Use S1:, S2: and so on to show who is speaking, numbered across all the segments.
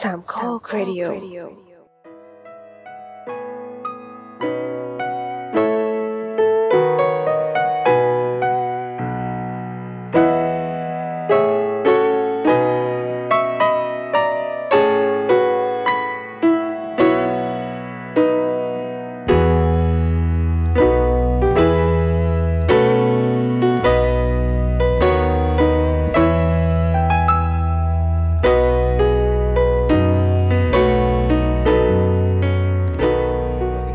S1: สามข้อครดิโอ
S2: สวัสดี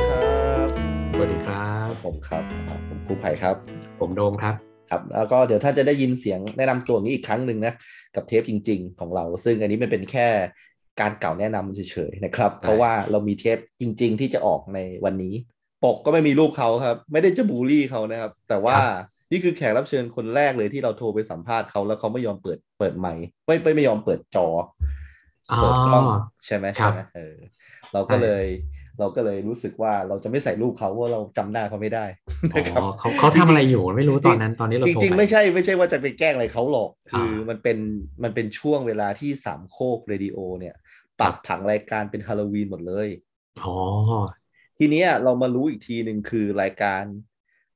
S2: ครับ
S3: สวัสดีครับ
S2: ผมครับอ่าผมครูไผ่ครับ
S3: ผมโดมครับ
S2: ครับแล้วก็เดี๋ยวท่านจะได้ยินเสียงแนะนำตัวอย่างนี้อีกครั้งหนึ่งนะกับเทปจริง ๆ ของเรา ซึ่งอันนี้มันเป็นแค่การเกล่าวแนะนำเฉยๆนะครับ เพราะว่าเรามีเทปจริง ๆ ที่จะออกในวันนี้ ปกก็ไม่มีรูปเขาครับ ไม่ได้จะบูลลี่เขานะครับ แต่ว่านี่คือแขกรับเชิญคนแรกเลยที่เราโทรไปสัมภาษณ์เขาแล้วเขาไม่ยอมเปิดเปิดไมค์ไม่ไม่ไม่ยอมเปิดจอ
S3: อ๋อ
S2: เปิดกล้องใช่ไหม
S3: ครับ
S2: ใช่ไหมเออ เราก็เลยเราก็เลยรู้สึกว่าเราจะไม่ใส่รูปเขาเพราะเราจำหน้าเขาไม่ได้นะครับ
S3: อ๋อเขาเขาทำอะไรอยู่ไม่รู้ตอนนั้นตอนนี้เรา
S2: จ
S3: โทรป
S2: ริงๆ ไม่ใช่ไม่ใช่ว่าจะไปแกล้งอะไรเขาหรอก
S3: อ่า
S2: คือมันเป็นมันเป็นช่วงเวลาที่สามโคกเรดิโอเนี่ยปรับ
S3: ครับ
S2: ผังรายการเป็นฮาโลวีนหมดเลย
S3: อ๋อ
S2: ทีเนี้ยเรามารู้อีกทีหนึ่งคือรายการ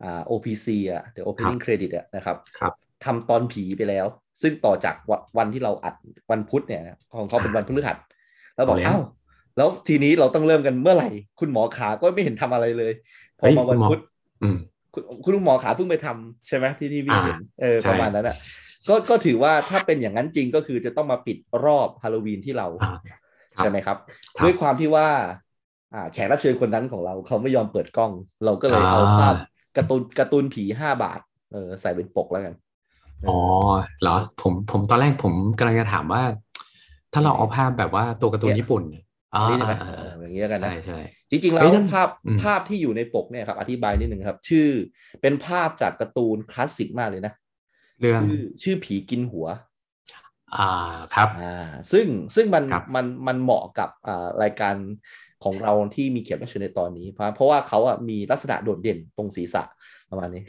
S2: อ่า OPC อ่ะ The Opening Credit อ่ะนะครับ
S3: ครับ
S2: ทำตอนผีไปแล้ว ซึ่งต่อจากวันวันที่เราอัดวันพุธเนี่ยนะของเขาเป็นวันพฤหัสแล้วบอก
S3: เอาแล้ว
S2: เอ้าแล้วทีนี้เราต้องเริ่มกันเมื่อไหร่ คุณหมอขาก็ไม่เห็นทำอะไรเลยพอ
S3: เฮ้ย
S2: มา
S3: คุ
S2: วัน
S3: ณหมอ
S2: พุธ
S3: อืม
S2: คุณคุณหมอขาเพิ่งไปทำใช่ไหมที่ที่พี่
S3: อ่า
S2: เห็นเออ
S3: ใช่
S2: ประมาณนั้นอ่ะก็ก็ถือว่าถ้าเป็นอย่างนั้นจริงก็คือจะต้องมาปิดรอบฮาโลวีนที่เรา
S3: อ่า ครับ
S2: ใช่ไหมครับ
S3: ครับ
S2: ด้วยความที่ว่าอ่าแขกรับเชิญคนนั้นของเราเขาไม่ยอมเปิดกล้อง เราก็เลยเอาภาพการ์ตูนการ์ตูนผีห้าบาทเออใส่เป็นปกแล้วกัน
S3: อ๋อเหรอผมผมตอนแรกผมกำลังจะถามว่า ถ้าเราเอาภาพแบบว่าตัวการ์ตูนญี่ปุ่นอ๋อ
S2: นี่ใช่ไหม
S3: อ่า
S2: เอ
S3: อ่า
S2: ออย่างนี้แล้วกันนะ
S3: ใช่ใช่
S2: จริงๆ แล้
S3: เฮ้
S2: วย
S3: นั่น
S2: ภาพ
S3: อืม
S2: ภาพที่อยู่ในปกเนี่ยครับอธิบายนิดหนึ่งครับ ชื่อเป็นภาพจากการ์ตูนคลาสสิกมากเลยนะ
S3: เรื่อง
S2: ชื่อชื่อผีกินหัว
S3: อ่าครับ
S2: อ่าซึ่งซึ่งมัน
S3: ครับ
S2: มันมันเหมาะกับอ่ารายการของเราที่มีเขียนรับเชิญในตอนนี้ เพราะเพราะว่าเขาอ่ะมีลักษณะโดดเด่นตรงศีรษะประมาณนี้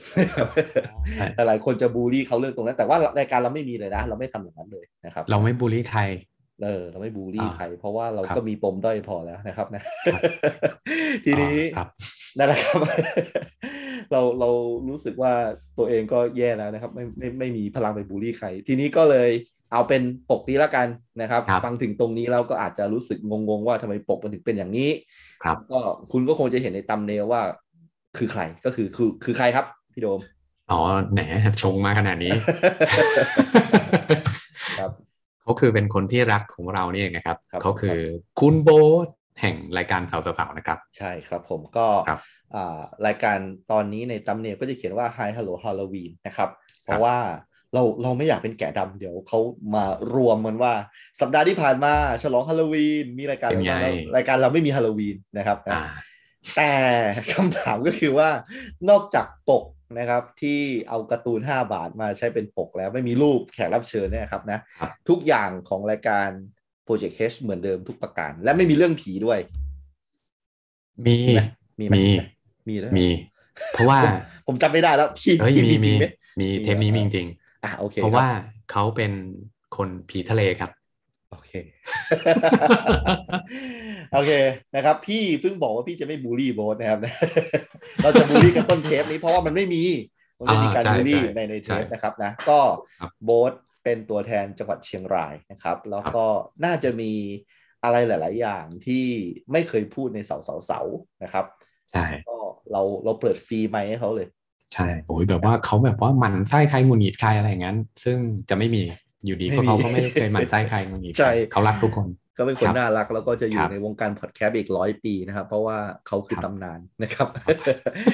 S3: ใช่
S2: แต่หลายคนจะบูลลี่เขาเรื่องตรงนั้น แต่ว่ารายการเราไม่มีเลยนะ เราไม่ทำอย่างนั้นเลยนะครับ
S3: เราไม่บูลลี่ใคร
S2: เออเราไม่บูลลี่
S3: อ่า
S2: ใคร เพราะว่าเรา
S3: ครับ
S2: ก็มีปมด้อยพอแล้วนะครับนะครับ ทีนี้
S3: อ่าครับ
S2: นั่นแหละครับ เราเรารู้สึกว่าตัวเองก็แย่แล้วนะครับ ไม่ไม่ไม่มีพลังไปบูลลี่ใคร ทีนี้ก็เลยเอาเป็นปกนี้แล้วกันนะครับ
S3: ครับ
S2: ฟังถึงตรงนี้เราก็อาจจะรู้สึกงงๆว่าทำไมปกมันถึงเป็นอย่างนี้
S3: ครับ
S2: ก็คุณก็คงจะเห็นในตำเนลว่า คือใครก็คือคือคือใครครับพี่โดม
S3: อ๋อแหนชงมาขนาดนี้
S2: ครับ
S3: เขาคือเป็นคนที่รักของเรานี่เองนะครับ
S2: ครับ
S3: เขาคือคุณโบทแห่งรายการสาวๆๆนะครับ
S2: ใช่ครับผมก็
S3: ครับ
S2: อ่ารายการตอนนี้ในตำเนียก็จะเขียนว่า Hi Hello Halloween นะครับ เพ
S3: ครั
S2: ราะ
S3: บ
S2: ว่าเราเราไม่อยากเป็นแกะดำเดี๋ยวเขามารวมกันว่า สัปดาห์ที่ผ่านมาฉลองฮาโลวีนมีรายการอะไรบ้างแล้วรายการเราไม่มีฮาโลวีนนะครับ
S3: อ่า
S2: แต่ คำถามก็คือว่านอกจากปกนะครับที่เอาการ์ตูน 5 บาทมาใช้เป็นปกแล้วไม่มีรูปแขกรับเชิญเนี่ยครับนะครับ ทุกอย่างของรายการ Project H เหมือนเดิมทุกประการ และไม่มีเรื่องผีด้วย
S3: มี
S2: ไหม มีไหม
S3: มี
S2: มีด้วย
S3: มี เพราะว่า
S2: ผมผมจำไม่ได้แล้วพี่
S3: เอ้ย
S2: พี่
S3: มี
S2: จริ
S3: มี
S2: งไหม
S3: มีเทป
S2: มี
S3: นี้
S2: เหรอ
S3: มีจริง
S2: อ่ะโอเค
S3: ๆเพราะว่าเขาเป็นคนผีทะเลครับ
S2: โอเค โอเคนะครับ พี่เพิ่งบอกว่าพี่จะไม่บูลลี่โบสนะครับ เราจะบูลลี่กันต้นเทปนี้เพราะว่ามันไม่มีมันไม่มีการ
S3: อ่าใช่
S2: บูลลี่
S3: ใช่
S2: ในในเท
S3: ใช่
S2: ปนะครับนะก็
S3: ครับ
S2: โบสเป็นตัวแทนจังหวัดเชียงรายนะครับ แล้วก็น่าจะมีอะไรหลาย ๆ อย่างที่ไม่เคยพูดในเสาเสาเสาๆนะครับ
S3: ใช่
S2: ก็เราเราเปิดฟรีไมค์ให้เขาเลย
S3: ใช่โอ้ยแบบว่าเขาแบบว่าหมันไส้ใครหงุนหงิดใครอะไรอย่างนั้น ซึ่งจะไม่มีอยู่ดี
S2: ไม่
S3: เพราะ
S2: มี
S3: เขาก็ไม่เคยหมันไส้ใครหงุนหงิด
S2: ใช่
S3: เขารักทุกคน
S2: ก็เป็นคน
S3: ครับ
S2: น่ารักแล้วก็จะอ
S3: ค
S2: ยู่
S3: รับ
S2: ในวงการพอดแคสต์อีกร้อยปีนะครับ เพราะว่าเขาคือ
S3: ครับ
S2: ตำนานนะครับ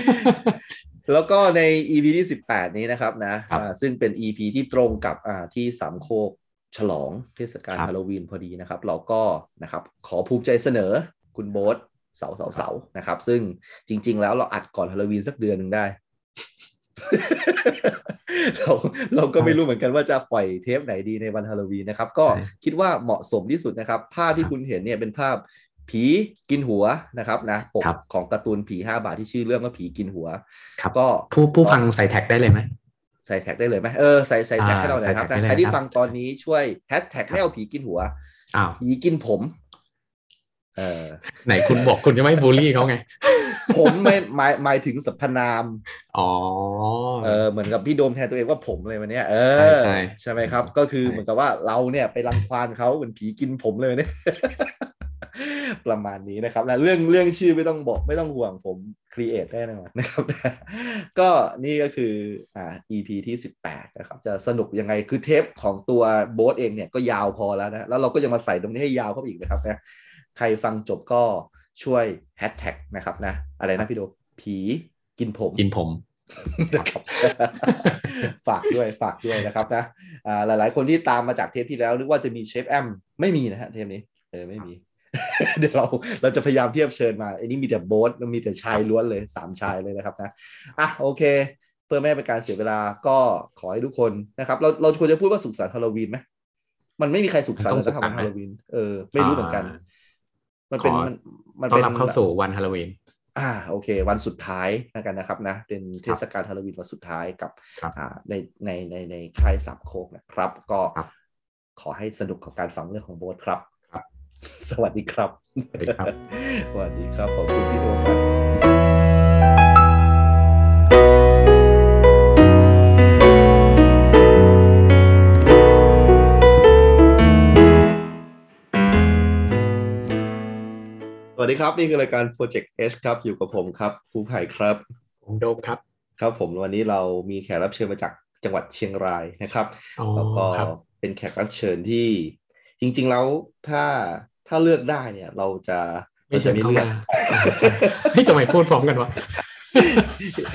S2: แล้วก็ใน EP ที่ 18 นี้นะครับนะครับ อ่าซึ่งเป็น EP ที่ตรงกับอ่าที่สามโคกฉลองเทศกาล
S3: ครับ
S2: ฮาโลวีนพอดีนะครับ เราก็นะครับขอภูมิใจเสนอคุณโบ๊ทเสาเสาเสานะครับ ซึ่งจริง ๆ แล้วเราอัดก่อนฮาโลวีนสักเดือนหนึ่งได้ เราเราก็
S3: ใช่
S2: ไม่รู้เหมือนกันว่าจะปล่อยเทปไหนดีในวันฮาโลวีนนะครับ ก็
S3: ใช่
S2: คิดว่าเหมาะสมที่สุดนะครับ ภาพที่
S3: ครับ
S2: คุณเห็นเนี่ยเป็นภาพผีกินหัวนะครับนะปก
S3: ครับ
S2: ของการ์ตูนผีห้าบาทที่ชื่อเรื่องว่าผีกินหัว
S3: ครับ
S2: ก็
S3: ผู้ผู้ฟังใส่แท็กได้เลยไหม
S2: ใส่แท็กได้เลยไหมเออใส่ใส่แท็ก
S3: อ่า
S2: ให้เราหน่อยครับ
S3: ใส่แท็กได้เลย
S2: ใครที่
S3: ครับ
S2: ฟังตอนนี้ช่วยแฮชแท็ก
S3: ครับ
S2: ไม่เอาผีกินหัว
S3: อ้าว
S2: ผีกินผม เออ
S3: ไหนคุณบอกคุณจะไม่บูลลี่เขาไง
S2: ผมไม่หมายหมายถึงสรรพนาม
S3: อ๋อ
S2: เออเหมือนกับพี่โดมแทนตัวเองว่าผมเลยวันเนี้ยเออ
S3: ใช่ใช่
S2: ใช่ไหมครับ ก็คือ
S3: ใช่
S2: เหมือนกับว่าเราเนี่ยไปรังควานเขาเหมือนผีกินผมเลยวันเนี่ย ประมาณนี้นะครับนะเรื่องเรื่องชื่อไม่ต้องบอกไม่ต้องห่วงผมครีเอทได้แน่นอนนะครับ ก็นี่ก็คืออ่า EP ที่ 18 นะครับ จะสนุกยังไงคือเทปของตัวโบ๊ทเองเนี่ยก็ยาวพอแล้วนะแล้วเราก็ยังมาใส่ตรงนี้ให้ยาวเข้าไปอีกนะครับนะใครฟังจบก็ช่วยแฮชแท็กนะครับนะอะไรนะพี่โดมผีกินผม
S3: กินผม
S2: นะครับ ฝากด้วยฝากด้วยนะครับนะอ่าหลาย ๆ คนที่ตามมาจากเทปที่แล้วนึกว่าจะมีเชฟแอมไม่มีนะฮะเทปนี้เออไม่มี เดี๋ยวเราเราจะพยายามเทียบเชิญมาอันนี้มีแต่โบ๊ทมีแต่ชายล้วนเลยสามชายเลยนะครับนะอ่ะโอเค เพื่อไม่ให้เป็นการเสียเวลาก็ขอให้ทุกคนนะครับ เราเราควรจะพูดว่าสุขสันต์ฮาโลวีนไหมมันไม่มีใครสุขสันต์
S3: ต้องสุขสันต์ไหม
S2: ฮาโลวีนเออไม่รู้เหมือนกัน มันเป็น
S3: ขอ
S2: มันมัน
S3: ต้อ
S2: เป็น น
S3: รับเข้าสู่วันฮาโลวีน
S2: อ่าโอเค วันสุดท้ายแล้วกันนะครับนะเป็นเทศกาลฮาโลวีนวันสุดท้ายกับ
S3: ครับ
S2: อ่าในในในในค่ายสามโคกนะครับ ก็
S3: ครับ
S2: ขอให้สนุกกับการฟังเรื่องของโบสครับ
S3: ครับ
S2: สวัสดีครับ
S3: สวัสดีครับ
S2: สวัสดีครับ ขอบคุณพี่โดมครับสวัสดีครับ นี่คือรายการ Project H ครับ อยู่กับผมครับครูไผ่ครับ
S3: ผมโดมครับ
S2: ครับผมวันนี้เรามีแขกรับเชิญมาจากจังหวัดเชียงรายนะครับ
S3: อ๋อ
S2: แล้วก็
S3: ครับ
S2: เป็นแขกรับเชิญที่จริง ๆ แล้วถ้าถ้าเลือกได้เนี่ย เราจะ
S3: ไม่เชิญเข้า
S2: เลื
S3: มาไม่ทำไมพูดพร้อมกันวะ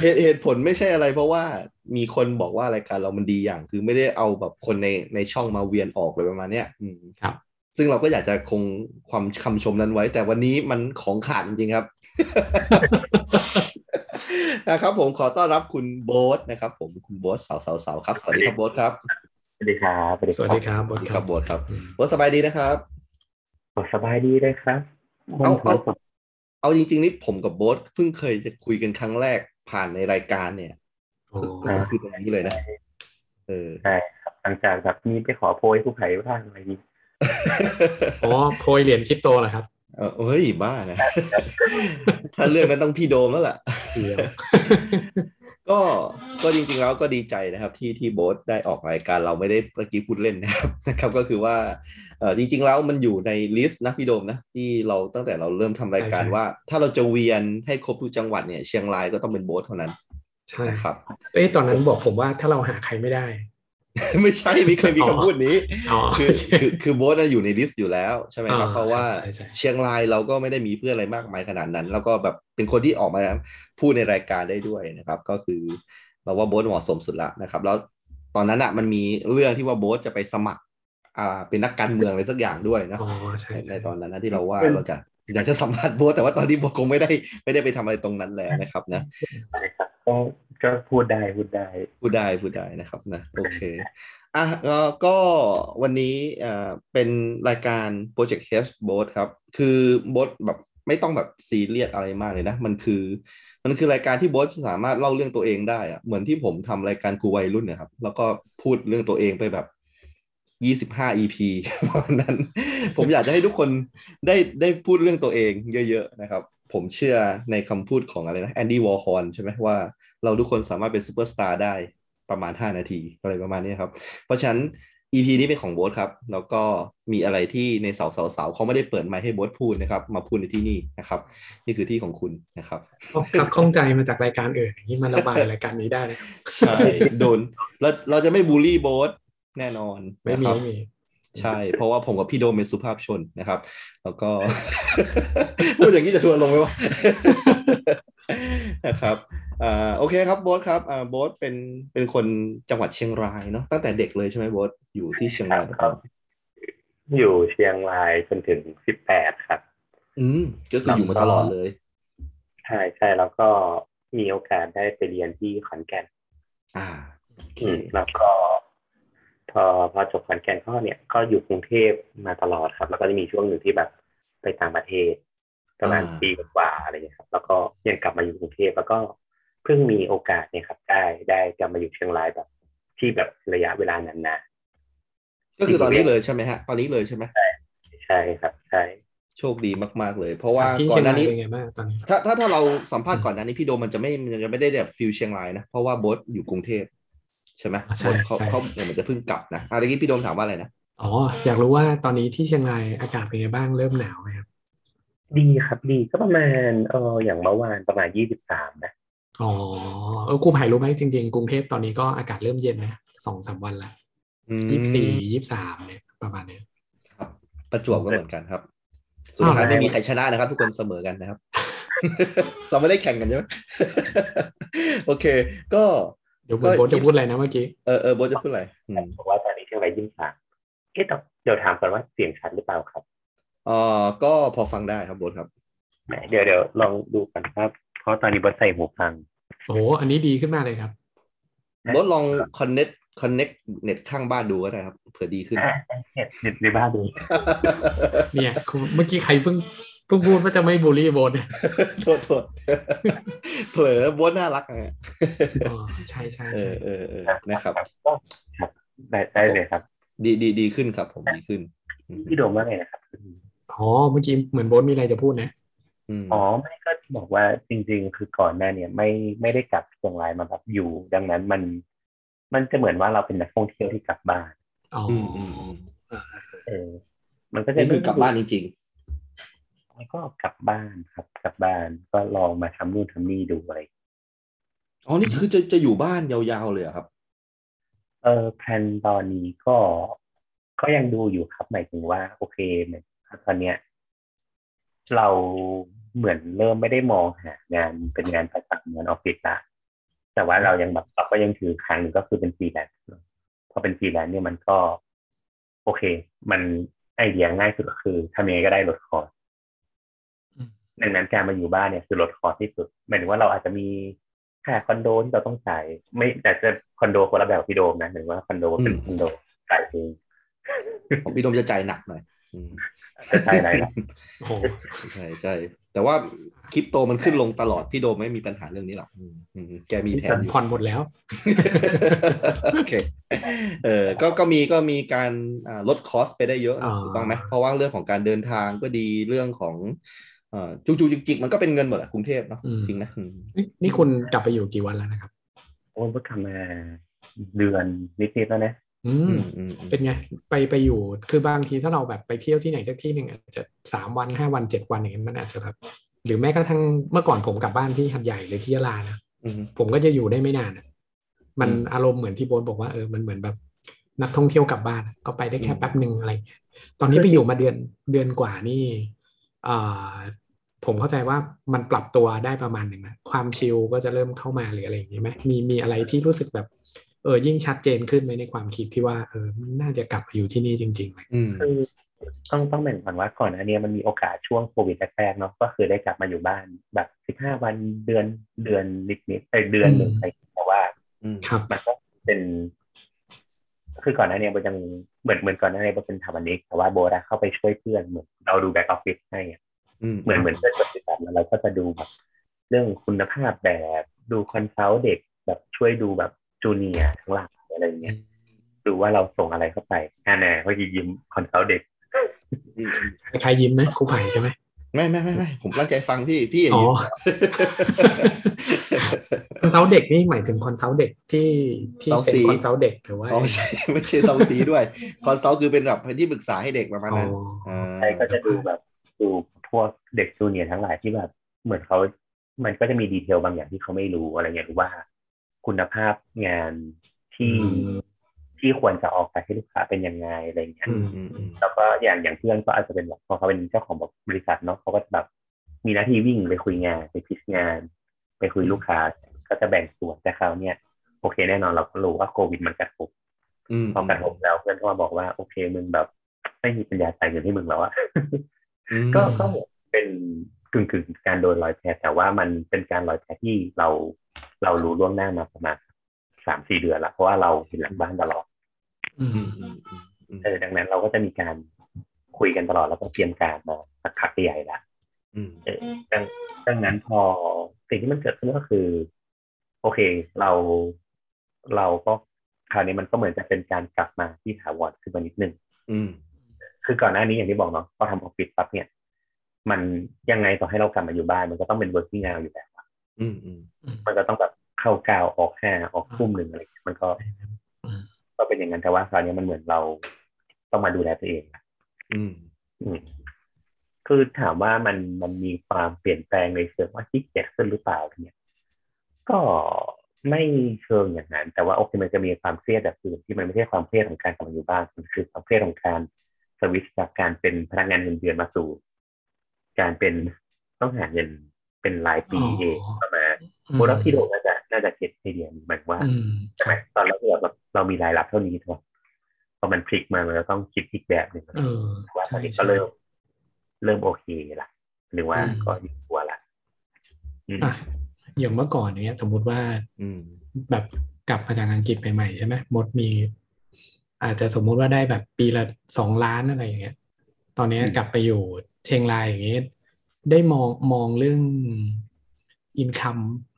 S2: เหตุเหตุผลไม่ใช่อะไร เพราะว่ามีคนบอกว่ารายการเรามันดีอย่าง คือไม่ได้เอาแบบคนในในช่องมาเวียนออกเลยประมาณเนี้ยอืม
S3: ครับ
S2: ซึ่งเราก็อยากจะคงความคำชมนั้นไว้ แต่วันนี้มันของขาดจริงๆครับ นะครับ ผมขอต้อนรับคุณโบ๊ทนะครับ ผมคุณโบ๊ทสาวสาวสาวครับสวัสดีครับโบ๊ทครับ
S1: สวัสดีครับ
S3: สวัสดีครั
S2: ส
S3: บบอ
S2: วัส
S3: ส
S2: ดี
S3: ค
S2: ค
S3: รั
S2: รั
S3: บบ
S2: โบ๊ทครับโบ๊ทสบายดีนะครับ
S1: โอ้สบายดีเลยครับ
S2: เอา
S1: วั
S2: เอา
S1: นศุกร์
S2: เอาจริง ๆ นี่ผมกับโบ๊ทเพิ่งเคยจะคุยกันครั้งแรกผ่านในรายการเนี่ย
S3: โอ้
S2: ก็คือตรงนี้เลยนะ เออ
S1: หลังจากแบบนี้ไปขอโพยผู้ไผ่บ้างอะไรนี้
S3: อ๋อโพยเหรียญคริปโตเหรอครับ
S2: เออเฮ้ยบ้านะ ถ้าเรื่องนั้นต้องพี่โดมแล้ว ล่ะ
S3: เดี๋ยว
S2: ก็ก็จริงๆแล้วก็ดีใจนะครับที่ที่โบ๊ทได้ออกรายการเราไม่ได้เมื่อกี้พูดเล่นนะครับ นะครับ ก็คือว่าเออจริง ๆ แล้วมันอยู่ในลิสต์นะพี่โดมนะที่เราตั้งแต่เราเริ่มทำรายการ
S3: ใช่ใช่
S2: ว่า ถ้าเราจะเวียนให้ครบทุกจังหวัดเนี่ยเชียงรายก็ต้องเป็นโบ๊ทเท่านั้น
S3: ใช่
S2: นะครับ
S3: เอ้ยตอนนั้นบอกผมว่าถ้าเราหาใครไม่ได้
S2: ไม่ใช่ไม่เคยมีคำพูดนี้
S3: อ๋อ
S2: คือคือคือโบ๊ทน่ะอยู่ในลิสต์อยู่แล้วใช่ไหมครับ
S3: อ่า
S2: เพราะว่า
S3: ใช่ใช่ใช่
S2: เชียงรายเราก็ไม่ได้มีเพื่อนอะไรมากมายขนาดนั้น แล้วก็แบบเป็นคนที่ออกมาพูดในรายการได้ด้วยนะครับ ก็คือเราว่าโบ๊ทเหมาะสมสุดละนะครับ แล้วตอนนั้นอ่ะมันมีเรื่องที่ว่าโบ๊ทจะไปสมัครอ่าเป็นนักการเมืองอะไรสักอย่างด้วยนะ
S3: อ๋อใช่
S2: ในใน
S3: ใช่
S2: ตอนนั้นนะที่เราว่า
S3: เป็น
S2: เราจะอยากจะสัมภาษณ์โบ๊ทแต่ว่าตอนนี้โบ๊ทคงไม่ได้ไม่ได้ไปทำอะไรตรงนั้นแล้วนะครับนะ
S1: นะครับก็ก็พูดได้พูดได้
S2: พูดได้พูดได้นะครับนะโอเคอ่ะเอ่อก็วันนี้เอ่อเป็นรายการ Project h e s b o t ครับ คือโบทแบบไม่ต้องแบบซีเรียสอะไรมากเลยนะ มันคือ มันคือรายการที่โบทสามารถเล่าเรื่องตัวเองได้อะเหมือนที่ผมทำรายการครูวัยรุ่นเนะครับ แล้วก็พูดเรื่องตัวเองไปแบบยี่สิบห้า EP ประมาณนั้น ผมอยากจะให้ทุกคน ได้ได้พูดเรื่องตัวเองเยอะๆนะครับ ผมเชื่อในคำพูดของอะไรนะแอนดี้วอลฮอนใช่ไหมว่า เราทุกคนสามารถเป็นซูเปอร์สตาร์ได้ประมาณ 5 นาทีอะไรประมาณนี้ครับ เพราะฉะนั้น EP นี้เป็นของโบ๊ทครับ แล้วก็มีอะไรที่ในเสาเสาเสาเขาไม่ได้เปิดไมค์ให้โบ๊ทพูดนะครับ มาพูดในที่นี่นะครับ นี่คือที่ของคุณนะครับ
S3: ครับข้องใจมาจากรายการอื่นอย่างนี้มาระบายรายการนี้ได้นะครับ
S2: ใช่โดนเราเราจะไม่บูลลี่โบ๊ทแน่นอน
S3: ไม่
S2: นะค
S3: มี
S2: รับ
S3: ไม่มี
S2: ใช่ เพราะว่าผมกับพี่โดมเป็นสุภาพชนนะครับ แล้วก็ พูดอย่างนี้จะชวนลงไหมวะ นะครับอ่าโอเคครับโบ๊ทครับอ่าโบ๊ทเป็นเป็นคนจังหวัดเชียงรายเนาะตั้งแต่เด็กเลยใช่ไหมโบ๊ทอยู่ที่เชียงราย
S1: ครับ อยู่เชียงรายจนถึงสิบแปดครับ
S2: อืมก็คืออยู่มาตลอดเลย
S1: ใช่ใช่แล้วก็มีโอกาสได้ไปเรียนที่ขอนแก่น
S2: อ่าโอเค
S1: อืมแล้วก็ พอพอจบขอนแก่นก็เนี่ย ก็อยู่กรุงเทพมาตลอดครับ แล้วก็จะมีช่วงหนึ่งที่แบบไปต่างประเทศประมาณปีกว่าๆอะไรเงี้ยครับ แล้วก็ยังกลับมาอยู่กรุงเทพแล้วก็เพิ่งมีโอกาสเนี่ยครับ ได้ได้กลับมาอยู่เชียงรายแบบ ที่แบบระยะเวลานานๆ
S2: ก็คือตอนนี้เลยใช่ไหมฮะตอนนี้เลยใช่ไหม
S1: ใช่ครับ ใช่
S2: โชคดีมาก ๆ เลย เพราะว่า
S3: ที่
S2: ก่อ
S3: เชีย
S2: น
S3: ง
S2: ห
S3: รา
S2: น้าย นี้
S3: เป็นไงบ้างตอนนี้
S2: ถ้าถ้าถ้าเราสัมภาษณ์ก่อนหน้านี้พี่โดมมันจะไม่มันจะไม่ได้แบบฟิลเชียงรายนะ เพราะว่าโบทอยู่กรุงเทพใช่ไหม
S3: อ่ะใช่
S2: โบทเขา
S3: ใช่
S2: เขาเหมือนจะเพิ่งกลับนะอ่ะเมื่อกี้พี่โดมถามว่าอะไรนะ
S3: อ๋ออยากรู้ว่าตอนนี้ที่เชียงรายอากาศเป็นไงบ้างเริ่มหนาวไหมครับ
S1: ดีครับดีก็ประมาณเอออย่างเมื่อวานประมาณยี่สิบสามนะ
S3: อ๋อเออกูภัยรู้ไหมจริง ๆ กรุงเทพตอนนี้ก็อากาศเริ่มเย็นนะสองสามวันละยี่สิบสี่ยี่สิบสามเนี่ยประมาณเนี้ย
S2: ครับประจวบก็เหมือนกันครับ สุด
S3: อ้าว
S2: ท้าย
S1: แล้ว
S2: ไม่มีใครชนะนะครับ ทุกคนเสมอกัน นะครับ เราไม่ได้แข่งกันใช่ไหม โอเค ก็
S3: เดี๋ยวคุณโบ๊ทจะพูดอะไรนะเมื่อกี้
S2: เออเออโบทจะพูดอะไรอืม
S1: บอกว่าตอนนี้เชียงรายยี่สิบสามเอ๊ะแต่เดี๋ยวถามก่อนว่าเสียงชัดหรือเปล่าครับ
S2: เอ่อก็พอฟังได้ครับโบทครับ
S1: ไหนเดี๋ยวเดี๋ยวลองดูกันครับ เพราะตอนนี้บอสใส่หูฟัง
S3: โอ้โหอันนี้ดีขึ้นมากเลยครับ
S1: ครับ
S2: โบทลองคอนเน็ตคอนเน็ตเน็ตข้างบ้านดูก็ได้ครับเผื่อดีขึ้น
S1: เน็ตเน็ตในบ้านดู
S3: เนี่ยคุณเมื่อกี้ใครเพิ่งเพิ่งพูดว่าจะไม่บูลลี่โบ๊ทเนี่ย
S2: โทษโท ษ เผลอโบทน่ารักอะ
S3: อ๋อใช่ใช่
S2: เอ
S3: ใช่
S2: อเออเออนะครับ
S1: ครับได้ได้เลยครับ
S2: ดีดีดีขึ้นครับ ผมดีขึ้น อืม
S1: พี่โดมว่าไงนะครับ
S3: อ๋อเมื่อกี้เหมือนโบ๊ทมีอะไรจะพูดนะ
S2: อืม
S1: อ๋อไม่ก็บอกว่าจริง ๆ คือก่อนหน้าเนี่ยไม่ไม่ได้กลับเชียงรายมาแบบอยู่ ดังนั้นมัน มันจะเหมือนว่าเราเป็นนักท่องเที่ยวที่กลับบ้าน
S3: อ๋ออ
S2: อืมอืมอืม
S1: เออ มันก็จะ
S2: นี่คือกลับบ้านจริง
S1: แล้วก็กลับบ้านครับ กลับบ้านก็ลองมาทำนู่นทำนี่ดูอะไร
S2: ๆ อ๋อนี่คือจะจะอยู่บ้านยาวๆเลยเหรอครับ
S1: เออแผนตอนนี้ก็ ก็ยังดูอยู่ครับ หมายถึงว่า โอเคเหมือนตอนเนี้ย เราเหมือนเริ่มไม่ได้มองหางานเป็นงานประจำงานออฟฟิศละแต่ว่าเรายังแบบเราก็ยังถือค้างหนึ่งก็คือเป็นฟรีแลนซ์พอเป็นฟรีแลนซ์เนี่ยมันก็ โอเค มันไอเดียง่ายสุดก็คือทำยังไงก็ได้ลดคอร์สดังนั้นการมาอยู่บ้านเนี่ยคือลดคอร์สที่สุดหมายถึงว่าเราอาจจะมีค่าคอนโดที่เราต้องจ่ายไม่แต่จะคอนโดคนละแบบกับพี่โดมนะหมายถึงว่าคอนโดเป็น
S2: อืม
S1: คอนโดจ่ายเอง
S2: ของพี่โดมจะใจายหนักหน่อยอืม
S1: จะจ่ายอะไรล่ะ
S3: โอ้โห
S2: ใช่ใช่แต่ว่าคริปโตมันขึ้นลงตลอดพี่โดมไม่มีปัญหาเรื่องนี้หรอกอืมอืมแกมีแผนอยู่
S3: ผ่อนหมดแล้ว
S2: โอเคเออก็ก็มีก็มีการอ่าลดคอสไปได้เยอะนะ
S3: อ่า
S2: ถูกต้องไหมเพราะว่าเรื่องของการเดินทางก็ดีเรื่องของเอ่อจูจูจิกจิกๆมันก็เป็นเงินหมดอะกรุงเทพเนาะจริงนะอืม
S3: นี่นี่คุณกลับไปอยู่กี่วันแล้วนะครับ
S1: โอ้ยเพิ่งกลับมาเดือนนิดๆแล้วนะ
S3: อื
S2: อื
S3: ม
S2: มอืมอืม
S3: เป็นไง ไปไปอยู่คือบางทีถ้าเราแบบไปเที่ยวที่ไหนสักที่หนึ่งอาจจะสามวันห้าวันเจ็ดวันอย่างเงี้ยมันอาจจะแบบหรือแม้กระทั่งเมื่อก่อนผมกลับบ้านที่หัดใหญ่หรือที่ยะลานะ
S2: อืม
S3: ผมก็จะอยู่ได้ไม่นานอะมัน
S2: อืม
S3: อารมณ์เหมือนที่โบ๊ทบอกว่าเออมันเหมือนแบบนักท่องเที่ยวกลับบ้านอะก็ไปได้แค่
S2: อืม
S3: แป๊บหนึ่งอะไรอย่างเงี้ยตอนนี้ไปอยู่มาเดือนเดือนกว่านี่อ่าผมเข้าใจว่ามันปรับตัวได้ประมาณหนึ่งนะความชิลก็จะเริ่มเข้ามาหรืออะไรอย่างนี้ไหมมีมีอะไรที่รู้สึกแบบ เออยิ่งชัดเจนขึ้นไหมในความคิดที่ว่าเออมันน่าจะกลับมาอยู่ที่นี่จริงๆไหม
S2: อืม
S1: คือต้องต้องแบ่งก่อนว่าก่อนอันเนี้ยมันมีโอกาสช่วงโควิดแรกๆเนาะก็คือได้กลับมาอยู่บ้านแบบสิบห้าวันเดือนเดือนนิดๆเอ้ยเดือนหนึ่งอะไรอย่างเงี้ยแต่ว่า
S2: อืม
S3: ครับ
S1: มันก็เป็นคือก่อนหน้าเนี้โบทยังเหมือนเหมือนก่อนหน้าเนี้โบทเป็นทำอันนี้แต่ว่าโบทอะเข้าไปช่วยเพื่อนเหมือนเราดูแบ็กออฟฟิศให้อะ
S2: อืม
S1: เหมือนเหมือนเพื่อนบริษัทแล้วเราก็จะดูแบบ เรื่องคุณภาพแบบดูคอนซัลท์เด็กแบบช่วยดูแบบจูเนียร์ทั้งหลายอะไรอย่างเงี้ยดูว่าเราส่งอะไรเข้าไปอ่าแน่เมื่อกี้ยิ้มคอนซัลท์เด็ก
S2: อืม
S3: ใครยิ้มไหมครูไผ่ใช่ไหม
S2: ไม่ไม่ไม่ไม่ผมตั้งใจฟังพี่ พี่อย่าห
S3: อ๋
S2: ยิ
S3: อ
S2: บ
S3: คอนซัลท์เด็กนี่หมายถึงคอนซัลท์เด็กที่ที่เป็
S2: South
S3: น
S2: Sea
S3: คอนซัลท์เด็กหรือว่า
S2: อ๋อไม่ ใช่ไม่ใช่ซองซีด้วยคอนซัลท์คือเป็นแบบเป็นที่ปรึกษาให้เด็กประมาณนั้น
S3: อ๋อ
S2: า
S1: ใช่ก็จะดูแบบดูพวกเด็กจูเนียร์ทั้งหลายที่แบบเหมือนเขามันก็จะมีดีเทลบางอย่างที่เขาไม่รู้อะไรเงี้ยหรือว่า คุณภาพงานที่
S3: อืม
S1: ที่ควรจะออกไปให้ลูกค้าเป็นยังไงอะไรเงี้ย
S3: อืม
S1: แล้วก็อย่างอย่างเพื่อนก็อาจจะเป็นแบบพอเขาเป็นเจ้าของแบบบริษัทเนาะเขาก็จะแบบมีหน้าที่วิ่งไปคุยงานไปพิชงาน ไปคุยลูกค้าก็จะแบ่งส่วนแต่คราวเนี้ยโอเคแน่นอนเราก็รู้ว่าโควิดมันกระทบ
S2: อืม
S1: พอกระทบแล้วเพื่อนก็มาบอกว่าโอเคมึงแบบ ไม่มีปัญญาจ่ายเงินให้มึงแล้วอะ
S2: อืม
S1: ก็ก็เหมือนเป็นกึ่งกึ่งๆการโดนรอยแผลแต่ว่ามันเป็นการรอยแผลที่เราเรารู้ล่วงหน้ามาประมาณสามสี่เดือนละเพราะว่าเราเห็นหลังบ้านตลอด
S3: อื
S2: อื
S3: ม
S2: มอืมอืมอืม
S1: เออดังนั้นเราก็จะมีการคุยกันตลอดแล้วก็เตรียมการมาสักพักใหญ่ละ
S2: อืม
S1: เออดังดังนั้นพอสิ่งที่มันเกิดขึ้นก็คือ โอเค เราเราก็คราวนี้มันก็เหมือนจะเป็นการกลับมาที่ถาวรขึ้นมานิดนึง
S2: อืม
S1: คือก่อนหน้านี้อย่างที่บอกเนาะพอทำออฟฟิศปั๊บเนี่ย มันยังไงต่อให้เรากลับมาอยู่บ้าน มันก็ต้องเป็น working hour อยู่แล้วอะ
S2: อืมอืม
S1: มันก็ต้องแบบเข้าเก้าออกห้าออกทุ่มหนึ่งอะไรอย่างเงี้ยมันก็
S3: อืม
S1: ก็เป็นอย่างนั้นแต่ว่าคราวนี้มันเหมือนเราต้องมาดูแลตัวเองอะ
S2: อืม
S1: อืม คือถามว่ามันมันมีความเปลี่ยนแปลงในเชิงว่าขี้เกียจขึ้นหรือเปล่าเนี่ยก็ไม่เชิงอย่างนั้น แต่ว่าโอเคมันจะมีความเครียดแบบอื่นที่มันไม่ใช่ความเครียดของการกลับมาอยู่บ้านมันคือความเครียดของการสวิตช์จากการเป็นพนักงานเงินเดือนมาสู่ การเป็นต้องหาเงินเป็นรายปี
S3: อ๋อ
S1: เองประมาณโบนัสที่โดนน่าจะน่าจะเก็ตไอเดียนี้หมายว่า
S3: อืม
S1: ใช่ไหมตอนแรกเราแบบเรามีรายรับเท่านี้ถูกไหมพอมันพลิกมามันก็ต้องคิดอีกแบบหนึ่ง
S3: เออ
S1: ว่าตอ
S3: ใช่
S1: นนี้ก็
S3: ใช่
S1: เริ่มเริ่มโอเคละหรือว่า
S3: อืม
S1: ก็ดีกว่าละอืม
S3: อ่ะอย่างเมื่อก่อนเนี้ย สมมุติว่า
S2: อืม
S3: แบบกลับมาจากอังกฤษใหม่ๆใช่ไหมมดมี อาจจะสมมุติว่าได้แบบปีละสองล้านอะไรอย่างเงี้ย ตอนเนี้ยกลับไปอยู่เชียงรายอย่างเงี้ยได้มองมองเรื่องอินคัม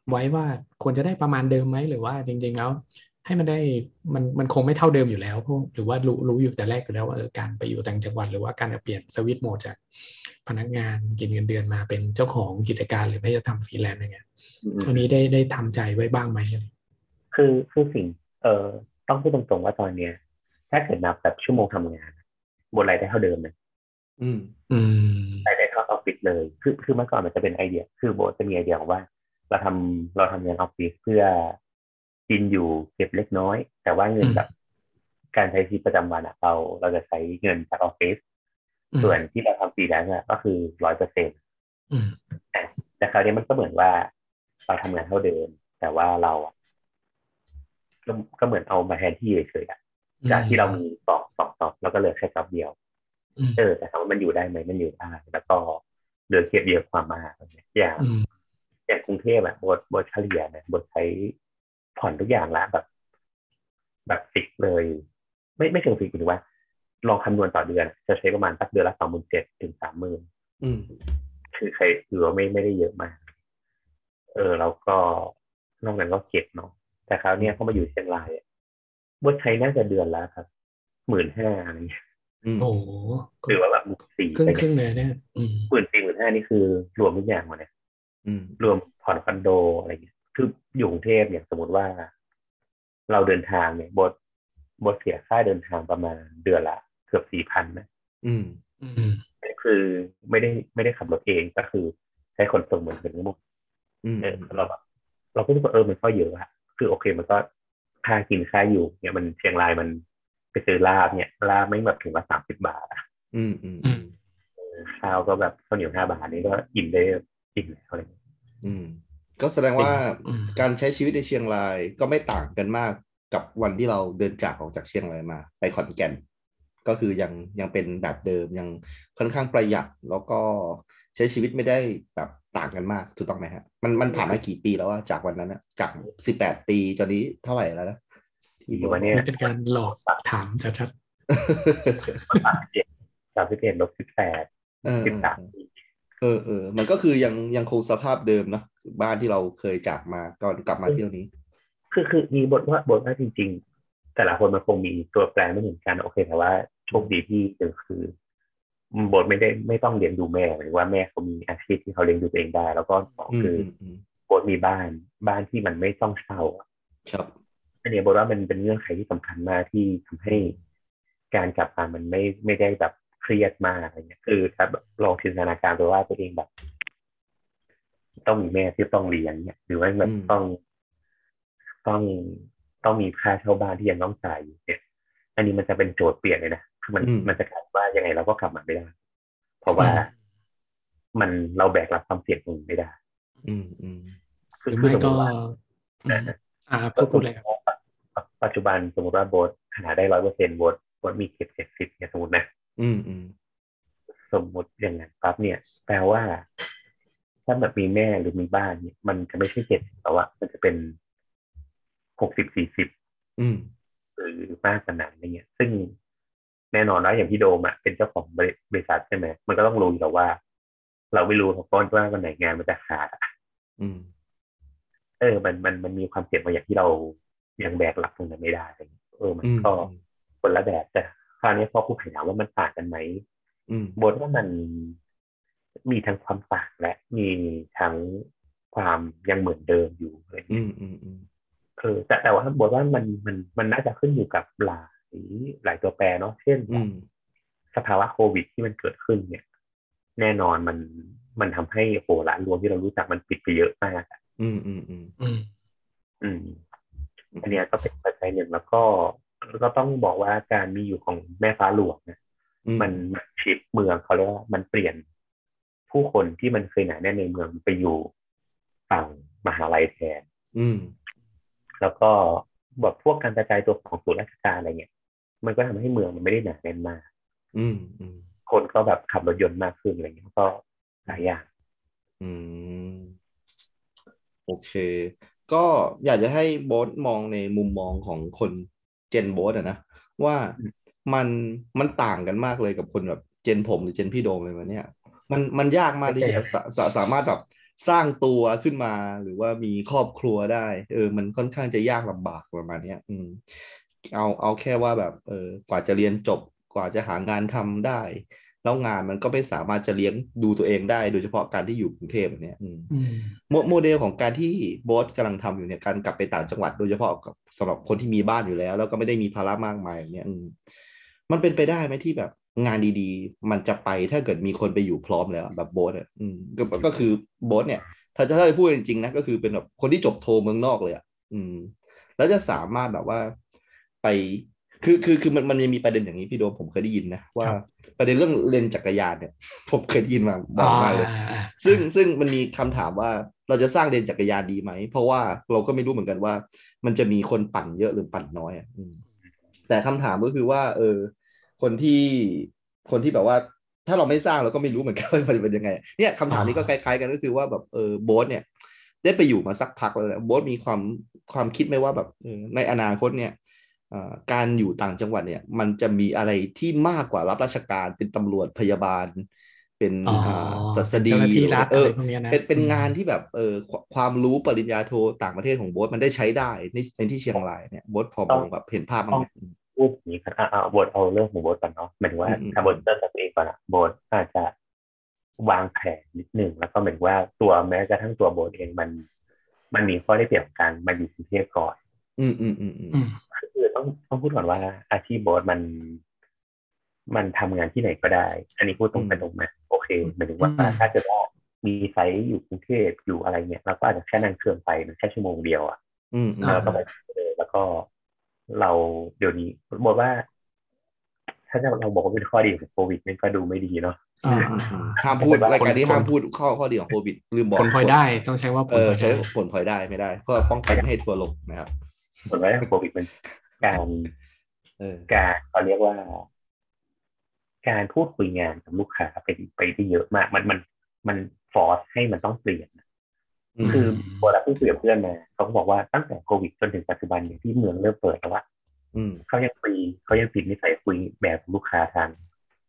S3: ไว้ว่าควรจะได้ประมาณเดิมไหมหรือว่าจริง ๆ แล้ว ให้มันได้มันมันคงไม่เท่าเดิมอยู่แล้วเพราะหรือว่ารู้รู้อยู่แต่แรกอยู่แล้วว่าเออการไปอยู่ต่างจังหวัด หรือว่าการเปลี่ยนสวิตช์โหมดจากพนักงานกินเงินเดือนมาเป็นเจ้าของกิจการหรือไม่จะทำฟรีแลนซ์อะไรเงี้ยอันนี้ได้ได้ทำใจไว้บ้างไหม
S1: คือคือสิ่ง เออต้องพูดตรงๆว่าตอนเนี้ย ถ้าเกิดนับแบบชั่วโมงทำงานบนรายได้เท่าเดิมเลย
S2: อืม
S3: อืม
S1: รายได้เท่าออฟฟิศเลย คือคือเมื่อก่อนมันจะเป็นไอเดีย คือโบทจะมีไอเดียของว่า เราทำเราทำงานออฟฟิศเพื่อกินอยู่เก็บเล็กน้อย แต่ว่าเงิน
S3: อืม
S1: แบบการใช้ชีวิตประจำวันอะเราเราจะใช้เงินจากออฟฟิศ ส่วนที่เราทำฟรีแลนซ์อะก็คือร้อยเปอร์เซ็นต์
S3: อืม
S1: แต่คราวนี้มันก็เหมือนว่าเราทำงานเท่าเดิม แต่ว่าเราอะก็ก็เหมือนเอามาแทนที่เฉยๆอะจากที่เรามีสองสองสอบแล้วก็เหลือแค่สอบเดียว
S3: อืม
S1: เออแต่ถามว่ามันอยู่ได้ไหมมันอยู่ได้แล้วก็เหลือเทียบเยอะความมากอย่าง
S3: อืม
S1: อย่างกรุงเทพอะบทบทเฉลี่ยเนี่ยบทใช้ผ่อนทุกอย่างละแบบ แบบฟิกเลย ไม่ไม่เชิงฟิกหรือว่า ลองคำนวณต่อเดือน จะใช้ประมาณสักเดือนละสองหมื่นเจ็ดถึงสามหมื่น
S2: อืม
S1: คือใครถือว่าไม่ไม่ได้เยอะมาก เออแล้วก็นอกนั้นก็เก็บเนาะ แต่คราวเนี้ยเขามาอยู่เชียงรายอะบัวไทยน่าจะเดือนละครับหมื่นห้าอะไรเงี้ย
S2: อืม
S3: โอ้โห
S1: หรือว่าแบบหมื่นสี่
S3: ครึ่งครึ่งๆเลยเนี่ยอืม
S1: หมื่นสี่หมื่นห้านี่คือรวมทุกอย่างหมดเนี่ย
S2: อืม
S1: รวมผ่อนคอนโดอะไรเงี้ย คืออยู่กรุงเทพเนี่ยสมมติว่า เราเดินทางเนี่ยบทบทเสียค่าเดินทางประมาณเดือนละเกือบสี่พันนะ
S2: อืม
S3: อืม
S1: คือไม่ได้ไม่ได้ขับรถเองก็คือใช้ขนส่งเหมือนกันทั้งหมด
S2: อืม
S1: เออเราแบบเราก็รู้สึกว่าเออมันก็เยอะอะคือโอเคมันก็ค่ากินค่าอยู่เนี่ยมันเชียงรายมันไปซื้อลาบเนี่ยลาบไม่งแบบถึงละสามสิบบาทอะ
S2: อืมอืมอืม
S1: ข้าวก็แบบข้าวเหนียวห้าบาทนี่ก็อิ่มได้อิ่มแล้วอะไรเงี้ย
S2: อืมก็แสดงว่า
S3: อืม
S2: การใช้ชีวิตในเชียงรายก็ไม่ต่างกันมากกับวันที่เราเดินจากออกจากเชียงรายมา ไปขอนแก่น ก็คือยังยังเป็นแบบเดิมยังค่อนข้างประหยัดแล้วก็ใช้ชีวิตไม่ได้แบบต่างกันมากถูกต้องไหมฮะมันมันผ่านมากี่ปีแล้วอะจากวันนั้นอะจากสิบแปดปีจนนี้เท่าไหร่แล้วนะที่
S1: อบ ยู่
S2: อก
S1: วันเนี้ย
S3: นี่เป็นการหลอกถามชัด
S1: สามสิบเอ็ดสามสิบเอ็ดลบสิบแปด
S2: เออ
S1: สิบสาม
S2: เออเออมันก็คือยังยังคงสภาพเดิมเนอะบ้านที่เราเคยจากมาก่อนกลับมาเที่ยวนี้
S1: คือคือมีบทว่าบทว่าจริง ๆ แต่ละคนมันคงมีตัวแปรไม่เหมือนกันโอเคแต่ว่าโชคดีที่หนึ่งคือบทไม่ได้ไม่ต้องเลี้ยงดูแม่หมายถึงว่าแม่เขามีอาชีพที่เขาเลี้ยงดูตัวเองได้ แล้วก็สอง
S2: อืม
S1: คืออ
S2: อืมอืม
S1: โบสมีบ้านบ้านที่มันไม่ต้องเช่าอะ
S2: ครับ
S1: อันเนี้ยโบสว่ามันเป็นเงื่อนไขที่สำคัญมากที่ทำให้การกลับมามันไม่ไม่ได้แบบเครียดมากอะไรเงี้ยคือถ้าแบบลองจินตนาการไปว่าตัวเองแบบ ต้องมีแม่ที่ต้องเลี้ยงเนี่ยหรือว่าแบบ
S2: อืม
S1: ต้อง ต้องต้องมีค่าเช่าบ้านที่ยังต้องจ่ายอยู่เนี่ย อันนี้มันจะเป็นโจทย์เปลี่ยนเลยนะคือมัน
S2: อืม
S1: มันจะกลายว่ายังไงเราก็กลับมาไม่ได้ เพราะว่า
S3: อืม
S1: มันเราแบกรับความเสี่ยงตรงนี้ไม่ได้
S2: อืมอืม
S3: ๆ ห
S1: คื
S3: รือไม่
S1: คืส
S3: ก็
S1: ติว่า
S3: อืมอ่าพูดพูดเลยครับ
S1: ปัจจุบันสมมติว่าโบทหาได้ร้อยเปอร์เซ็นต์โบทโบทมีเก็บเจ็ดสิบเนี่ยสมมตินะ
S2: อืมอืม
S1: สมมติอย่างนั้นปั๊บเนี่ย แปลว่า ถ้าแบบมีแม่หรือมีบ้านเนี่ยมันจะไม่ใช่เจ็ดสิบแต่ว่ามันจะเป็นหกสิบสี่สิบ
S2: อืม
S1: หรือมากกว่านั้นอะไรเงี้ย ซึ่งแน่นอนนะอย่างพี่โดมอะเป็นเจ้าของบริบริษัทใช่ไหมมันก็ต้องรู้อยู่แล้วว่า เราไม่รู้หรอกว่าวันไหนงานมันจะขาดอะ
S2: อืม
S1: เออมันมันมันมีความเสี่ยงบางอย่างที่เรายังแบกรับตรงนั้นไม่ได้อะไรเงี้ยเออมัน
S2: อืม
S1: ก็ คนละแบบแต่คราวนี้พอผู้ขายถามว่ามันต่างกันไหม
S2: อืม
S1: บทว่ามัน มีทั้งความต่างและมีทั้งความยังเหมือนเดิมอยู่อะไรอย่าง
S2: อื
S1: เงี้ย
S2: มอืมอืม
S1: เออแต่แต่ว่าบทว่ามันมันมันน่าจะขึ้นอยู่กับหลายหลายตัวแปรเนาะเช่น
S2: อืม
S1: สภาวะโควิดที่มันเกิดขึ้นเนี่ย แน่นอนมันมันทำให้โอ้โหร้านรวมที่เรารู้จักมันปิดไปเยอะมากอะ
S2: อืมอืมอืม
S3: อืม
S1: อืม อันเนี้ยก็เป็นปัจจัยหนึ่งแล้วก็ก็ต้องบอกว่าการมีอยู่ของแม่ฟ้าหลวงเนี่ย
S2: อื
S1: มันมันชิปเมืองเขาเรียกว่ามันเปลี่ยนผู้คนที่มันเคยหนาแน่นในเมืองไปอยู่ฝั่งมหาลัยแทน
S2: อืม
S1: แล้วก็แบบพวกการกระจายตัวของศูนย์ราชการอะไรเนี่ยมันก็ทำให้เมืองมันไม่ได้หนาแน่นมาก
S2: อืมอืม
S1: คนก็แบบขับรถยนต์มากขึ้นอะไรเงี้ยก็หลายอย่าง
S2: อืมโอเค ก็อยากจะให้โบทมองในมุมมองของคนเจนโบทอะนะว่า
S1: อืม
S2: มันมันต่างกันมากเลยกับคนแบบเจนผมหรือเจนพี่โดมเลยมันเนี่ย มันมันยากมากที่จะสาสาสามารถแบบสร้างตัวขึ้นมาหรือว่ามีครอบครัวได้ เออ มันค่อนข้างจะยากลำบากประมาณเนี้ย อืม เอาเอาแค่ว่าแบบ เออ กว่าจะเรียนจบกว่าจะหางานทำได้ แล้วงานมันก็ไม่สามารถจะเลี้ยงดูตัวเองได้ โดยเฉพาะการที่อยู่กรุงเทพแบบเนี้ยอืม
S3: อืม
S2: โมโมเดลของการที่โบทกำลังทำอยู่เนี่ยการกลับไปต่างจังหวัดโดยเฉพาะกับสำหรับคนที่มีบ้านอยู่แล้ว แล้วก็ไม่ได้มีภาระมากมายอย่างเนี่ยอืมมันเป็นไปได้ไหมที่แบบงานดีๆ มันจะไปถ้าเกิดมีคนไปอยู่พร้อมแล้วอะแบบโบทอ่ะอืมก็ก็คือโบทเนี่ย ถ้าจะถ้าจะพูดจริงๆนะก็คือเป็นแบบคนที่จบโทเมืองนอกเลยอ่ะอืม แล้วจะสามารถแบบว่าไปคือคือคือมันมันยังมีประเด็นอย่างนี้พี่โดมผมเคยได้ยินนะว่า
S3: ครับ
S2: ประเด็นเรื่องเลนจักรยานเนี่ย ผมเคยได้ยินมาบ่อยมากเลย
S3: อ่อ่า
S2: ซึ่งซึ่งมันมีคำถามว่าเราจะสร้างเลนจักรยานดีไหม เพราะว่าเราก็ไม่รู้เหมือนกันว่า มันจะมีคนปั่นเยอะหรือปั่นน้อยอะอืมแต่คำถามก็คือว่า เออ คนที่คนที่แบบว่า ถ้าเราไม่สร้างเราก็ไม่รู้เหมือนกัน ว่ามันจะเป็นยังไง เนี่ยคำถามนี้ก็คล้าย ๆ กันก็คือว่าแบบเออโบ๊ทเนี่ย ได้ไปอยู่มาสักพักแล้วนะโบ๊ทมีความความคิดไหมว่าแบบเออในอนาคตเนี่ย เอ่อการอยู่ต่างจังหวัดเนี่ย มันจะมีอะไรที่มากกว่ารับราชการเป็นตำรวจพยาบาล เป็น
S3: อ๋อา
S2: ศัสดี
S3: เจ้าหน้าที่รัฐ
S2: เอ
S3: อะไร
S2: อ
S3: พวกเนี้ยนะ
S2: เป็นเป็นงานที่แบบเออควความรู้ปริญญาโทต่างประเทศของโบ๊ทมันได้ใช้ได้ในในที่เชียงรายเนี่ยโบ๊ทพอมองแบบเห็นภาพบ้างไหม
S1: พูดอย่างนี้ครับอ่ะอ่ะบทเอาเรื่องของบทก่อนเนาะหมายถึงว่า
S2: อืมอืม
S1: ถ้าบทเริ่มจากตัวเองก่อนอะบทอาจจะวางแผนนิดหนึ่งแล้วก็เหมือนว่าตัวแม้กระทั่งตัวบทเองมัน มันมีข้อได้เปรียบของการมาอยู่กรุงเทพก่อน
S2: อืมอืมอืมอืม
S3: อืม
S1: คือต้องต้องพูดก่อนว่าอาชีพบทมัน มันทำงานที่ไหนก็ได้ อันนี้พูดตรงไปตรงมาโอเคหมายถึงว่า
S3: อืม
S1: ถ้าเกิดว่ามีไซต์อยู่กรุงเทพอยู่อะไรเนี่ยเราก็อาจจะแค่นั่งเครื่องไปมันแค่ชั่วโมงเดียวอะ
S2: อืม
S1: เราก็ไปเลยแล้วก็เราเดี๋ยวนี้บอกว่า ถ้าเราบอกว่าเป็นข้อดีของโควิดนี่ก็ดูไม่ดีเนาะ
S3: อ่า
S2: ห้ามพูด
S1: ผมเป็นว่า
S2: รายการนี้
S3: คน
S2: ห้ามพูดข้อข้อดีของโควิดลืมบอก
S3: ผลพลอยได้ต้องใช้ว่าผ
S2: เอ
S3: ล
S2: อ
S3: พลอย
S2: ใช้
S3: ได้
S2: ผลพลอยได้ไม่ได้เพื่อป้องกันไม่ให้ทัวร์ลงนะครับ
S1: ผลว่าของโควิดมันการ
S2: เออ
S1: การเขาเรียกว่า การพูดคุยงานกับลูกค้าเป็นไปที่เยอะมาก มันมันมันฟอร์สให้มันต้องเปลี่ยน
S2: อืม
S1: คือเวลาเพิ่งคุยกับเพื่อนมาเขาก็บอกว่าตั้งแต่โควิดจนถึงปัจจุบันเนี่ยที่เมืองเริ่มเปิดแล้วอะ
S2: อืม
S1: เขายังคุยเขายังติดนิสัยคุยแบบลูกค้าทาง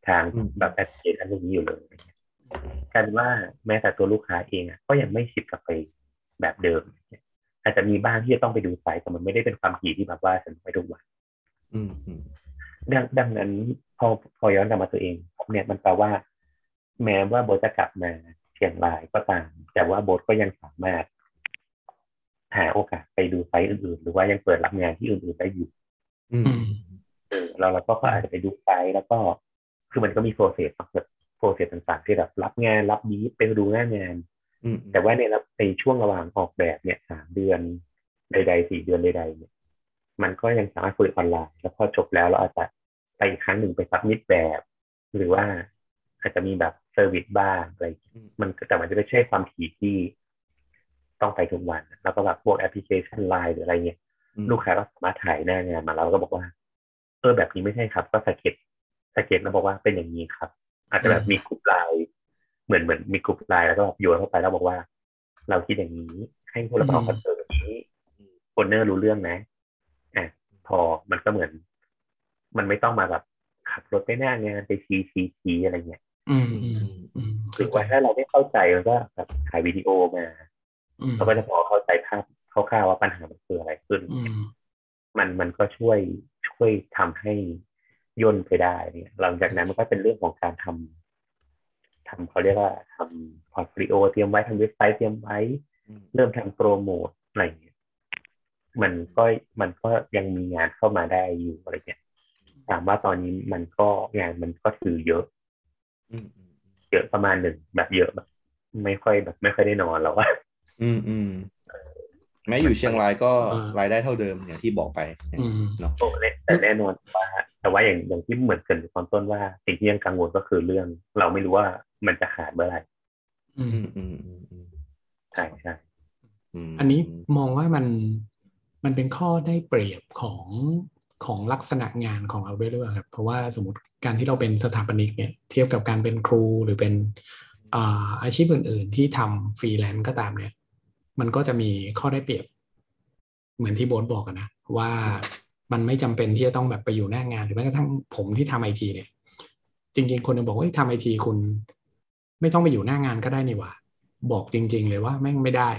S1: ทาง
S2: อืม
S1: แบบแอปพลิเคชันพวกนี้อยู่เลย กลายเป็นว่าแม้แต่ตัวลูกค้าเองอะก็ยังไม่ชิดกลับไปแบบเดิม อาจจะมีบ้างที่จะต้องไปดูไซต์แต่มันไม่ได้เป็นความถี่ที่แบบว่าฉันไปทุกวัน
S2: อืมอืม
S1: ดังดังนั้นพอพอย้อนกลับมาตัวเองครับเนี่ยมันแปลว่า แม้ว่าโบทจะกลับมาเชียงรายก็ตาม แต่ว่าโบทก็ยังสามารถ หาโอกาสไปดูไซต์อื่นๆ หรือว่ายังเปิดรับงานที่อื่นๆได้อยู่
S2: อืม
S3: อืม
S1: เออเราเราก็ก็อาจจะไปดูไซต์แล้วก็คือมันก็มีโปรเซสแบบโปรเซสต่างๆ ที่แบบรับงานรับนี้ไปดูหน้างาน
S2: อืม
S1: แต่ว่าในระในช่วงระหว่างออกแบบเนี่ยสามเดือนใดๆสี่เดือนใดๆเนี่ยมันก็ยังสามารถคุยออนไลน์ แล้วพอจบแล้วเราอาจจะไปอีกครั้งหนึ่งไปซับมิดแบบ หรือว่าอาจจะมีแบบเซอร์วิสบ้างอะไรอย่างเงี้ยมันแต่มันจะไม่ใช่ความถี่ที่ต้องไปทุกวัน แล้วก็แบบพวกแอปพลิเคชันไลน์หรืออะไรเงี้ย
S2: อืม
S1: ลูกค้าก็สามารถถ่ายหน้างานมาแล้วก็บอกว่า เออแบบนี้ไม่ใช่ครับ ก็สเก็ตสเก็ตแล้วบอกว่าเป็นอย่างนี้ครับ อาจจะแบบมีกลุ่มไลน์เหมือนเหมือนมีกลุ่มไลน์แล้วก็แบบโยนเข้าไปแล้วบอกว่า เราคิดอย่างนี้ ให้ผู้รับเหมา
S3: อืม
S1: คอนเสิร์ตแบบนี้โอนเนอร์รู้เรื่องนะอ่ะพอมันก็เหมือน มันไม่ต้องมาแบบขับรถไปหน้างานไปชี้ชี้ชี้อะไรเงี้ย
S3: อืมอืมอืม
S1: หรือว่าถ้าเราไม่เข้าใจมันก็แบบถ่ายวิดีโอมา
S3: อืม
S1: เราก็จะพอเข้าใจภาพคร่าวๆว่าปัญหามันคืออะไรขึ้น
S3: อืม
S1: มันมันก็ช่วยช่วยทำให้ย่นไปได้เนี่ยหลังจากนั้นมันก็เป็นเรื่องของการทำ ทำเขาเรียกว่าทำพอร์ตโฟลิโอเตรียมไว้ทำเว็บไซต์เตรียมไว้ เริ่มทำโปรโมทอะไรอย่างเงี้ยมันก็มันก็ยังมีงานเข้ามาได้อยู่อะไรเงี้ยถามว่าตอนนี้มันก็งานมันก็ถือเยอะ
S2: อืม
S1: เยอะประมาณหนึ่งแบบเยอะแบบไม่ค่อยแบบ ไม่ค่อยได้นอนแล้วว่า
S2: อืมอืมแม้อยู่เชียงรายก็
S3: อ่าร
S2: ายได้เท่าเดิมอย่างที่บอกไป
S3: อืม
S2: เนาะ
S1: โอ้แน่แต่แน่นอนว่า แต่ว่าอย่างอย่างที่เหมือนเกรินในตอนต้นว่าสิ่งที่ยังกังวลก็คือเรื่อง เราไม่รู้ว่ามันจะขาดเมื่อไหร่
S3: อืม
S2: อืมอืมอืมอืม
S1: ใช่ใช่
S2: ม
S3: อันนี้มองว่ามันมันเป็นข้อได้เปรียบของของลักษณะงานของเราด้วยหรือเปล่าครับเพราะว่าสมมติการที่เราเป็นสถาปนิกเนี่ยเทียบกับการเป็นครูหรือเป็นอ่าอาชีพอื่น ๆ ที่ทำฟรีแลนซ์ก็ตามเนี่ย มันก็จะมีข้อได้เปรียบ เหมือนที่โบทบอกอะนะว่ามันไม่จำเป็นที่จะต้องแบบไปอยู่หน้างานหรือแม้กระทั่งผมที่ทำไอทีเนี่ย จริง ๆ คนจะบอกว่าเฮ้ยทำไอทีคุณ ไม่ต้องไปอยู่หน้างานก็ได้นี่หว่า บอกจริง ๆ เลยว่าแม่งไม่ได้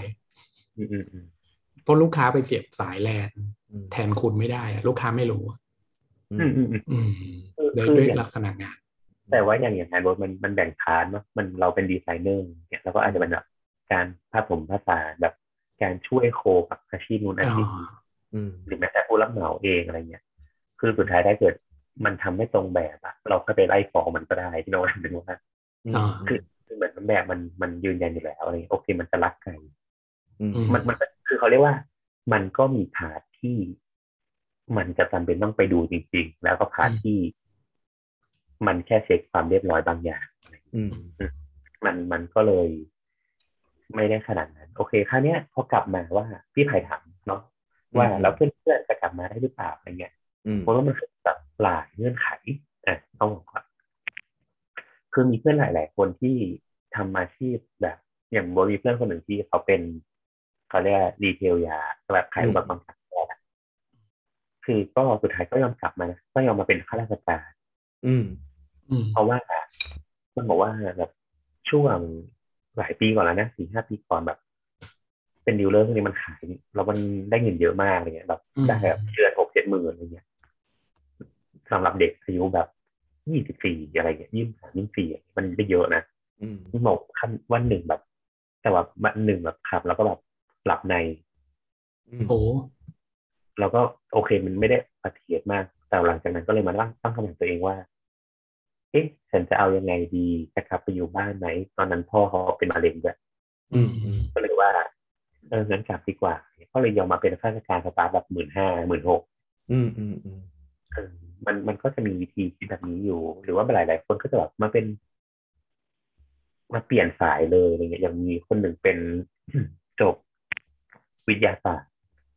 S1: อืมอืมอืม
S3: เพราะลูกค้าไปเสียบสายแลน
S2: อืม
S3: แทนคุณไม่ได้อะลูกค้าไม่รู้อะ
S1: อืมอืมอืม
S3: อืมโดย
S1: คือ
S3: ด้วย
S1: อย่าง
S3: ลักษณะงาน
S1: แต่ว่าอย่างอย่างงานบทมันมันแบ่งพาร์ทเนอะมันเราเป็นดีไซเนอร์เนี่ยแล้วก็อาจจะเป็นแบบการผสมผสานแบบการช่วยโคกับอาชีพนู้นอาชีพนี้
S2: อืม
S1: หรือแม้แต่ผู้รับเหมาเองอะไรเงี้ยคือสุดท้ายถ้าเกิด มันทำไม่ตรงแบบอะเราก็ไปไล่ฟ้องมันก็ได้ที่โน้น ถึงว่า
S2: อืม
S3: อ่า
S1: คือเหมือนมันแบบมันมันยืนยันอยู่แล้วอะไรเงี้ยโอเคมันจะรักกัน
S2: อืม
S1: มันมันคือเขาเรียกว่า มันก็มีพาร์ทที่ มันจะจำเป็นต้องไปดูจริง ๆ แล้วก็พาร์ท
S3: อืม
S1: ที่ มันแค่เช็คความเรียบร้อยบางอย่าง
S2: อืม
S1: มันมันก็เลย ไม่ได้ขนาดนั้น โอเคคราวเนี้ยพอกลับมาว่าพี่ไผ่ถามเนาะว่าแล้วเพื่อนๆจะกลับมาได้หรือเปล่าอะไรเงี้ย
S2: อืม
S1: เพราะว่ามันคือแบบหลายเงื่อนไขอ่ะต้องบอกก่อนคือมีเพื่อนหลาย ๆ คนที่ทำอาชีพแบบ อย่างโบทมีเพื่อนคนหนึ่งที่เขาเป็นเขาเรียกรีเทลยาแบบขายอุปกรณ์การแพทย์อะคือก็สุดท้ายก็ยอมกลับมานะก็ยอมมาเป็นข้าราชการ
S2: อืม
S3: อืม
S1: เพราะว่าต้องบอกว่าแบบช่วงหลายปีก่อนแล้วนะสี่ห้าปีก่อนแบบ เป็นดีลเลอร์พวกนี้มันขายแล้วมันได้เงินเยอะมากอะไรเงี้ยแบบได้แบบเดือนหกเจ็ดหมื่นอะไรเงี้ยสำหรับเด็กอายุแบบยี่สิบสี่อะไรเงี้ยยี่สิบสามยี่สิบสี่มันได้เยอะนะ
S2: อืม
S1: หมกขั้นวันหนึ่งแบบ แต่ว่าวันหนึ่งแบบขับ แล้วก็แบบหลับใน
S2: อืม
S3: โอ้
S1: เราก็โอเคมันไม่ได้ปฏิเสธมาก แต่หลังจากนั้นก็เลยมาตั้งตั้งคำถามตัวเองว่า เอ๊ะฉันจะเอายังไงดีจะกลับไปอยู่บ้านไหม ตอนนั้นพ่อเขาเป็นมะเร็งด้วย
S2: อืมอืม
S1: ก็เลยว่า เอองั้นกลับดีกว่า ก็เลยยอมมาเป็นข้าราชการสตาร์ทแบบหมื่นห้าหมื่นหก
S2: อืมอืมอืม
S1: มันมันก็จะมีวิธีคิดแบบนี้อยู่ หรือว่าหลายหลายๆคนก็จะแบบมาเป็น มาเปลี่ยนสายเลยอะไรเงี้ยอย่างมีคนหนึ่ง เป็น จบวิทยาศาสตร์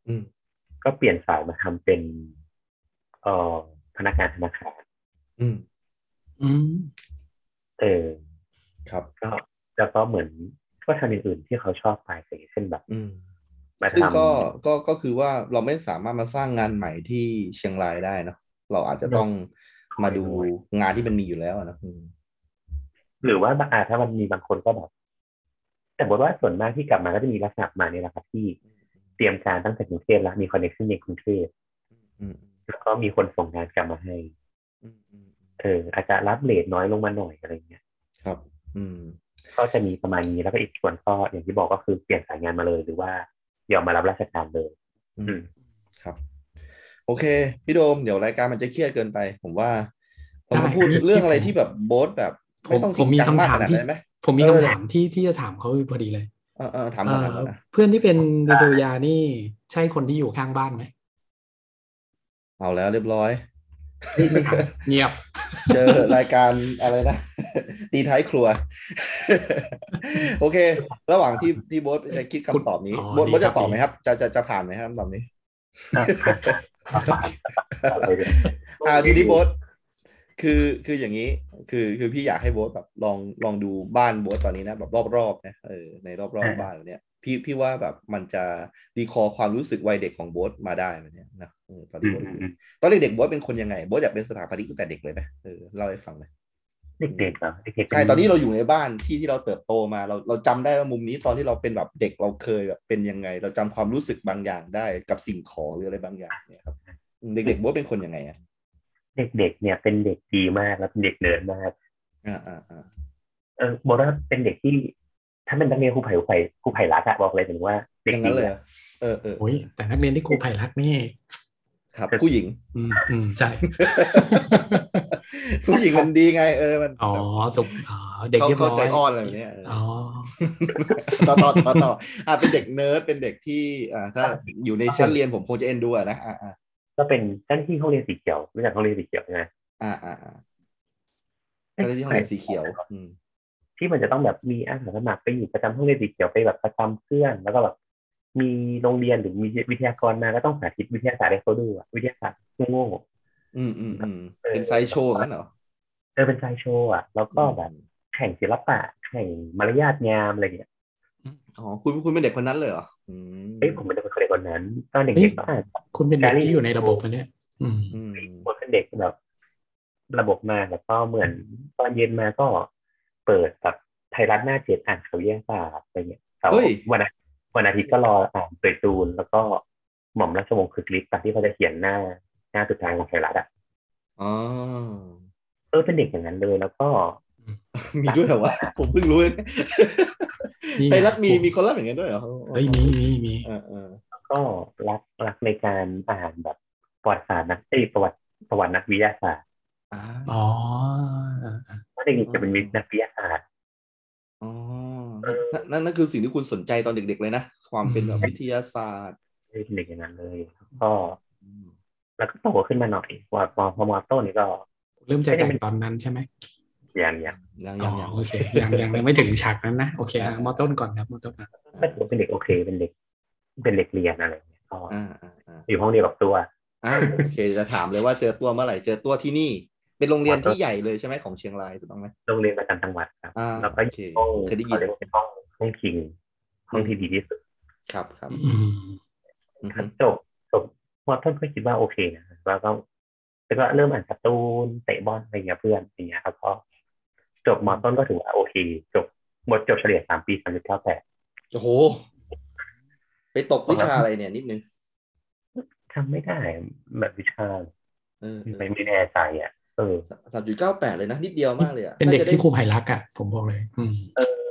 S2: อืม
S1: ก็เปลี่ยนสายมาทำเป็น เอ่อพนักงานธนาคาร
S2: อืม
S3: อืม
S1: เออ
S2: ครับ
S1: ก็แล้วก็เหมือนก็ทำอย่างอื่นที่เขาชอบไปอย่างเช่นแบบ
S2: อืม
S1: มา
S2: ซึ่ง
S1: ทำ
S2: ก็ก็ก็คือว่าเราไม่สามารถมาสร้างงานใหม่ที่เชียงรายได้เนอะเราอาจจะต้องมาดู
S1: ไม่รู้
S2: งานที่มันมีอยู่แล้วอะนะอืม
S1: หรือว่าบางอาถ้ามันมีบางคนก็แบบแต่บอกว่าส่วนมากที่กลับมาก็จะมีลักษณะมาเนี่ยแหละครับที่เตรียมการตั้งแต่กรุงเทพแล้วมีคอนเนคชั่นในกรุงเทพ
S2: อืม
S1: แล้วก็มีคนส่งงานกลับมาให้
S2: อืมอืม
S1: เอออาจจะรับเลทน้อยลงมาหน่อยอะไรเงี้ย
S2: ครับ อืม
S1: ก็จะมีประมาณนี้แล้วก็อีกส่วนก็อย่างที่บอกก็คือเปลี่ยนสายงานมาเลยหรือว่ายอมมารับราชการเลย
S2: อื
S1: อื
S2: ม
S1: ม
S2: ครับ โอเค พี่โดมเดี๋ยวรายการมันจะเครียดเกินไป ผมว่าเรามาพูดเรื่องอะไรที่แบบโบสแบบ
S3: ผม
S2: ไม่ต้องจ
S3: ผ
S2: ริ
S3: ม
S2: ง
S3: มี
S2: จัง
S3: คำ
S2: มากข
S3: ถาม
S2: นาด
S3: ที่
S2: นั้นไหม
S3: ผมมี
S2: เออ
S3: คำถามที่ที่จะถามเขาพอดีเลย
S2: เออเออถามก่อนถามก่อน
S3: เอ่อ
S2: นะ
S3: เพื่อนที่เป็นดีเทลยานี่ใช่คนที่อยู่ข้างบ้านไหม
S2: เอาแล้วเรียบร้อย
S3: ไม่ถามเงียบ
S2: เจอรายการอะไรนะ ตีท้ายครัว โอเค ระหว่างที่ที่โบทจะคิดคำตอบนี้
S3: อ๋อ
S2: โบท
S3: ดี
S2: โบ๊ท
S3: ครั
S2: จะ
S3: บ
S2: ตอบไหมครับ จะจะจะผ่านไหมครับคำตอบนี้ อ่าทีนี้โบทคือคืออย่างนี้ คือคือพี่อยากให้โบทแบบลองลองดูบ้านโบทตอนนี้นะแบบรอบๆนะเออในรอบๆ
S1: อ่า
S2: บ้านแบบเนี้ยพี่พี่ว่าแบบมันจะรีคอร์ความรู้สึกวัยเด็กของโบทมาได้แบบเนี้ยนะเออตอน
S1: อื
S2: ที่
S1: ม
S2: โบท
S1: อืมอืม
S2: ตอนเด็กๆโบทเป็นคนยังไงโบทอยากเป็นสถาปนิกตั้งแต่เด็กเลยไหมเออเล่าให้ฟังหน่อย
S1: เด็กๆเหรอเด็กๆเป็
S2: ใช่ ตอนนี้เราอยู่ในบ้านที่ที่เราเติบโตมา เราเราจำได้ว่ามุมนี้ตอนที่เราเป็นแบบเด็กเราเคยแบบเป็นยังไง เราจำความรู้สึกบางอย่างได้กับสิ่งของหรืออะไรบางอย่างเนี่ยครับอืมเด็กๆว่าเป็นคนยังไงอ่ะ
S1: เด็กๆ เนี่ยเป็นเด็กดีมากแล้วเป็นเด็กเนิร์ดมาก
S2: อ่าอ่าอ่า
S1: เออบอกว่าเป็นเด็กที่ ถ้าเป็นนักเรียนครูไผ่ครูไผ่ครูไผ่รักอะบอกเลยถึงว่า
S2: อ
S1: เด็ก
S2: ย่างนั้
S1: ดี
S2: นเลยเหร
S1: อะ
S2: อเออเออ
S3: โอ้ยแต่นักเรียนที่ครูไผ่รักนี่
S2: ครับ ผู้หญิง
S3: อืมอืมใช่
S2: ผู้หญิงมันดีไง เออมัน
S3: อ๋อสุขอ๋อเด็ก
S2: ขา
S3: เรียบร้
S2: เขา
S3: อย
S2: ใจอ่อนอะไรแบบเนี้ยเอออ
S3: อ๋อ
S2: ต่อต่อต่อต่ออ่ะเป็นเด็กเนิร์ดเป็นเด็กที่อ่าถ้าอยู่ในชั้นเรียนผมคงจะเอ็นดูอะนะอ่าอ่า
S1: ก็เป็นเจ้าหน้าที่ห้องเรียนสีเขียวรู้จักห้องเรียนสีเขียวไหม
S2: อ่าอ่าอ่าเจ้าหน้าที่ห้องเรียนสีเขียวอืม
S1: ที่มันจะต้องแบบมีอาสาสมัครไปอยู่ประจำห้องเรียนสีเขียวไปแบบประจำเพื่อน แล้วก็แบบมีโรงเรียนหรือมีวิทยากรมาก็ต้องสาธิตวิทยาศาสตร์ให้เขาดูอะวิทยาศาสตร์โง่
S2: อืมอืมอืมเป็นไซด์โชว์งั้นเหรอ
S1: ๆเออเป็นไซด์โชว์อะแล้วก็แบบแข่งศิลปะ แข่งมารยาทงามอะไรเงี้ย
S2: อ๋อคุณคุณเป็นเด็กคนนั้นเลยเหรออืม
S1: เอ้ยผมเป็นคนเด็กคนนั้นตอนเด็กๆก็อาจจะ
S3: คุณเป็นเด็กที่อยู่ในระบบอันเนี้ยอืม
S2: อืม
S1: คนเป็นเด็กแบบ ระบบมาแล้วก็เหมือนตอนเย็นมาก็เปิดแบบไทยรัฐหน้าเจ็ดอ่านข่าววิทยาศาสตร์อะไรเงี้ยเสาร์วันอาทิตย์วันอาทิตย์ก็รออ่านเตยตูน แล้วก็หม่อมราชวงศ์คึกฤทธิ์ตามที่เขาจะเขียนหน้า หน้าสุดท้ายของไทยรัฐอ่ะ
S2: อ๋อ
S1: เออเป็นเด็กอย่างนั้นเลย แล้วก็
S2: มีด้วยเหรอวะ ผมเพิ่งรู้เลย
S3: นี่ไง
S2: ไทยรัฐมีมีคนรับอย่างเงี้ยด้วยเหรอ
S3: เอ้ยมีมีมี
S2: เออเออ
S1: ก็รักรักในการอ่านแบบประวัติศาสตร์นักเอ้ยประวัติประวัตินักวิทยาศาสตร์
S2: อ่า
S3: อ๋อ
S1: เพราะเด็กๆจะเป็นวิทย์นักวิทยาศาสตร์
S2: อ๋อนั่นนั่นนั่นคือสิ่งที่คุณสนใจตอนเด็ก ๆ เลยนะ ความเป็นแบบวิทยาศาสตร์
S1: เลยเป็นเด็กอย่างนั้นเลยแล้วก็ แล้วก็โตขึ้นมาหน่อยว่าพอพอมอต้นนี่ก็
S3: เริ่มใจแตกตอนนั้นใช่ไหม
S1: อย่างเนี้ย
S2: ยัง
S3: อ๋
S2: ยั
S3: อง
S2: ยัง
S3: โอเคยังยังยังไม่ถึงฉากนั้นนะโอเคอ่ะมอต้นก่อนครับมอต้นอ่ะ
S1: ก็ถือว่าเป็นเด็กโอเคเป็นเด็ก เป็นเด็กเรียนอะไรอย่างเงี้ยก็
S2: อ่าอ่าอ่า
S1: อยู่ห้องเดียวกับตัว
S2: อ่าโอเคจะถามเลยว่าเจอตัวเมื่อไหร่ เจอตัวที่นี่ เป็นโรงเรียนที่ใหญ่เลยใช่ไหมของเชียงรายถูกต้องไหม
S1: โรงเรียนประจำจังหวัดครับ
S2: อ่า
S1: แล้วก็อ
S2: โอเค
S1: ยู่ห้อง
S2: เคยได้ยิน
S1: ขาเรีกว่าเป็นห้องห้องคิงห้องที่ดีที่สุด
S2: ครับครับ
S3: อืม
S2: อือ
S1: ครั
S2: ฮึ
S1: บจบจบมอต้นก็คิดว่าโอเคนะแล้วก็แล้วก็เริ่มอ่านการ์ตูนเตะบอลอะไรเงี้ยเพื่อนอะไรเงี้ยแล้วก็จบมอต้นก็ถือว่าโอเค จบหมดจบเฉลี่ยสามปีสามจุดเก้าแปด
S2: โอ้โห ไปตกวิชาอะไรเนี่ยนิดนึง
S1: ทำไม่ได้แบบวิชา
S2: เออ
S1: ไม่ไม่แน่ใจอ่ะเออ
S2: สามจุดเก้าแปดเลยนะ นิดเดียวมากเลยอ่ะ
S3: เป็นเด็ก
S2: าจะไ
S3: ที่ครูไผ่รักอ่ะผมบอกเลย อืม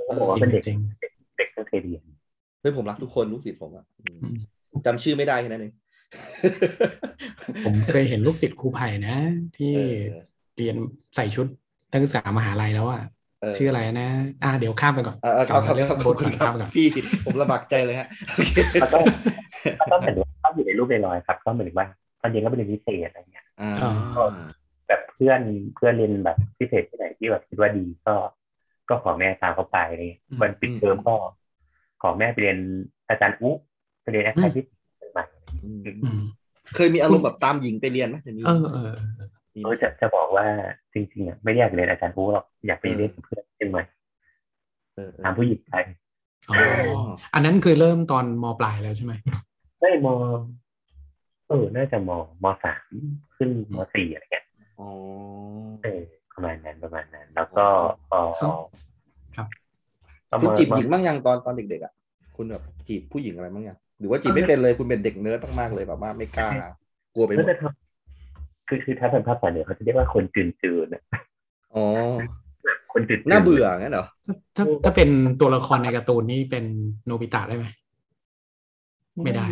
S1: เขาบอกว่าเป็นเด็ก
S3: จริง
S1: เด็กตั้งใจเรียน
S2: เฮ้ยผมรักทุกคนลูกศิษย์ผมอะอืม
S3: อืม
S2: จำชื่อไม่ได้แค่นั้นเอง
S3: ๆผมเคยเห็นลูกศิษย์ครูไผ่นะ ที่
S2: เออ
S3: เรียนใส่ชุดนักศึกษามหาลัยแล้วอ่ะ
S2: เ
S3: ชื่ออะไรนะ อ่าเดี๋ยวข้ามไปก่อน
S2: เออเออครับครับ
S3: เรื่อง
S2: ครับ
S3: โค
S2: ขอบ
S3: ด
S2: คุ
S3: ก่อ
S2: ณ
S3: น
S2: ครั
S3: ข้า
S2: บ
S3: มไปก่อน
S2: พี่ผมระบากใจเลยฮะโอเค
S1: แล้ว ก็แล้วก็เหมือนว่าเขาอยู่ในรูปในรอยครับ ก็เหมือนว่าตอนเย็นก็เป็นเรียนพิเศษอะไรเงี้ย
S2: อ่า
S1: แบบเพื่อนเพื่อนเรียนแบบพิเศษที่ไหนที่แบบคิดว่าดีก็ก็ขอแม่ตามเขาไปอะไรเลยวันปิดเทอมก็ ขอแม่ไปเรียนอาจารย์อุ๊ไปเรียนอาจารย์ที่ใหม่
S2: อืม
S3: อืม
S2: เคยมีอารมณ์แบบตามหญิงไปเรียนไหมเดี๋ยวนี้
S3: เออเออเออ
S1: เออจะจะบอกว่าจริงๆอ่ะไม่ได้อยากเรียนอาจารย์อุ๊หรอกอยากไปเรียนกับเพื่อนเชียงใหม่
S2: เออ
S1: ตามผู้หญิงไป
S3: อ๋ออันนั้นคือเริ่มตอนมปลายแล้วใช่ไหม
S1: ได้มอเออน่าจะมมสามขึ้นมสี่อะไรเงี้ย
S2: อ๋อ
S1: เออประมาณนั้นประมาณนั้น แล้วก็พอ
S3: ครับครับ
S1: ก็
S2: คุณ
S1: มา
S2: จีบหญิงบ้างยังตอนตอนเด็กๆอ่ะคุณแบบจีบผู้หญิงอะไรบ้างยังหรือว่าจีบไม่เป็นเลยคุณเป็นเด็กเนิร์ดมากๆเลยแบบว่าไม่กล้ากลัวไปหม
S1: ก็
S2: ด
S1: จะทำคือคือถ้าเป็นภาษาเหนือเขาจะเรียกว่าคนจืนจืนๆอะ
S2: อ๋อ
S1: คนจืนๆ
S2: น่าเบื่องั้นเหรอ
S3: ถ้าถ้าถ้าเป็นตัวละครในการ์ตูนนี่เป็นโนบิตะได้ไหม ไม่ได้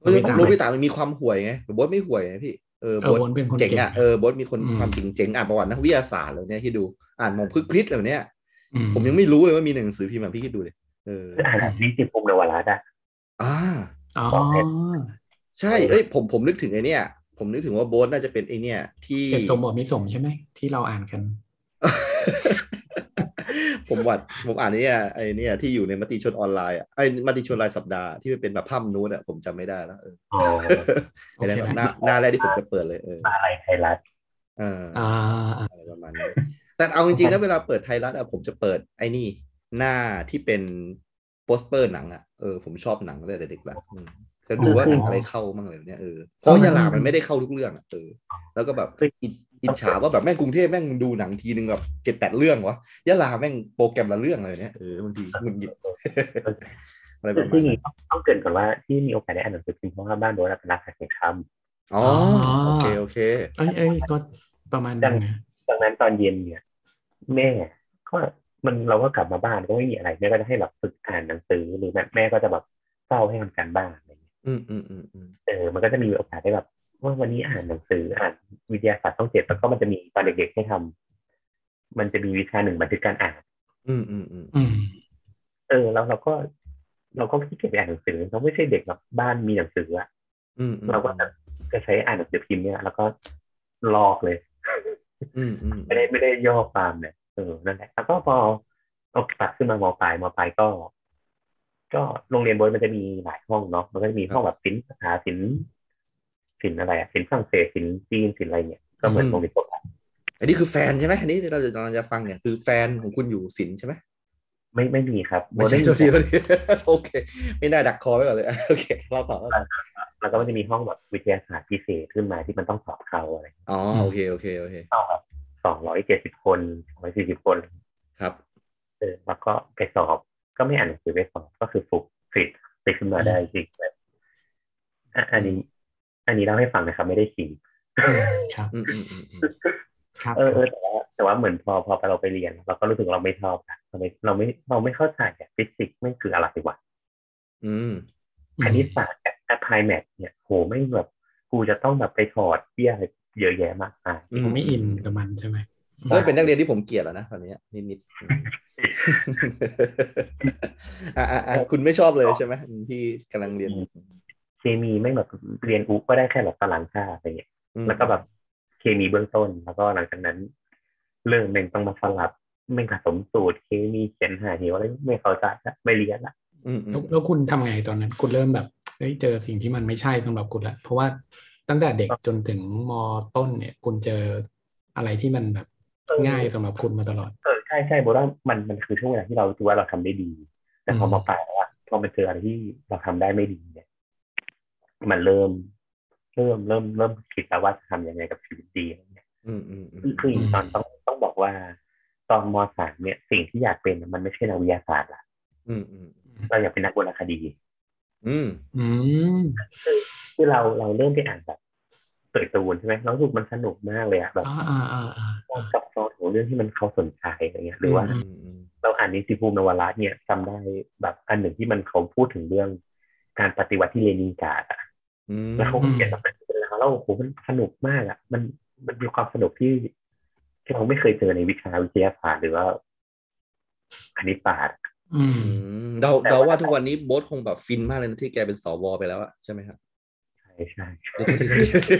S2: เออ
S3: โนบิตะ
S2: โนบิตะมันมีความห่วยไงแต่โบทไม่ห่วยไงพี่เออ
S3: เอ
S2: โบ
S3: อ
S2: ท
S3: วนเป็นคน
S2: เจ๋ง
S3: เก่ง
S2: อ่ะเออโบอสมีคน
S3: อืม
S2: ความจริงเจ๋งอ่านประวัตินักวิทยาศาสตร์เหล่าเนี้ยที่ดูอ่านมองพึกพลิษเหล่าเนี้ย
S3: อื
S2: ผมยังไม่รู้เลยว่ามีหนังสือพิมพ์แบบพี่คิดดูเลยเออ
S1: คืออ่านแบบนี้สิภูมินวรัตน์อะ
S2: อ่า
S3: อ๋อ
S2: ใช่เอ้ยผมผมนึกถึงไอเนี้ยผมนึกถึงว่าโบอสน่าจะเป็นไอเนี้ยที่
S3: เสร็จสมบทมิสมใช่ไหม ที่เราอ่านกัน
S2: ผมวัดผมอ่านไอเนี้ยไอเนี้ยที่อยู่ในมติชนออนไลน์อะไอมติชนรายสัปดาห์ที่มันเป็นแบบภาพนู้นอะผมจำไม่ได้แล้วเออ
S1: อ๋อ
S2: ไอนั้นแบบ
S3: โอเค
S2: ห
S3: นะ
S2: น้าหน้าแรกที่ผมจะเปิดเลยเออ
S1: มาอะไรไทยรัฐ
S2: เอออ
S3: อ่าอ่า
S2: อะไรประมาณนี้แต่เอาจริงๆนะเวลาเปิดไทยรัฐอะผมจะเปิดไอ้นี่หน้าที่เป็นโปสเตอร์หนังอะเออผมชอบหนังตั้งแต่เด็กแล้วอืมจะดูว่าหนังอะไรเข้าบ้างเลยเนี่ยเออเพราะยาลามันไม่ได้เข้าทุกเรื่องอะเออแล้วก็แบบอิจอิจฉาว่าแบบแม่งกรุงเทพแม่งดูหนังทีนึงแบบเจ็ดแปดเรื่องวะยาลาแม่งโปรแกรมละเรื่องเลยเนี่ยเออบางทีหงุดหงิด อะไรประมา
S1: ซึ่
S2: ณ
S1: ง
S2: นี้
S1: ต้องต้องเกรินก่อนว่าที่มีโอกาสได้อ่านหนังสือพิมพ์เพราะว่าบ้านโดนเป็นรักษาเสียงค
S2: อ๋อ
S3: อ๋อ
S2: โอเคโอเค
S3: เอ้ยเอ้ยก็ประมาณนั้นนะ
S1: ำดังนั้นตอนเย็นเนี่ย แม่ก็ มันเราก็กลับมาบ้านก็ไม่มีอะไรแม่ก็จะให้แบบฝึกอ่านหนังสือหรือแม่แม่ก็จะแบบเฝ้าให้ทำการบ้านอะไรอย่างเงี้ย
S2: อืมอืมอืมอืม
S1: เออมันก็จะมีโอกาสได้แบบ ว่าวันนี้อ่านหนังสืออ่านวิทยาศาสตร์ต้องเจ็ดแล้วก็มันจะมีตอนเด็กๆให้ทำมันจะมีวิชาหนึ่งบันทึกการอ่าน
S2: อืมอืมอืม
S3: อืม
S1: เออแล้วเราก็ เราก็ขี้เกียจไปอ่านหนังสือเราไม่ใช่เด็กแบบบ้านมีหนังสืออะ
S2: อืม
S1: เราก็จะจะใช้อ่านหนังสือพิมพ์เนี่ยแล้วก็ลอกเลย
S2: อืมอืม
S1: ไม่ได้ไม่ได้ย่อความเนี่ยเออนั่นแหละแล้วก็พอเอาตัดขึ้นมามปลายมปลายก็ ก็โรงเรียนโบอยมันจะมีหลายห้องเนาะมันก็จะมีห้องแบบศิลป์ภาษาศิลป์ศิลป์อะไรอะศิลป์ฝรั่งเศสศิลป์จีนศิลป์อะไรเนี่ยก็เหมือนโรงเรียนทั่วไป
S2: อันนี้คือแฟนใช่ไหมอันนี้เราจะกำลังจะฟังเนี่ยคือแฟนของคุณอยู่ศิลป์ใช่ไหม
S1: ไม่ไม่มีครับ
S2: ไม่ใช่
S1: โบ
S2: ตัว
S1: ด้
S2: ทีตัวทีโอเค ไม่ได้ดักคอไว้ก่อนเลยอ่ะโอเคเราต่อเราต่อ
S1: แล้วก็มันจะมีห้องแบบวิทยาศาสตร์พิเศษขึ้นมาที่มันต้องสอบเข้าอะไร
S2: อ๋อโอเคโอเคโอเค
S1: เข้าแบบสองร้อยเจ็ดสิบคนสองร้อยสี่สิบคน
S2: ครับ
S1: เออแล้วก็ไปสอบก็ไม่อ่านหนังสือไปสอบก็คือฝึกฝึกไปขึ้นมาได้จริงเลยอ่ะอันนี้ อันนี้เล่าให้ฟังนะครับ ไม่ได้ขิง
S3: ครับ
S2: อืมอืมอืมอืม
S3: ครับ
S1: เออเออแต่ว่าแต่ว่าเหมือนพอพอพอเราไปเรียน เราก็รู้สึกเราไม่ชอบนะเราไม่เราไม่เราไม่เข้าใจอะฟิสิกส์ไม่คืออะไรวะ
S2: อืม
S1: คณิตศาสตร์อะแอปพลายแมทเนี่ยโหไม่งแบบกูจะต้องแบบไปถอดเยี่ยอะไรเยอะแยะมากมาย
S2: อื
S3: ผมไม่อินกับมันใช่ไหม
S2: เอ้ยเป็นนักเรียนที่ผมเกลียดแล้วนะตอนเนี้ยนิดนิดอืม อ่ะอ่ะอ่ะคุณไม่ชอบเลยใช่ไหมที่กำลังเรียน
S1: เคมีไม่งแบบเรียนอุก็ได้แค่แบบตารางค่าอะไรเงี้ย
S2: อืม
S1: แล้วก็แบบเคมีเบื้องต้น แล้วก็หลังจากนั้น เริ่มเม่งต้องมาสลับเม่งผสมสูตรเคมีเขียนหาเหวอะไรไม่เข้าใจละไม่เรียนละ
S2: อืมอืม
S3: แล้วแล้วคุณทำไงตอนนั้น คุณเริ่มแบบเฮ้ยเจอสิ่งที่มันไม่ใช่สำหรับคุณละเพราะว่าตั้งแต่เด็กจนถึงมต้นเนี่ย คุณเจออะไรที่มันแบบง่ายสำหรับคุณมาตลอด
S1: เออใช่ใช่โบว่ามันมันคือช่วงเวลาที่เรารู้ว่าเราทำได้ดี แต่พอ
S3: อืม
S1: มาปลายแล้วอะพอมันเจออะไรที่เราทำได้ไม่ดีเนี่ยมันเริ่ม เริ่มเริ่มเริ่มคิดแล้วว่าจะทำยังไงกับชีวิตดีอะไรเงี้ย
S2: อืมอืมอืม
S1: คือคือตอนต้องต้องบอกว่า ตอนมสามเนี่ย สิ่งที่อยากเป็นมันไม่ใช่นักวิทยาศาสตร์ละ
S2: อืมอืม
S1: เราอยากเป็นนักโบราณคดี
S2: อืม
S3: อืม
S1: คือเราเราเริ่มไปอ่านแบบเปิดตูนใช่ไหมเรารู้สึกมันสนุกมากเลยอะแบบ
S3: อ่าอ่าอ่าอ่า
S1: เราซับซ้อนของเรื่องที่มันเขาสนใจอะไรเงี้ยหรือว่า
S2: อืมอืม
S1: เราอ่านนิติภูมินวรัตน์เนี่ยจำได้แบบอันหนึ่งที่มันเขาพูดถึงเรื่องการปฏิวัติที่เลนินกราดอะ
S2: อืม
S1: แล้วเขาก็เขียนแบบเป็นเรื่องราวแล้วโอ้โหมันสนุกมากอะมันมันมีความสนุกที่ที่เราไม่เคยเจอในวิชาวิทยาศาสตร์หรือว่าคณิตศาสตร์
S3: อืม
S2: อืมเรา
S1: แต่
S2: เรา
S1: ว่า
S2: ว่าทุกวันนี้โบ๊ทคงแบบฟินมากเลยนะที่แกเป็นสวไปแล้วอะใช่ไหมครับ
S1: ใช่ใช่
S2: เดี๋ยวโทษทีโทษที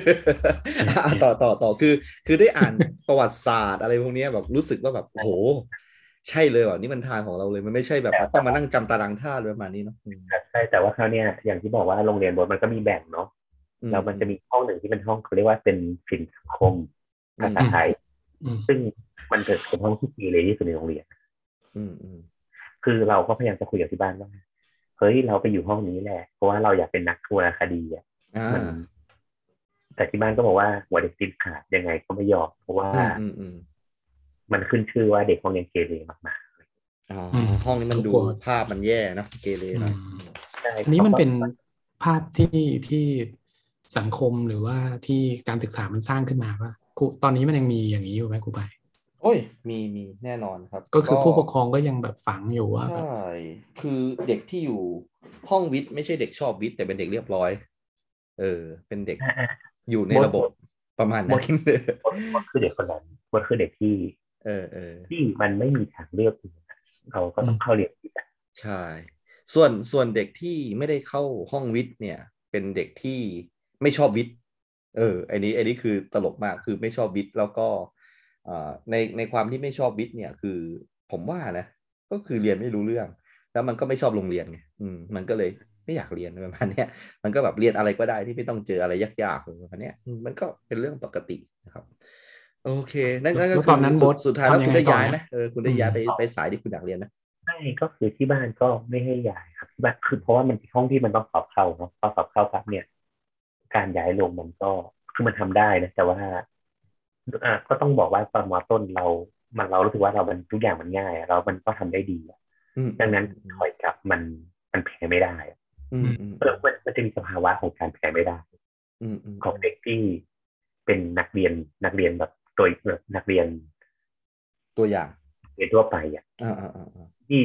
S2: อ่ะต่อต่อต่อคือ คือได้อ่านประวัติศาสตร์อะไรพวกเนี้ยแบบรู้สึกว่าแบบโอ้โห ใช่เลยว่ะนี่มันทางของเราเลยมันไม่ใช่แบบต้องมานั่งจำตารางท่าเลยประมาณนี้เนาะอืม
S1: ใช่แต่ว่าคราวเนี้ยอย่างที่บอกว่าโรงเรียนบทมันก็มีแบ่งเนาะแล้วมันจะมีห้องหนึ่งที่เป็นห้องเขาเรียกว่าเป็นศิลปสังคมภาษาไทย
S3: อืม
S1: ซึ่งมันเกิดเป็นห้องที่ดีเลยที่สุดในโรงเรียน
S2: อืมอืม
S1: คือเราก็พยายามจะคุยกับที่บ้านว่าเฮ้ยเราไปอยู่ห้องนี้แหละ เพราะว่าเราอยากเป็นนักโทรคดีอ่ะ
S2: อ่า
S1: มันแต่ที่บ้านก็บอกว่าหัวเด็กติดขาดยังไงก็ไม่ยอมเพราะว่า
S2: อืมอืม
S1: มันขึ้นชื่อว่าเด็กห้องเรียนเกเรมาก
S2: อ่า
S3: อืม
S2: ห้องนี้มันดู
S3: ทุกคน
S2: ภาพมันแย่เนอะเกเรหน่อย
S1: ๆใช่
S3: อันนี้มันเป็นภาพที่ที่สังคมหรือว่าที่การศึกษามันสร้างขึ้นมาป่ะครูตอนนี้มันยังมีอย่างนี้อยู่ไหมครูไปาย
S2: โอ้ย มีมีแน่นอนครับ
S3: ก็คือผู้ปกครองก็ยังแบบฝังอยู่ว่าแบบ
S2: ใช่ คือเด็กที่อยู่ห้องวิทย์ไม่ใช่เด็กชอบวิทย์แต่เป็นเด็กเรียบร้อย เออ เป็นเด็กอยู่ในระบบประมาณนั้น
S1: มันคือเด็กคนนั้นมันคือเด็กที่
S2: เออเออ
S1: ที่มันไม่มีทางเลือกอื่นอะเราก็ต้องเข้าเรียนที่จะ
S2: ใช่ ส่วนส่วนเด็กที่ไม่ได้เข้าห้องวิทย์เนี่ย เป็นเด็กที่ไม่ชอบวิทย์ เออ อันนี้ อันนี้คือตลกมาก คือไม่ชอบวิทย์แล้วก็เอ่อในในความที่ไม่ชอบวิทย์เนี่ย คือผมว่านะ ก็คือเรียนไม่รู้เรื่อง แล้วมันก็ไม่ชอบโรงเรียนไง อืม มันก็เลยไม่อยากเรียนประมาณเนี้ย มันก็แบบเรียนอะไรก็ได้ที่ไม่ต้องเจออะไรยากๆอะไรประมาณเนี้ยอืมมันก็เป็นเรื่องปกตินะครับ โอเค นั่นนั่นก็
S3: แล้ว
S2: คื
S3: ตอนนั้น
S2: สุด
S3: โบ๊ท
S2: สุดท้ายแล้ว
S3: ทำ
S2: คุณ
S3: ง
S2: ได้
S3: งต่อ
S2: ย้าย
S3: นะ
S2: ไหมเออ คุณได้ย้ายไป
S3: อืม
S2: ไปสายที่คุณอยากเรียนนะ
S1: ใช่ก็คือที่บ้านก็ไม่ให้ย้ายครับที่บ้านคือเพราะว่ามันเป็นห้องที่มันต้องสอบเข้าเนาะพอสอบเข้าปั๊บเนี่ย การย้ายลงมันก็คือมันทำได้นะแต่ว่าอ่ะก็ต้องบอกว่าตอนมต้นเรา มันเรารู้สึกว่าเรามันทุกอย่างมันง่ายอะเรามันก็ทำได้ดีอะ
S2: อืม
S1: ดังนั้นถอยกลับมันมันแพ้ไม่ได้อะ
S2: อืมอืม
S1: เออมันมันจะมีสภาวะของการแพ้ไม่ได้
S2: อืมอืม
S1: ของเด็กที่เป็นนักเรียนนักเรียนแบบตัวแบบนักเรียน
S2: ตัวอย่าง
S1: เรียนทั่วไปอ่ะ
S2: อ่าอ่าอ่าอ่า
S1: ที่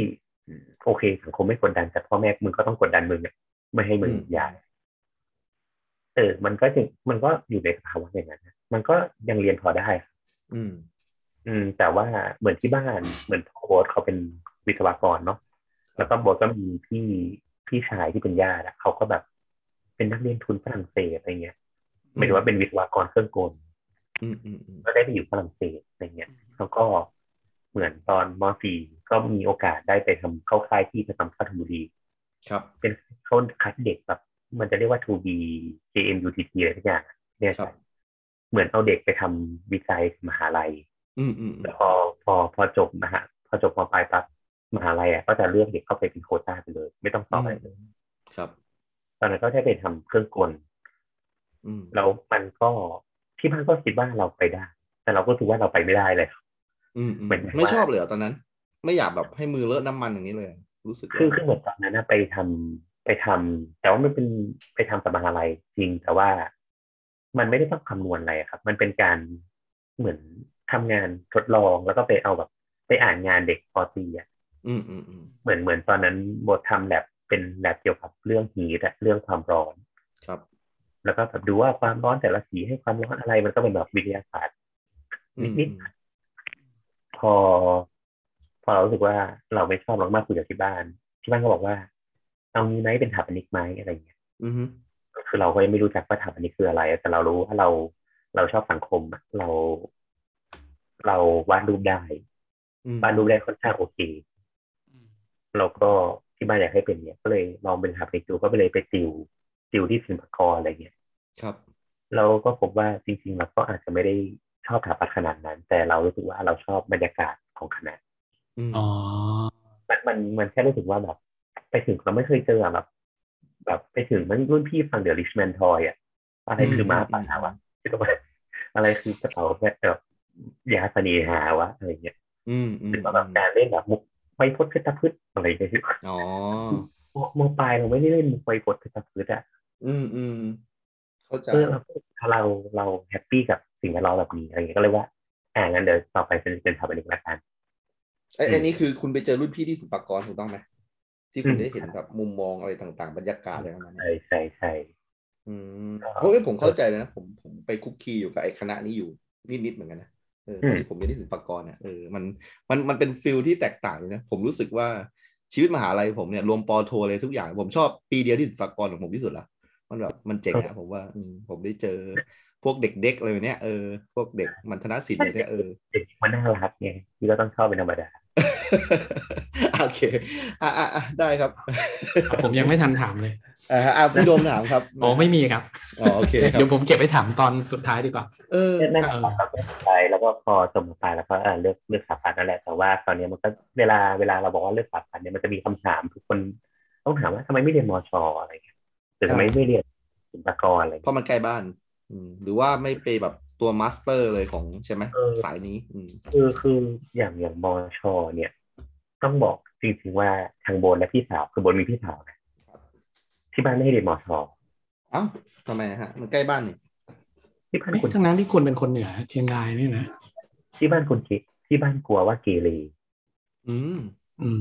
S1: โอเคสังคมไม่กดดันแต่พ่อแม่มึงก็ต้องกดดันมึงอะไม่ให้มึง
S2: อืม
S1: ย้ายเออ มันก็จึงมันก็อยู่ในสภาวะอย่างนั้นนะมันก็ยังเรียนพอได้
S2: อืม
S1: อืมแต่ว่าเหมือนที่บ้านเหมือนพ่อโบทเขาเป็นวิศวกรเนาะแล้วก็โบทก็มีพี่พี่ชายที่เป็นญาติอะเขาก็แบบ เป็นนักเรียนทุนฝรั่งเศสอะไรเงี้ยหมายถึงว่าเป็นวิศวกรเครื่องกล
S2: อืมอืมอืม
S1: ก็ได้ไปอยู่ฝรั่งเศสอะไรเงี้ยแล้วก็เหมือนตอนม .4 ก็มีโอกาสได้ไปทำเข้าค่ายที่ประจำข้าธนบุรี
S2: ครับ
S1: เป็นเขาคัดเด็กแบบ มันจะเรียกว่า 2B JMUTT อะไรทุกอย่างเนี่ย
S2: ครับ
S1: เหมือนเอาเด็กไปทำวิจัยมหาลัย
S2: อืมอืมอืม
S1: แล้วพอพอพอจบมหาพอจบมปลายปั๊บมหาลัยอ่ะก็จะเลือกเด็กเข้าไปเป็นโควต้าไปเลย ไม่ต้องสอบอะไรเลย
S2: ครับ
S1: ตอนนั้นก็ได้ไปทำเครื่องกล
S2: อืม
S1: แล้วมันก็ที่บ้านก็คิดว่าเราไปได้ แต่เราก็รู้สึกว่าเราไปไม่ได้เลย
S2: อืมอืม
S1: เหมือนแบบ
S2: ไม่
S1: ว่า
S2: ชอบเลยเหรอตอนนั้น ไม่อยากแบบให้มือเลอะน้ำมันอย่างนี้เลย รู้สึกว่า
S1: คือคือเหมือนตอนนั้นนะไปทำไปทำแต่ว่ามันเป็นไปทำกับมหาลัยจริง แต่ว่ามันไม่ได้ต้องคำนวณอะไรอะครับ มันเป็นการเหมือนทำงานทดลองแล้วก็ไปเอาแบบ ไปอ่านงานเด็กปอตีอ่ะ
S2: อืมอืมอืม
S1: เหมือนเหมือนตอนนั้นโบททำแลบเป็นแลบเกี่ยวกับเรื่องฮีทอะเรื่องความร้อน
S2: ครับ
S1: แล้วก็แบบดูว่าความร้อนแต่ละสีให้ความร้อนอะไรมันก็เป็นแบบวิทยาศาสตร์
S2: อืม
S1: นิด พอ พอเรารู้สึกว่าเราไม่ชอบเราก็มากคุยกับที่บ้าน ที่บ้านก็บอกว่าเอางี้ไหมเป็นถาปนิกไหมอะไรอย่างเงี้ย
S2: อืมอืม
S1: คือเราก็ยังไม่รู้จักว่าถาปนิกคืออะไร แต่เรารู้ว่าเราเราชอบสังคมอะเรา เราวาดรูปได้
S2: อืม
S1: วาดรูปได้ค่อนข้างโอเค แล้วก็ที่บ้านอยากให้เป็นเนี่ย ก็เลยลองเป็นหาไปดูก็ไปเลยไปติวติวที่ศิลปากรอะไรเงี้ย
S2: ครับ
S1: เราก็พบว่าจริงๆเราก็อาจจะไม่ได้ชอบสถาปัตย์ขนาดนั้น แต่เรารู้สึกว่าเราชอบบรรยากาศของคณะ
S2: อืม
S3: อ๋อ
S1: มันมันมันแค่รู้สึกว่าแบบไปถึงเราไม่เคยเจออะแบบ แบบไปถึงมันรุ่นพี่ฟังเดอะริชแมนทอยอะอะไรคือม้าป่าว ะที่ต้องไปอะไรคือกระเป๋าแบบแบบยาเสนีหาวะอะไรเงี้ย
S2: อืมอืม
S1: หรือว่าแบบการเล่นแบบมุกไวพดกระตะพืชอะไรเงี้ย
S2: อ๋อ
S1: มมปลายเราไม่ได้เล่นมุกไวพดกระตะพืชอะ
S2: อืมอืมเข้าใจ
S1: เออเราเราเราแฮปปี้กับสิ่งแวดล้อมแบบนี้อะไรอย่างเงี้ยก็เลยว่าอ่างั้นเดี๋ยวต่อไปเป็นเป็นสถาปนิกละกัน
S2: ไอ้ยอันนี้คือคุณไปเจอรุ่นพี่ที่สิลปากรถูกต้องไหมที่คุณ
S1: อืม
S2: ได้เห็นแบบมุมมองอะไรต่างๆ บรรยากาศอะไรประมาณนั้น
S1: ใช่ใช่ใช่
S2: อืม
S1: ครับ
S2: เพราะเอ้ยผมเข้าใจเลยนะผมผมไปคุกคีอยู่กับไอ้คณะนี้อยู่นิดๆเหมือนกันนะเออ
S1: อืม
S2: ที่ผมเรียนที่ศิลปากรเนี่ยเออมันมันมันเป็นฟิลที่แตกต่างเลยนะผมรู้สึกว่าชีวิตมหาลัยผมเนี่ยรวมปอโทเลยทุกอย่าง ผมชอบปีเดียวที่ศิลปากรของผมที่สุดละมันแบบมันเจ๋งอะผมว่าอืมผมได้เจอพวกเด็กๆอะไรแบบเนี้ยเออพวกเด็กมันธนศิลป์อะไรเนี่ยเอ อ
S1: เด็กมันน่ารักไงที่ก็ต้องชอบเป็นธรรมดา
S2: โอเคอ่ะอ่ะอ่ะได้ครับ
S3: ผมยังไม่ทันถามเลย
S2: อ่ะอ่ะพี่โดมถามครับ
S3: อ๋อไม่มีครับ
S2: อ๋อโอเคครับ
S3: เดี๋ยวผมเก็บไปถามตอนสุดท้ายดีกว่า
S2: เออ
S1: นั่น
S2: อ่ะ
S1: แหละครับก็ไปแล้วก็พอจบไปแล้วก็เออเลือกเลือกสถาปัตย์นั่นแหละแต่ว่าตอนนี้มันก็เวลาเวลาเราบอกว่าเลือกสถาปัตย์เนี่ยมันจะมีคำถามทุกคนต้องถามว่าทำไมไม่เรียนมชอะไรเงี้ยหรือทำไม
S2: อ่า
S1: ไม่เรียนศิลปากรอะไร
S2: เพ
S1: เงี้ย
S2: ราะมันใกล้บ้าน อืม หรือว่าไม่ไปแบบตัวมาสเตอร์เลยของใช่ไหม
S1: เออ
S2: สายนี้ อืม
S1: คือคืออย่างอย่างมชเนี่ย ต้องบอกจริงๆว่าทางโบนและพี่สาวคือโบนมีพี่สาวนะที่บ้านไม่ให้เรียนมช
S2: เอ้าทำไมฮะ มันใกล้บ้านนี่
S1: ที่บ้าน
S3: เอ๊ะ
S1: คุณ
S3: ทั้งนั้นที่คุณเป็นคนเหนือเชียงรายนี่นะ
S1: ที่บ้านคุณคิดที่บ้านกลัวว่าเกเร
S2: อืม
S3: อืม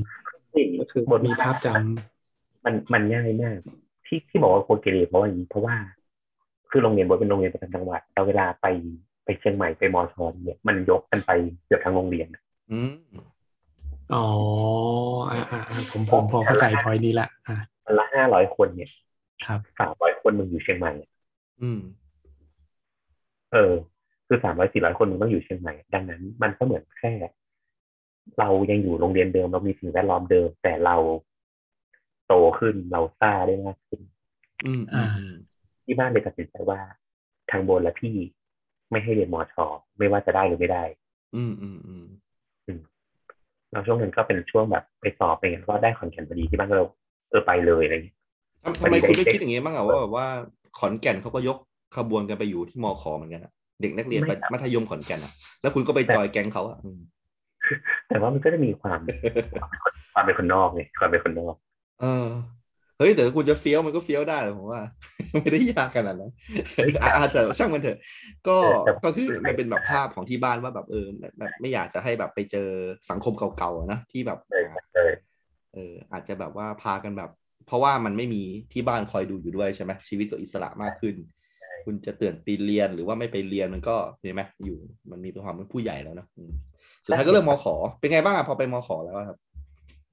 S3: ก็คื
S1: คืออบท
S3: มีภาพจำ
S1: มันมันง่ายมากที่ที่บอกว่ากลัวเกเรเพราะว่าอย่างนี้เพราะว่า คือโรงเรียนบทเป็นโรงเรียนประจำจังหวัดเราเวลาไปไปเชียงใหม่ไปมอชอนเนี่ยมันยกกันไปเกือบทั้งโรงเรียนอะ
S2: อืม
S3: อ๋ออ่าอ่าอ่าผมผมพอเข้าใจพอยนี้ละ อ่า
S1: วันละห้าร้อยคนเนี่ย
S3: ครับ
S1: สามร้อยคนมึงอยู่เชียงใหม่อะ
S2: อืม
S1: เออ คือสามร้อยสี่ร้อยคนมึงต้องอยู่เชียงใหม่ ดังนั้น มันก็เหมือนแค่ เรายังอยู่โรงเรียนเดิมเรามีสิ่งแวดล้อมเดิม แต่เราโตขึ้นเราซ่าได้มากขึ้น
S2: อืม
S3: อ่า
S2: อืม
S1: ที่บ้านเลยตัดสินใจว่าทางโบนและพี่ไม่ให้เรียนมอชอไม่ว่าจะได้หรือไม่ได้
S2: อืมอืมอืม
S1: เราช่วงนั้นก็เป็นช่วงแบบไปสอบอะไรเงี้ยก็ได้ขอนแก่นพอดีที่บ้านก็เลยเออไปเลยอะไรเงี้ย
S2: ทำทำไม
S1: มันได้
S2: คุณไม่คิดอย่างเงี้ยบ้างอะว่าแบบว่าขอนแก่นเขาก็ยกขบวนกันไปอยู่ที่มอขอเหมือนกันอะเด็กนักเรียนไปมัธยมขอนแก่นอะแล้วคุณก็ไปจอยแก๊งเขาอะอืม
S1: แต่ว่ามันก็จะมีความ ความเป็นคนนอกไงความเป็นคนนอก
S2: เออ เฮ้ยแต่คุณจะเฟี้ยวมันก็เฟี้ยวได้ผมว่า ไม่ได้ยากขนาด นั้นอ่ะอาจจะช่างมันเถอะ ก็ก็คือมันเป็นแบบภาพของที่บ้านว่าแบบเออแบบไม่อยากจะให้แบบไปเจอสังคมเก่าๆอะนะที่แบบ
S1: ใช่
S2: เอออาจจะแบบว่าพากันแบบ เพราะว่ามันไม่มีที่บ้านคอยดูอยู่ด้วยใช่ไหมชีวิตก็อิสระมากขึ้น คุณจะเตือนปีเรียนหรือว่าไม่ไปเรียนมันก็ใช่ไหมอยู่ มันมีความเป็นผู้ใหญ่แล้วเนอะอืมสุดท้ายก็เริ่มมขอเป็นไงบ้างอะพอไปมขอแล้วอะครับ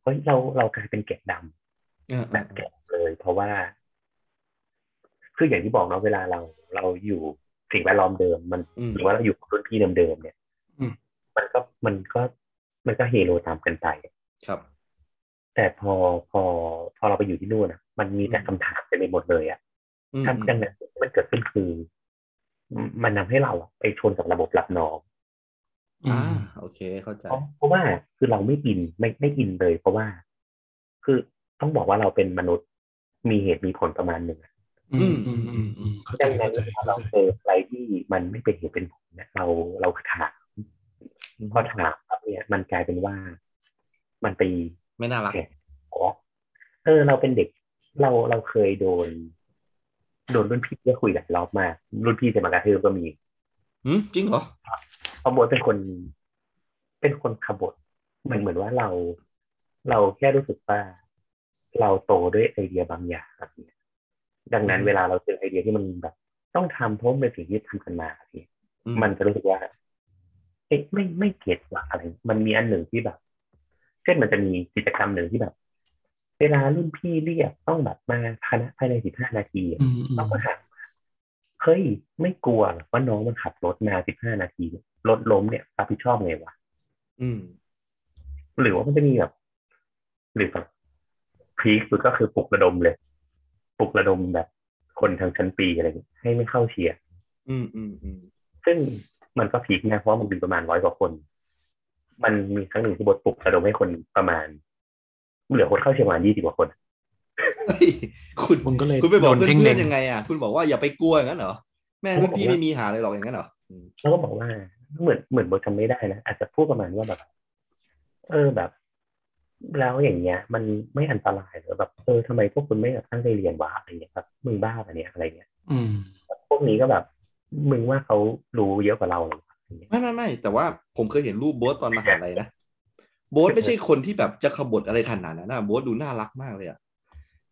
S1: เฮ้ยเราเรากลายเป็นเกล็ดดำ
S2: เออ
S1: แบบแกะเลย เพราะว่า คืออย่างที่บอกเนาะเวลาเราเราอยู่สิ่งแวดล้อมเดิม มัน
S2: อืม
S1: หรือว่าเราอยู่กับรุ่นพี่เดิมๆเนี่ย
S3: อืม
S1: มันก็มันก็มันก็เฮโลตามกันไป
S2: ครับ
S1: แต่พอพอ พอเราไปอยู่ที่นู่นอ่ะ มันมีแต่คำถามเต็มไปหมดเลยอ่ะ
S2: อืม
S1: ทั้งดังนั้นที่มันเกิดขึ้นคือมมันนำให้เราอะไปชนกับระบบรับน้อง
S3: อื
S2: อ่าม โอเคเข้าใจ
S1: เพราะเพราะว่าคือเราไม่อินไม่ไม่อินเลย เพราะว่า คือต้องบอกว่าเราเป็นมนุษย์มีเหตุมีผลประมาณหนึ่งอะ
S3: อืมอืมอืมอืมเข้าใจ
S1: ดังนั้
S3: เข้าน ใจ
S1: เวลา
S3: เข้า
S1: เรา
S3: ใจ
S1: เจออะไรที่มันไม่เป็นเหตุเป็นผลเนี่ยเราเราถามพอถามปั๊บเนี่ย มันกลายเป็นว่า มันไป
S2: ไม่น่ารัก
S1: ขอเออ เราเป็นเด็ก เราเราเคยโดน โดนรุ่นพี่เรียกคุยหลายรอบมากรุ่นพี่จะมากระทืบก็มี
S2: อืมจริงเหรอ
S1: เพราะโบทเป็นคน เป็นคนขบฏเหมือนเหมือนว่าเรา เราแค่รู้สึกว่า เราโตด้วยไอเดียบางอย่างครับเนี่ยดังนั้นเวลาเราเจอไอเดียที่มันแบบ ต้องทำเพราะมันเป็นสิ่งที่ทำกันมาพี่
S2: อื
S1: มันจะรู้สึกว่าเอ๊ะไม่ไม่เก็ตว่ะอะไร มันมีอันหนึ่งที่แบบ เช่นมันจะมีกิจกรรมหนึ่งที่แบบ เวลารุ่นพี่เรียกต้องแบบมาคณะภายในสิบห้านาที
S3: อืมอืม
S1: เราก็ถามเฮ้ยไม่กลัวเหรอว่าน้องมันขับรถมาสิบห้านาทีรถล้มเนี่ยรับผิดชอบไงวะ
S2: อืม
S1: หรือว่ามันจะมีแบบ หรือแบบพีคสุดก็คือปลุกระดมเลยปลุกระดมแบบ คนทางชั้นปีอะไรอย่างเงี้ยให้ไม่เข้าเชียร์
S2: อืมอืมอืม
S1: ซึ่งมันก็พีคนะเพราะว่ามันมีประมาณร้อยกว่าคน มันมีครั้งหนึ่งที่บทปลุกระดมให้คนประมาณ เหลือคนเข้าเชียงใหม่ยี่สิบกว่าคน
S2: เฮ้ยคุณ
S3: คุณก็เลย
S2: คุณไปบอก
S3: โด
S2: เพื่อน
S3: พ่
S2: เพื่
S3: ล็
S2: อง นยังไงอ่ะ คุณบอกว่าอย่าไปกลัวอย่างนั้นเหรอ แม่รุ่นพี่ไม่มีหาอะไรหรอกอย่างนั้นเหรออืม
S1: แล้วก็บอกว่าเหมือนเหมือนบทจำไม่ได้นะอาจจะพูดประมาณว่าแบบ เออแบบ แล้วอย่างเงี้ย มันไม่อันตรายเหรอแบบเออทำไมพวกคุณไม่แบบตั้งใจเรียนวะอะไรเงี้ยแบบมึงบ้าปะเนี่ยอะไรเงี้ย
S3: อืม
S1: พวกนี้ก็แบบ มึงว่าเขารู้เยอะกว่าเราเหรออะไรเงี้ย
S2: ไม่ไม่ไม่แต่ว่าผมเคยเห็นรูปโบ๊ทตอนมหาลัยนะโบ๊ทไม่ใช่คนที่แบบจะขบฏอะไรขนาดนั้นนะโบ๊ทดูน่ารักมากเลยอ่ะ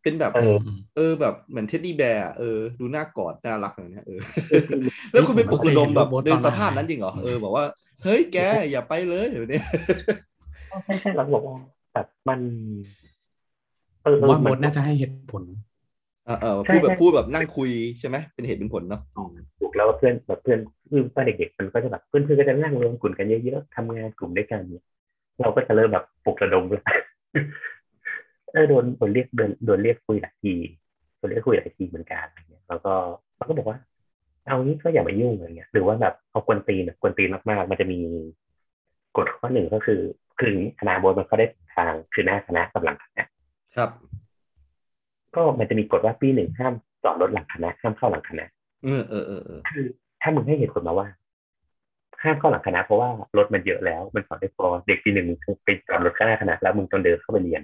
S2: เป็นแบบ
S1: เออ
S2: เออแบบเหมือนเท็ดดี้แบร์อะเออดูน่ากอดน่ารักอย่างเนี้ยเออ แล้วคุณไปปลุกระดมแบบในสภาพนั้นจริงเหรอเออบอกว่าเฮ้ยแกอย่าไปเลยแบบเนี้ย
S1: ใช่ใช่เราบอกว่าแบบมันเออ
S3: ผ
S1: เอ
S3: ม
S1: อ
S3: ว่าโบ
S1: มัน
S3: ทน่าจะให้เหตุผล
S2: เออเออพูดแบบพูดแบบนั่งคุยใช่ไหมเป็นเหตุเป็นผลเนาะ
S1: ถูกแล้วว่าเพื่อนแบบเพื่อนคือตอนเด็กๆมันก็จะแบบเพื่อนๆก็จะนั่งรวมกลุ่มกันเยอะๆทำงานกลุ่มด้วยกันเนี่ยเราก็จะเริ่มแบบปลุกระดมแล้วเออโดนโดนเรียกเดินโดนเรียกคุยหลายทีโดนเรียกคุยหลายทีเหมือนกันอะไรเงี้ยแล้วก็มันก็บอกว่า เอางี้ก็อย่ามายุ่งอะไรเงี้ยหรือว่าแบบเอากวนตีนอะกวนตีนมากๆมันจะมีกฎข้อหนึ่งก็คือ คือคณะโบนมันก็ได้ทางคือหน้าคณะกับหลังคณะ
S2: ครับ
S1: ก็มันจะมีกฎว่าปีหนึ่งห้ามจอดรถหลังคณะห้ามเข้าหลังคณะ
S2: เออเออเออเออ
S1: คือ ถ้ามึงให้เหตุผลมาว่าห้ามเข้าหลังคณะเพราะว่ารถมันเยอะแล้ว มันสอนได้พอเด็กปีหนึ่งมึงไปจอดรถข้างหน้าคณะแล้วมึงต้องเดินเข้าไปเรียน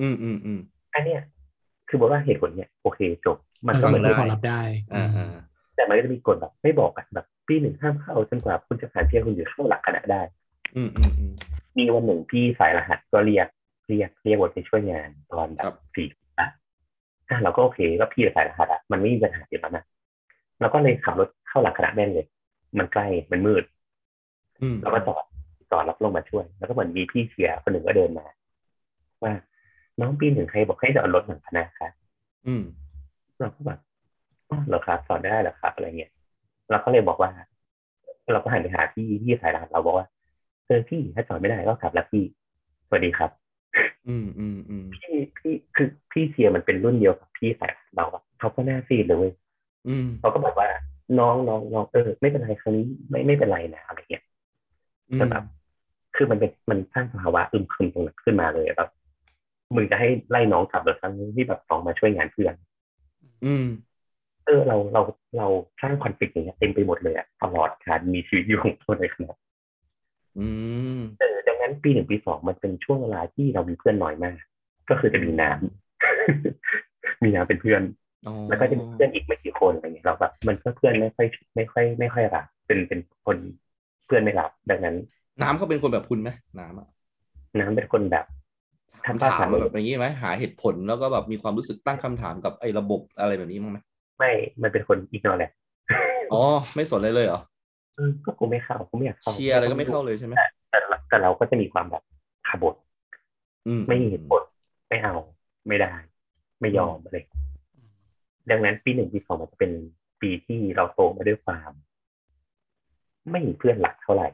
S2: อืมอืมอืม
S1: อันเนี้ยคือบอกว่าเหตุผลเนี่ยโอเคจบ มันก็
S2: ฟัง
S1: เหมือน
S2: ได้
S1: เดิ
S3: ก็พ
S1: ม
S3: อรับได้
S2: อ่าอ่า
S1: แต่มันก็จะมีกฎแบบไม่บอกอะแบบปีหนึ่งห้ามเข้าจนกว่าคุณจะผ่านเที่ยวคุณถึงเข้าหลังคณะได้
S2: อืมอืมอืม
S1: มีวันหนึ่งพี่สายรหัสก็เรียกเรียกเรียกบทไปช่วยงานตอนแบ
S2: ครับ บ
S1: สี่นะอ่ะเราก็โอเคก็พี่สายรหัสอะมันไม่มีปัญหาอยู่แล้วนะเราก็เลยขับรถเข้าหลังคณะแม่งเลย มันใกล้มันมืด
S2: อืม
S1: แล้วก็จอดจอดรับลงมาช่วย แล้วก็เหมือนมีพี่เชียร์คนหนึ่งก็เดินมา ว่าน้องปีหนึ่งใครบอกให้จอดรถหนึ่งคณะครับ
S2: อืม
S1: เราก็แบบอ้าวเหรอครับจอดได้เหรอครับอะไรเงี้ยเราก็เลยบอกว่า เราก็หันไปหาพี่พี่สายรหัสเราบอกว่าเออพี่ถ้าจอดไม่ได้ก็ขับแล้วพี่สวัสดีครับ
S2: อืมอืมอืม
S1: พี่พี่คือพี่เชียร์มันเป็นรุ่นเดียวกับพี่สายรหัสเราอะเขาก็หน้าซีดเลยเว้ย
S2: อืม
S1: เขาก็บอกว่า น้องน้องน้องเออไม่เป็นไรครั้งนี้ไม่ไม่เป็นไรนะอะไรเงี้ย
S2: อืม
S1: แต่แบบคือมันเป็นมันสร้างสภาวะอึมครึมตรงนั้นขึ้นมาเลยแบบมึงจะให้ไล่น้องกลับหรือทั้งที่แบบน้องมาช่วยงานเพื่อน
S2: อืม
S1: เออเราเราเราสร้างคอนฟ lict อย่างเงี้ยเต็มไปหมดเลยอะตลอดการมีชีวิตอยู่ของตัวเลยครับ
S2: อืม
S1: เออดังนั้นปีหนึ่งปีสองมันเป็นช่วงเวลาที่เรามีเพื่อนน้อยมาก ก็คือจะมีน้ำ มีนาเป็นเพื่อน
S2: อ๋อ
S1: แล้วก็จะมีเพื่อนอีกไม่กี่คนอะไรเงี้ยเราแบบมันก็เพื่อนไม่ค่อยไม่ค่อยไม่ค่อยรักเป็นเป็นคนเพื่อนไม่รักดังนั้น
S2: น้ำเขาเป็นคนแบบคุณไหมน้ำอะ
S1: น้ำเป็นคนแบบทำท่า
S2: ถา
S1: ทาม ง
S2: แบบอย่างนี้ไหมหาเหตุผลแล้วก็แบบมีความรู้สึกตั้งคำถามกับไอ้ระบบอะไรแบบนี้มั้างไหม
S1: ไม่ มันเป็นคนอีกนอแหละ
S2: อ๋อไม่สนเลยเลยเหรอ
S1: ก็กูไม่เข้ากูไม่อยากเข้า
S2: เชียร์อะไรก็ไม่เข้าเลยใช่ไหม
S1: แต่เราแต่เราก็จะมีความแบบขบฏ
S2: อื
S1: ไม่มีเหตุผลไม่เอา ไม่ได้ ไม่ยอมอะไรดังนั้นปีหนึ่งปีสองมันจะเป็นปีที่เราโตมาด้วยความ ไม่มีเพื่อนหลักเท่าไหร่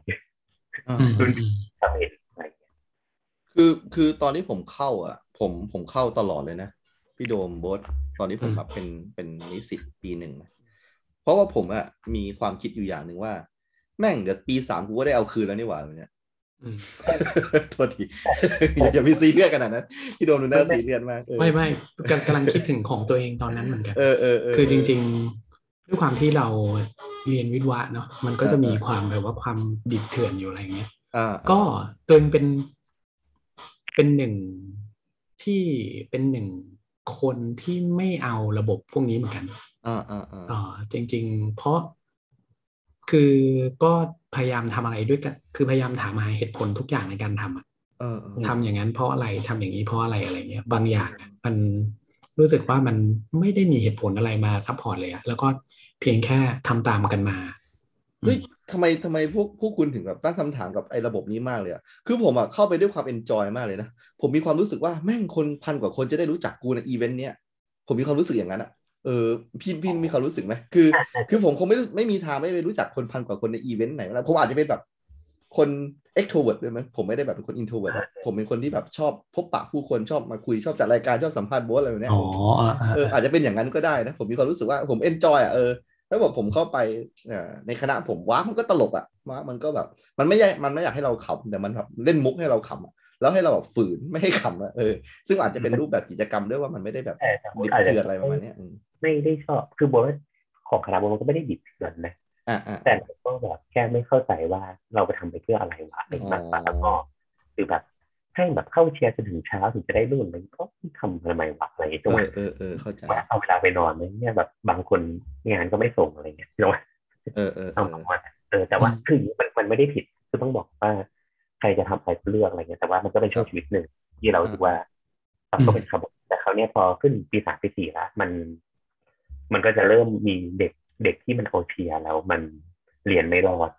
S2: อ่า
S3: อืมอืม
S1: ทำเองอะไรอย่างเงี้ย
S2: คือคือตอนที่ผมเข้าอ่ะ ผมผมเข้าตลอดเลยนะพี่โดมโบทตอนที่ผมแบบเป็นเป็นนิสิตปีหนึ่งนะเพราะว่าผมอ่ะมีความคิดอยู่อย่างหนึ่งว่า แม่งเดี๋ยวปีสามกูก็ได้เอาคืนแล้วนี่หว่าแบบเนี้ย
S3: อืม
S2: โทษที อย่าอย่าไปซีเรียสขนาดนั้นพี่โดมดูน่าซีเรียสมากเออ
S3: ไม่ไม่กำกำลังคิดถึงของตัวเองตอนนั้นเหมือนกัน
S2: เออเออเออ
S3: คือจริงๆ ด้วยความที่เราเรียนวิทย์วะเนาะมันก็จะมี
S2: เออ
S3: ความแบบว่าความดิบเถื่อนอยู่อะไรอย่างเงี้ย
S2: อ่า
S3: ก็ตัวเองเป็นเป็นหนึ่งที่เป็นหนึ่งคนที่ไม่เอาระบบพวกนี้เหมือนกัน
S2: อ่าอ่าอ่า
S3: อ่าจริง ๆ เพราะคือก็พยายามทำอะไรด้วยกัน คือพยายามถามหาเหตุผลทุกอย่างในการทำอะ
S2: เออเออ
S3: ทำอย่างนั้นเพราะอะไรทำอย่างนี้เพราะอะไรอะไรเงี้ย บางอย่างอะมันรู้สึกว่ามันไม่ได้มีเหตุผลอะไรมาซัพพอร์ตเลยอะแล้วก็เพียงแค่ทำตามกันมา
S2: เฮ้ยทำไมทำไมพวกพวกคุณถึงแบบตั้งคำถามกับไอ้ระบบนี้มากเลยอ่ะคือผมอ่ะเข้าไปด้วยความเอนจอยมากเลยนะ ผมมีความรู้สึกว่าแม่งคนพันกว่าคนจะได้รู้จักกูในอีเวนต์เนี้ยผมมีความรู้สึกอย่างนั้นอ่ะเออพี่พี่มีความรู้สึกไหมคือ คือผมคงไม่ไม่มีทางไม่ไปรู้จักคนพันกว่าคนในอีเวนต์ไหนแล้วผมอาจจะเป็นแบบคน extrovert ด้วยมั้ยผมไม่ได้แบบเป็นคน introvert อะผมเป็นคนที่แบบชอบพบปะผู้คนชอบมาคุยชอบจัดรายการชอบสัมภาษณ์โบสอะไรแบบเนี้ย
S3: อ๋ออ่ะอ่ะ
S2: เอออาจจะเป็นอย่างนั้นก็ได้นะ ผมมีความรู้สึกว่าผมเอนจอยอ่ะเออแล้วแบบผมเข้าไปเอ่อในคณะผมว้ามันก็ตลกอ่ะว้ามันก็แบบ มันไม่ใช่มันไม่อยากให้เราขำแต่มันแบบเล่นมุกให้เราขำอะแล้วให้เราแบบฝืนไม่ให้ขำอ่ะเออซึ่งอาจจะเป็นรูปแบบกิจกรรมด้วยว่ามันไม่ได้แบบ
S1: แต่แต่
S2: ดิบ
S1: อาจจะ
S2: เถื่อนอะไรประมาณเนี้ยอืม
S1: ไม่ได้ชอบ คือบอกว่าของคณะบอกว่ามันก็ไม่ได้ดิบเถื่อนนะ
S2: อ่าอ่า
S1: แต่เราก็แบบแค่ไม่เข้าใจว่าเราไปทำไปเพื่ออะไรวะอะไรมากกว่าแล้วก็หรือแบบให้แบบเข้าเชียร์จนถึงเช้าถึงจะได้รุ่นอะไรก็ทำทำไมวะอะไรอย่างเงี้ย
S2: เอ
S1: จังหวะ
S2: อเออเออเข้าใจ
S1: ว่าเอาเวลาไปนอนไหมเนี่ยแบบบางคนงานก็ไม่ส่งอะไรเงี้ยจังหวะ
S2: เออเออเอ
S1: เอา
S2: อ
S1: ประมาณนั้นเออแต่ว่าคืออย่างนี้มันมันไม่ได้ผิดคือต้องบอกว่า ใครจะทำอะไรก็เลือกอะไรเงี้ยแต่ว่ามันก็เป็นช่วงชีวิตหนึ่งที่เราดูว่าเราก็เป็นขบวนแต่เขาวเนี่ยพอขึ้นปีสามปีสี่แล้วมัน มันก็จะเริ่มมีเด็กเด็กที่มันเอาเชียร์แล้วมันเรียนไม่รอด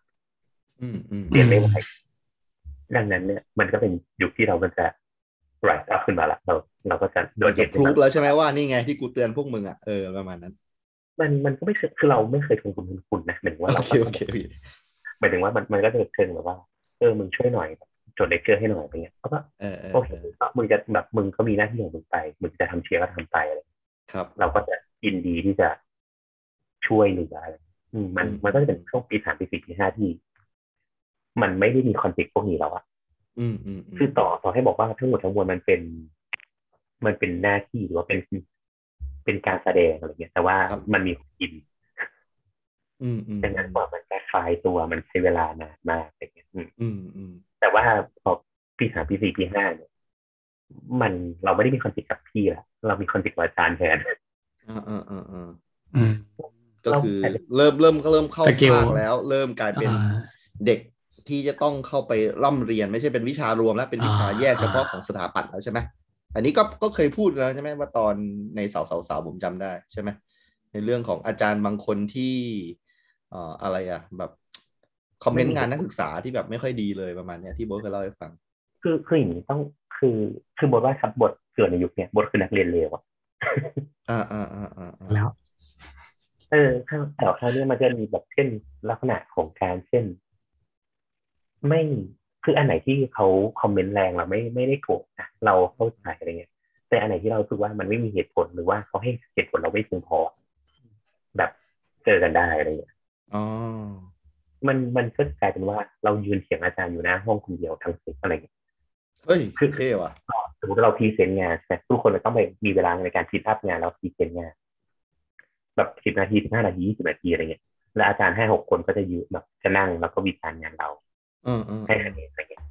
S2: อืมอืม
S1: เรียนไม่ไหวดังนั้นเนี่ย มันก็เป็นยุคที่เราก็จะ rise up ขึ้นมาละเราเราก็จะโดด
S2: จะพ
S1: เด่นขึ้น
S2: รู
S1: มา
S2: ฟแล้วใช่ไหมว่านี่ไงที่กูเตือนพวกมึงอ่ะเออประมาณนั้น
S1: มันมันก็ไม่เคยคือเราไม่เคยทวงบุญคุณคุณนะหมายถึงว่าเรา
S2: โอ
S1: ก็
S2: เคโอเคพี่
S1: หมายถึงว่ามันมันก็จะเชิงแบบว่าเออมึงช่วยหน่อยแบบจดเลคเชอร์ให้หน่อยอะไรเงี้ยเขาก็
S2: เออเออ
S1: โอเค
S2: เออ
S1: ก็มึงจะแบบมึงก็มีหน้าที่ของมึงไปมึงจะทำเชียร์ก็ทำไปอะไร
S2: ครับ
S1: เราก็จะยินดีที่จะช่วยเหลืออะไรอืมมัน
S2: อืม
S1: มันก็จะเป็นช่วงปีสามปีสี่ปีห้าที่ มันไม่ได้มีคอนฟ lict พวกนี้แล้วอะ
S2: อืมอืมอืม
S1: คือต่อต่อให้บอกว่าทั้งหมดทั้งมวลมันเป็น มันเป็นหน้าที่หรือว่าเป็นเป็นการแสดงอะไรเงี้ยแต่ว่ามันมีความอิน
S2: อืมอืม
S1: ดังนั้นกว่ามันจะคลายตัวมันใช้เวลานานมากอะไรเงี้ยอืม
S2: อืมอืม
S1: แต่ว่าพอปีสามปีสี่ปีห้าเนี่ยมันเราไม่ได้มีคอนฟ lict กับพี่ละเรามีคอนฟ lict กับอาจารย์แทน
S2: อ่าอ่าอ่าอ่า
S3: อืม
S2: ก็คือ
S1: เรา
S2: เริ่มเริ่มเริ่มเข้า
S3: สกิล
S2: ภาคแล้ว เริ่มกลายเป็น
S3: อ่า
S2: เด็กที่จะต้องเข้าไปร่ำเรียนไม่ใช่เป็นวิชารวมแล้วเป็นวิชา
S3: อ่า
S2: แยกเฉพาะของสถาปัตย์แล้วใช่ไหมอันนี้ก็ก็เคยพูดแล้วใช่ไหมว่าตอนในสาวสาวสาวผมจำได้ใช่ไหมในเรื่องของอาจารย์บางคนที่เอ่ออะไรอะแบบคอมเมนต์งานนักศึกษาที่แบบไม่ค่อยดีเลยประมาณเนี้ยที่โบ๊ทเคยเล่าให้ฟัง
S1: คือคืออย่างนี้ต้องคือคือบทว่าครับบทเกิดในยุคเนี้ยบทคือนักเรียนเลวอะ
S2: อ่าอ่าอ่าอ่าอ่า
S3: แล้ว
S1: เออข้าวแต่คราวเนี้ยมันจะมีแบบเช่นลักษณะของการเช่น ไม่คืออันไหนที่เขาคอมเมนต์แรงเราไม่ไม่ได้โกรธนะเราเข้าใจอะไรเงี้ย แต่อันไหนที่เรารู้สึกว่ามันไม่มีเหตุผลหรือว่าเขาให้เหตุผลเราไม่เพียงพอ แบบเจอกันได้อะไรเงี้ย
S2: อ๋อ
S1: มันมันก็กลายเป็นว่าเรายืนเถียงอาจารย์อยู่หน้าห้องคนเดียวทั้งสิบอะไรเงี้ย
S2: เฮ้ยเท่ว่ะ
S1: สมมติว่าเราพรีเซนต์งานใช่ไหมทุกคนจะต้องไปมีเวลาในการคิดภาพงานแล้วพรีเซนต์งาน แบบสิบนาทีสิบห้านาทีสิบนาทีอะไรเงี้ยแล้วอาจารย์ให้หกคนก็จะยืนแบบจะนั่งแล้วก็วิจารณ์งานเรา
S2: อืมอืม
S1: ให้คะแนนอะไรเงี้ย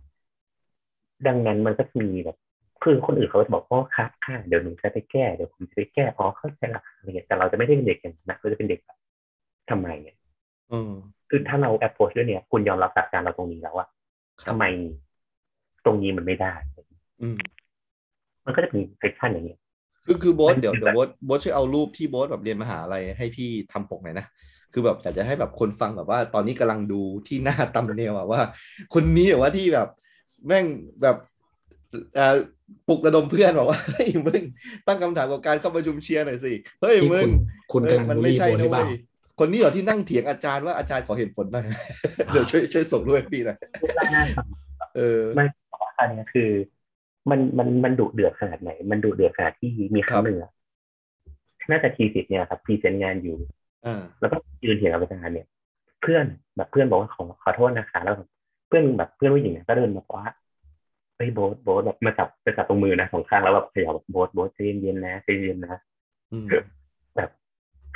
S1: ดังนั้นมันก็มีแบบ คือคนอื่นเขาจะบอกอ๋อครับค่ะเดี๋ยวหนูจะไปแก้เดี๋ยวผมจะไปแก้อ๋อเข้าใจละอะไรเงี้ยแต่เราจะไม่ได้เป็นเด็กอย่างนั้นนะเราจะเป็นเด็กแบบทำไมเนี่ย
S2: อืม
S1: คือถ้าเราแอปโพสเรื่องเนี้ยคุณยอมรับหลักการเราตรงนี้แล้วอะ
S2: ครับ
S1: ทำไมตรงนี้มันไม่ได้
S2: อืม
S1: มันก็จะเป็นเซสชันอย่างเงี้ย
S2: คือคือโบอส
S1: มัน
S2: เดี๋ยว
S1: คือ
S2: เดี๋ยว
S1: แบบ
S2: โบอสโบอสช่วยเอารูปที่โบอสแบบเรียนมหาลัยให้พี่ทำปกหน่อยนะ คือแบบอยากจะให้แบบคนฟังแบบว่า ตอนนี้กำลังดูที่หน้าตำเนียวอะว่า คนนี้แบบว่าที่แบบแม่งแบบเอ่อปลุกระดมเพื่อนบอกว่า เฮ้ยมึงตั้งคำถามกับการเข้าประชุมเชียร์หน่อยสิเฮ้ย
S3: ที่
S2: มึ
S3: คุ
S2: ง
S3: ณคุณ
S2: เฮ้ย
S3: กำลัง
S2: มัน
S3: บูล
S2: ไม่
S3: ลี่
S2: ใช่
S3: โบน
S2: นะ
S3: หรือเป
S2: เว้
S3: ล่า
S2: ยคนนี้เหรอที่นั่งเถียงอาจารย์ว่าอาจารย์ขอเหตุผลหน่อย เดี๋ยวช่วยช่วยส่งรูปให้พี่หน่อยเออ
S1: ไม่บอกว่าอันเนี้ยคือ มันมันมันดุเดือดขนาดไหน มันดุเดือดขนาดที่มีครั้งหนึ่งอะน่าจะทีสิทธ์เนี่ยครับพรีเซนต์งานอยู่
S2: อ่า
S1: แล้วก็ยืนเถียงกับอาจารย์เนี่ย เพื่อนแบบเพื่อนบอกว่าขอขอโทษนะคะแล้วแบบเพื่อนแบบเพื่อนผู้หญิงเนี่ยก็เดินมาบอกว่าเฮ้ยโบ๊ทโบ๊ทแบบมาจับมาจับตรงมือนะสองข้างแล้วแบบเขย่าแบบโบ๊ทโบ๊ทใจเย็นๆนะใจเย็นๆนะ
S2: อืม
S1: แบบ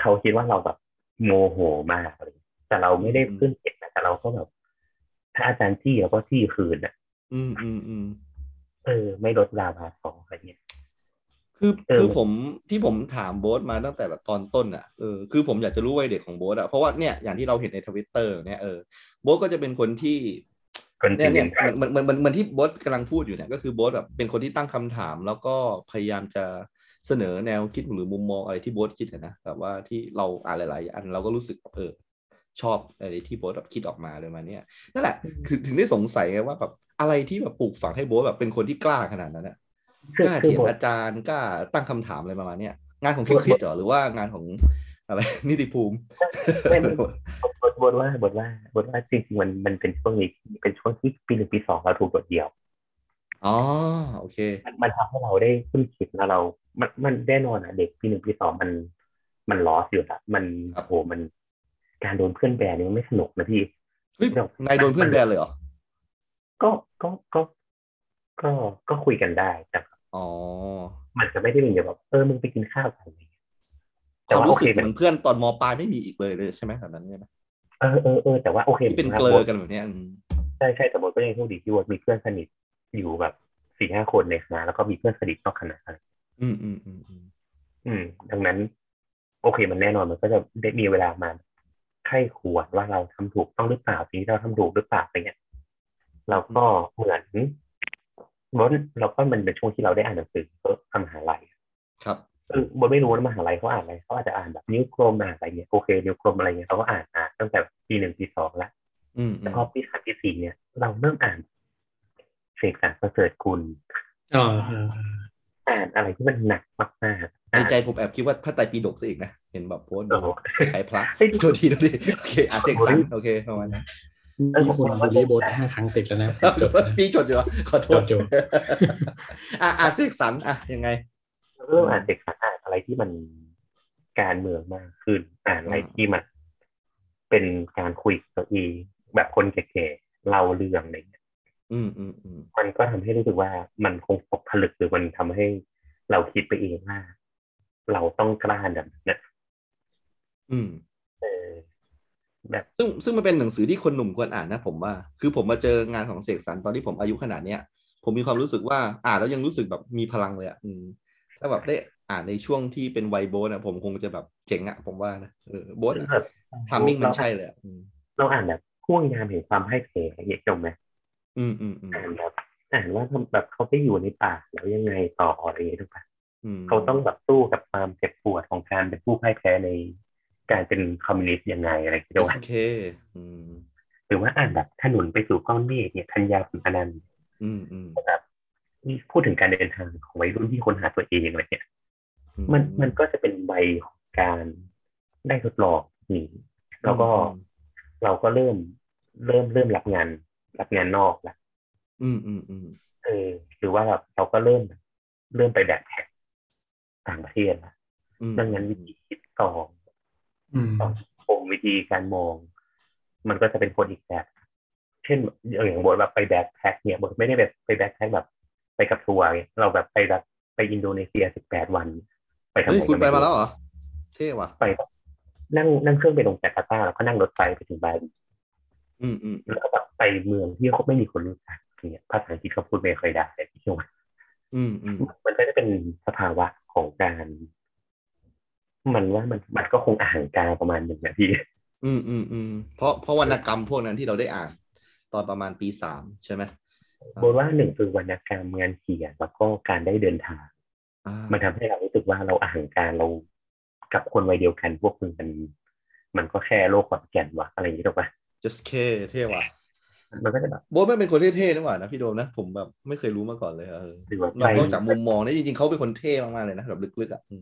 S1: เขาคิดว่าเราแบบโมโหมากอะไรอย่างเงี้ยแต่เราไม่ได้
S2: อืม
S1: ขึ้นเก็บนะแต่เราก็แบบ ถ้าอาจารย์จี้เราก็จี้คืนอ่ะ
S2: อืมอืมอืม
S1: เออไม่ลดราคาของอะไรเงี้ย
S2: คือ
S1: เออ
S2: คือผมที่ผมถามโบ๊ทมาตั้งแต่แบบตอนต้นอ่ะเออคือผมอยากจะรู้วัยเด็กของโบ๊ทอ่ะเพราะว่าเนี่ยอย่างที่เราเห็นในทวิตเตอร์เนี่ยเออโบ๊ทก็จะเป็นคนที่
S1: คน
S2: เนี่ย
S1: จี
S2: เนี่ย
S1: น
S2: เหมือนเหมือนเหมือนเหมือนที่โบ๊ทกำลังพูดอยู่เนี่ยก็คือโบ๊ทแบบเป็นคนที่ตั้งคำถาม แล้วก็พยายามจะเสนอแนวคิดหรือมุมมองอะไรที่โบ๊ทคิดอะนะแบบว่าที่เราอ่านหลาย ๆ อันเราก็รู้สึกแบบเออชอบอะไรที่โบ๊ทแบบคิดออกมาเลยมาเนี่ยนั่นแหละคือถึงได้สงสัยไงว่าแบบอะไรที่แบบปลูกฝังให้โบ๊ทแบบเป็นคนที่กล้าขนาดนั้นอะ ก
S1: คือ
S2: ล้า
S1: คื
S2: เถี
S1: อย
S2: ง
S1: บท
S2: อาจารย์กล้าตั้งคำถามอะไรประมาณเนี้ยงานของคิดคริสเหรอหรือว่างานของ อะไร นิติภูมิ
S1: ไม่ไม่บทบทบทว่าบทว่าบทว่าจริงๆมันมันเป็นช่วงนี้เป็นช่วงที่ปีหนึ่งปีสองเราถูกบทเดียว
S2: อ๋อโอเค
S1: มันมันทำให้เราได้ขึ้นคิดแล้วเรา มันมันแน่นอนอ่ะ เด็กปีหนึ่งปีสองมัน มันลอสอยู่ละมัน
S2: ครั
S1: โอ้
S2: บ
S1: โหมัน การโดนเพื่อนแบนนี่มันไม่สนุกนะพี่
S2: เฮ้ยนายโดนเพื่อนแบนเลยเหรอ
S1: ก็ก็ก็ ก็ ก็คุยกันได้ แต่
S2: อ๋อ
S1: มันจะไม่ได้เป็นแบบเออ มึงไปกินข้าวกันอะไรอย่างเงี้ย
S2: ค
S1: แต่
S2: วาม
S1: ว่าโอ
S2: รู้สึ
S1: เค
S2: ก
S1: มัน
S2: เหมือนเพื่อนตอนมปลายไม่มีอีกเลยเลยใช่ไหมแบบนั้นใช่ไหม
S1: เออเออเออแต่ว่าโอเค
S2: ที่เป็นเกลอกันแบบเนี้ยอืม
S1: ใช่ใช่แต่บทก็ยังโชคดีที่บทมีเพื่อนสนิทอยู่แบบสี่ห้าคนในคณะแล้วก็มีเพื่อนสนิทนอกคณะ
S2: อืมอืมอืมอืม
S1: อืม ดังนั้น โอเคมันแน่นอนมันก็จะได้มีเวลามาไข้ครวญว่าเราทำถูกต้องหรือเปล่าสิ่งที่เราทำถูกหรือเปล่าอะไรเงี้ยเราก็เหมือนบนเราก็มันเป็นช่วงที่เราได้อ่านหนังสือเพิ่มทำมหาลัย
S2: ครับ
S1: เออบนไม่รู้ว่ามหาลัยเขาอ่านอะไรเขาอาจจะอ่านแบบนิ้วกลมอ่านอะไรเงี้ยโอเคนิ้วกลมอะไรเงี้ยเราก็อ่านมาตั้งแต่ปีหนึ่งปีสองละ
S2: อืมอื
S1: แต่
S2: ม
S1: พอปีสามปีสี่เนี่ย เราเริ่มอ่านเสกสารประเสริฐคุณ
S3: อ๋อเออ
S1: อ่านอะไรที่มันหนักมากๆ
S2: ใน
S1: อ่าน
S2: ใจผมแอบคิดว่าพระไตรปิฎกซะอีกนะเห็นแบบโพสต์
S1: โอ้โห
S2: ขายพระ
S1: เฮ้ย
S2: โทษทีโทษทีโอเคอ่ะเสกสรรโอเคประมาณนั้น
S3: นี่คุณบูลลี่โบนห้าครั้งติดแล้วนะผมจดนะ
S2: พี่จดอยู่เหรอขอโทษ
S3: จดอยู่
S2: อ่ะอ่ะเสกสรรอ่ะยังไง
S1: เริ่มอ่านเด็กสารอ่านอะไรที่มันการเมืองมากขึ้น อ่านอะไรที่มันเป็นการคุยกับตัวเองแบบคนแก่ๆเล่าเรื่องอะไรอย่างเงี้ย
S2: อืมอืมอืม
S1: มันก็ทำให้รู้สึกว่ามันคงตกผลึกหรือมันทำให้เราคิดไปเองว่าเราต้องกล้าแบบเนี้ย
S2: อืม
S1: เออแบบ
S2: ซึ่งซึ่งมันเป็นหนังสือที่คนหนุ่มควรอ่านนะผมว่า คือผมมาเจองานของเสกสรรตอนที่ผมอายุขนาดเนี้ย ผมมีความรู้สึกว่าอ่านแล้วยังรู้สึกแบบมีพลังเลยอ่ะอืมถ้าแบบได้อ่านในช่วงที่เป็นวัยโบสอะผมคงจะแบบเจ๋งอ่ะผมว่านะเออโบส
S1: คือแบบ
S2: ทามมิ่งมันใช่เลยอะอืม
S1: เราอ่านแบบห่วงยามแห่งความให้แผลอย่างเงี้ยจงไหม
S2: อืมอืมอืม
S1: อ่านแบบอ่านว่าทำแบบเขาไปอยู่ในป่าแล้วยังไงต่ออะไรอย่างเงี้ยถูกปะ
S2: อืม
S1: เขาต้องแบบสู้กับความเจ็บปวดของการเป็นผู้พ่ายแพ้ในการเป็นคอมมิวนิสต์ยังไงอะไรอย่างเงี้ย
S2: โอ
S1: ด้วย
S2: เคอืม
S1: หรือว่าอ่านแบบถนนไปสู่ก้อนเมฆเนี่ยธัญญาขุนอนันต์
S2: อืมอืม
S1: นะครับนี่พูดถึงการเดินทางของวัยรุ่นที่ค้นหาตัวเองอะไรเนี่ย
S2: อื
S1: มันมันก็จะเป็นวัยของการได้ทดลองนี่แล้วก็เราก็เริ่มเริ่มเริ่มรับงานรับงานนอกละ
S2: อืมอืมอืม
S1: เออหรือว่าเราเราก็เริ่ม เริ่มไปแบกแพ็คต่างประเทศละ
S2: อืม
S1: ดังนั้นวิธีคิดต่อ
S3: อืม
S1: คงวิธีการมอง มันก็จะเป็นคนอีกแบบ เช่นอย่างบทแบบไปแบ็คแพ็คเนี่ยบทไม่ได้แบบไปแบ็คแพ็คแบบ ไปกับทัวร์ไงเราแบบไปแบบไปอินโดนีเซียสิบแปดวัน ไปทำ
S2: เฮ้ย
S1: อะร
S2: คุณไป
S1: ก็รู้
S2: มาแล้วเหรอเท่ว่ะ
S1: ไปนั่งนั่งเครื่องไปลงจาการ์ตาแล้วก็นั่งรถไฟไปถึงบาหลี
S2: อืมอืม
S1: แล้วก็แบบไปเมืองที่เขาไม่มีคนรู้จักเนี่ยภาษาอังกฤษเขาพูดไม่ค่อยได้ที่จังหวัด
S2: อืมอืม
S1: มันก็จะเป็นสภาวะของการ มันว่ามันมันก็คงอาหารกลางประมาณหนึ่งนะพี่
S2: อืมอืมอืมเพราะเพราะวรรณกรรมพวกนั้นที่เราได้อ่าน ตอนประมาณปีสามใช่ไหม
S1: โบนว่าหนึ่งคือวรรณกรรมงานเขียนแล้วก็การได้เดินทาง
S2: อ่า
S1: มันทำให้เรารู้สึกว่าเราอาหารการเรากับคนวัยเดียวกันพวกมึงมันมันก็แค่โลกขอนแก่นวะอะไรอย่างนี้ถูกปะ
S2: just K เท่ว่ะ
S1: มันก็จะแบบ
S2: โบ๊ทไม่เป็นคนเท่ๆนะหว่านะพี่โดมนะ ผมแบบไม่เคยรู้มาก่อนเลยเออ
S1: หรือว่าน
S2: อ
S1: ไป
S2: กนอกจากมุมมองนี่จริงๆเขาเป็นคนเท่มากๆเลยนะแบบลึกๆอ่ะอืม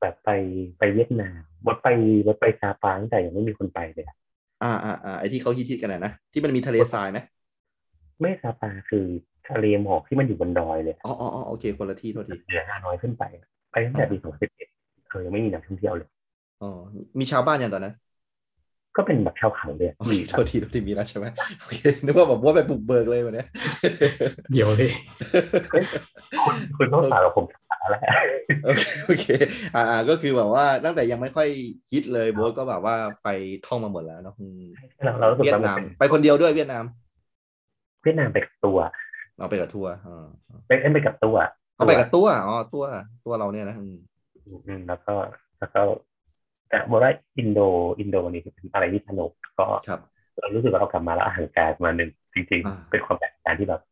S1: แบบไปไปเวียดนามวัดไปวัดไปซาปาตั้งแต่ยังไม่มีคนไปเลยอะ
S2: อ่าอ่าอ่าไอที่เขาฮิตๆกันอะนะที่มันมีทะเลทรายไหม
S1: ไม่ซาปาคือทะเลหมอกที่มันอยู่บนดอยเลยอะ
S2: อ๋ออ๋ออ๋อโอเคคนละที่โทษที
S1: เหนือฮานอยขึ้นไป ไปตั้งแต่ปีสองพันสิบเอ็ดเออยังไม่มีนักท่องเที่ยวเลย
S2: อ๋อมีชาวบ้านอย่างตอนนั้น
S1: ก็เป็นแบบชาวเขาเลยอะ
S2: โอเคโทษทีโทษทีมีแล้วใช่ไหม โอเคนึกว่าแบบว่าไปบุกเบิกเลยวันเนี้ย
S3: เดี๋ยวสิ
S1: คุณต้องสาวกับผมแล้วแหละ
S2: โอเคโอเคอ่าอ่าก็คือแบบว่าตั้งแต่ยังไม่ค่อยคิดเลยโบ๊ทก็แบบว่าไปท่องมาหมดแล้วเนาะอืม
S1: เราเรารู้สึก
S2: เวีย
S1: ว่าน
S2: ดาม
S1: เป็น
S2: ไปคนเดียวด้วยเวียดนาม
S1: เวียดนามไปกับตัว
S2: เอาไปกับทัวร์อ่า
S1: ไปเอ้ยไปกับตัว
S2: เอาไปกับตัวอ๋อตัวตัวเราเนี่ยนะอืม
S1: อืมแล้วก็แล้วก็แต่บอกว่าอินโดอินโดนี่เป็นอะไรที่สนุกก็
S2: ครับ
S1: เรารู้สึกว่าเรากลับมาแล้วอาหารการมาหนึ่งจริง
S2: อ่า
S1: ๆ เป็นความแปลกการที่แบบ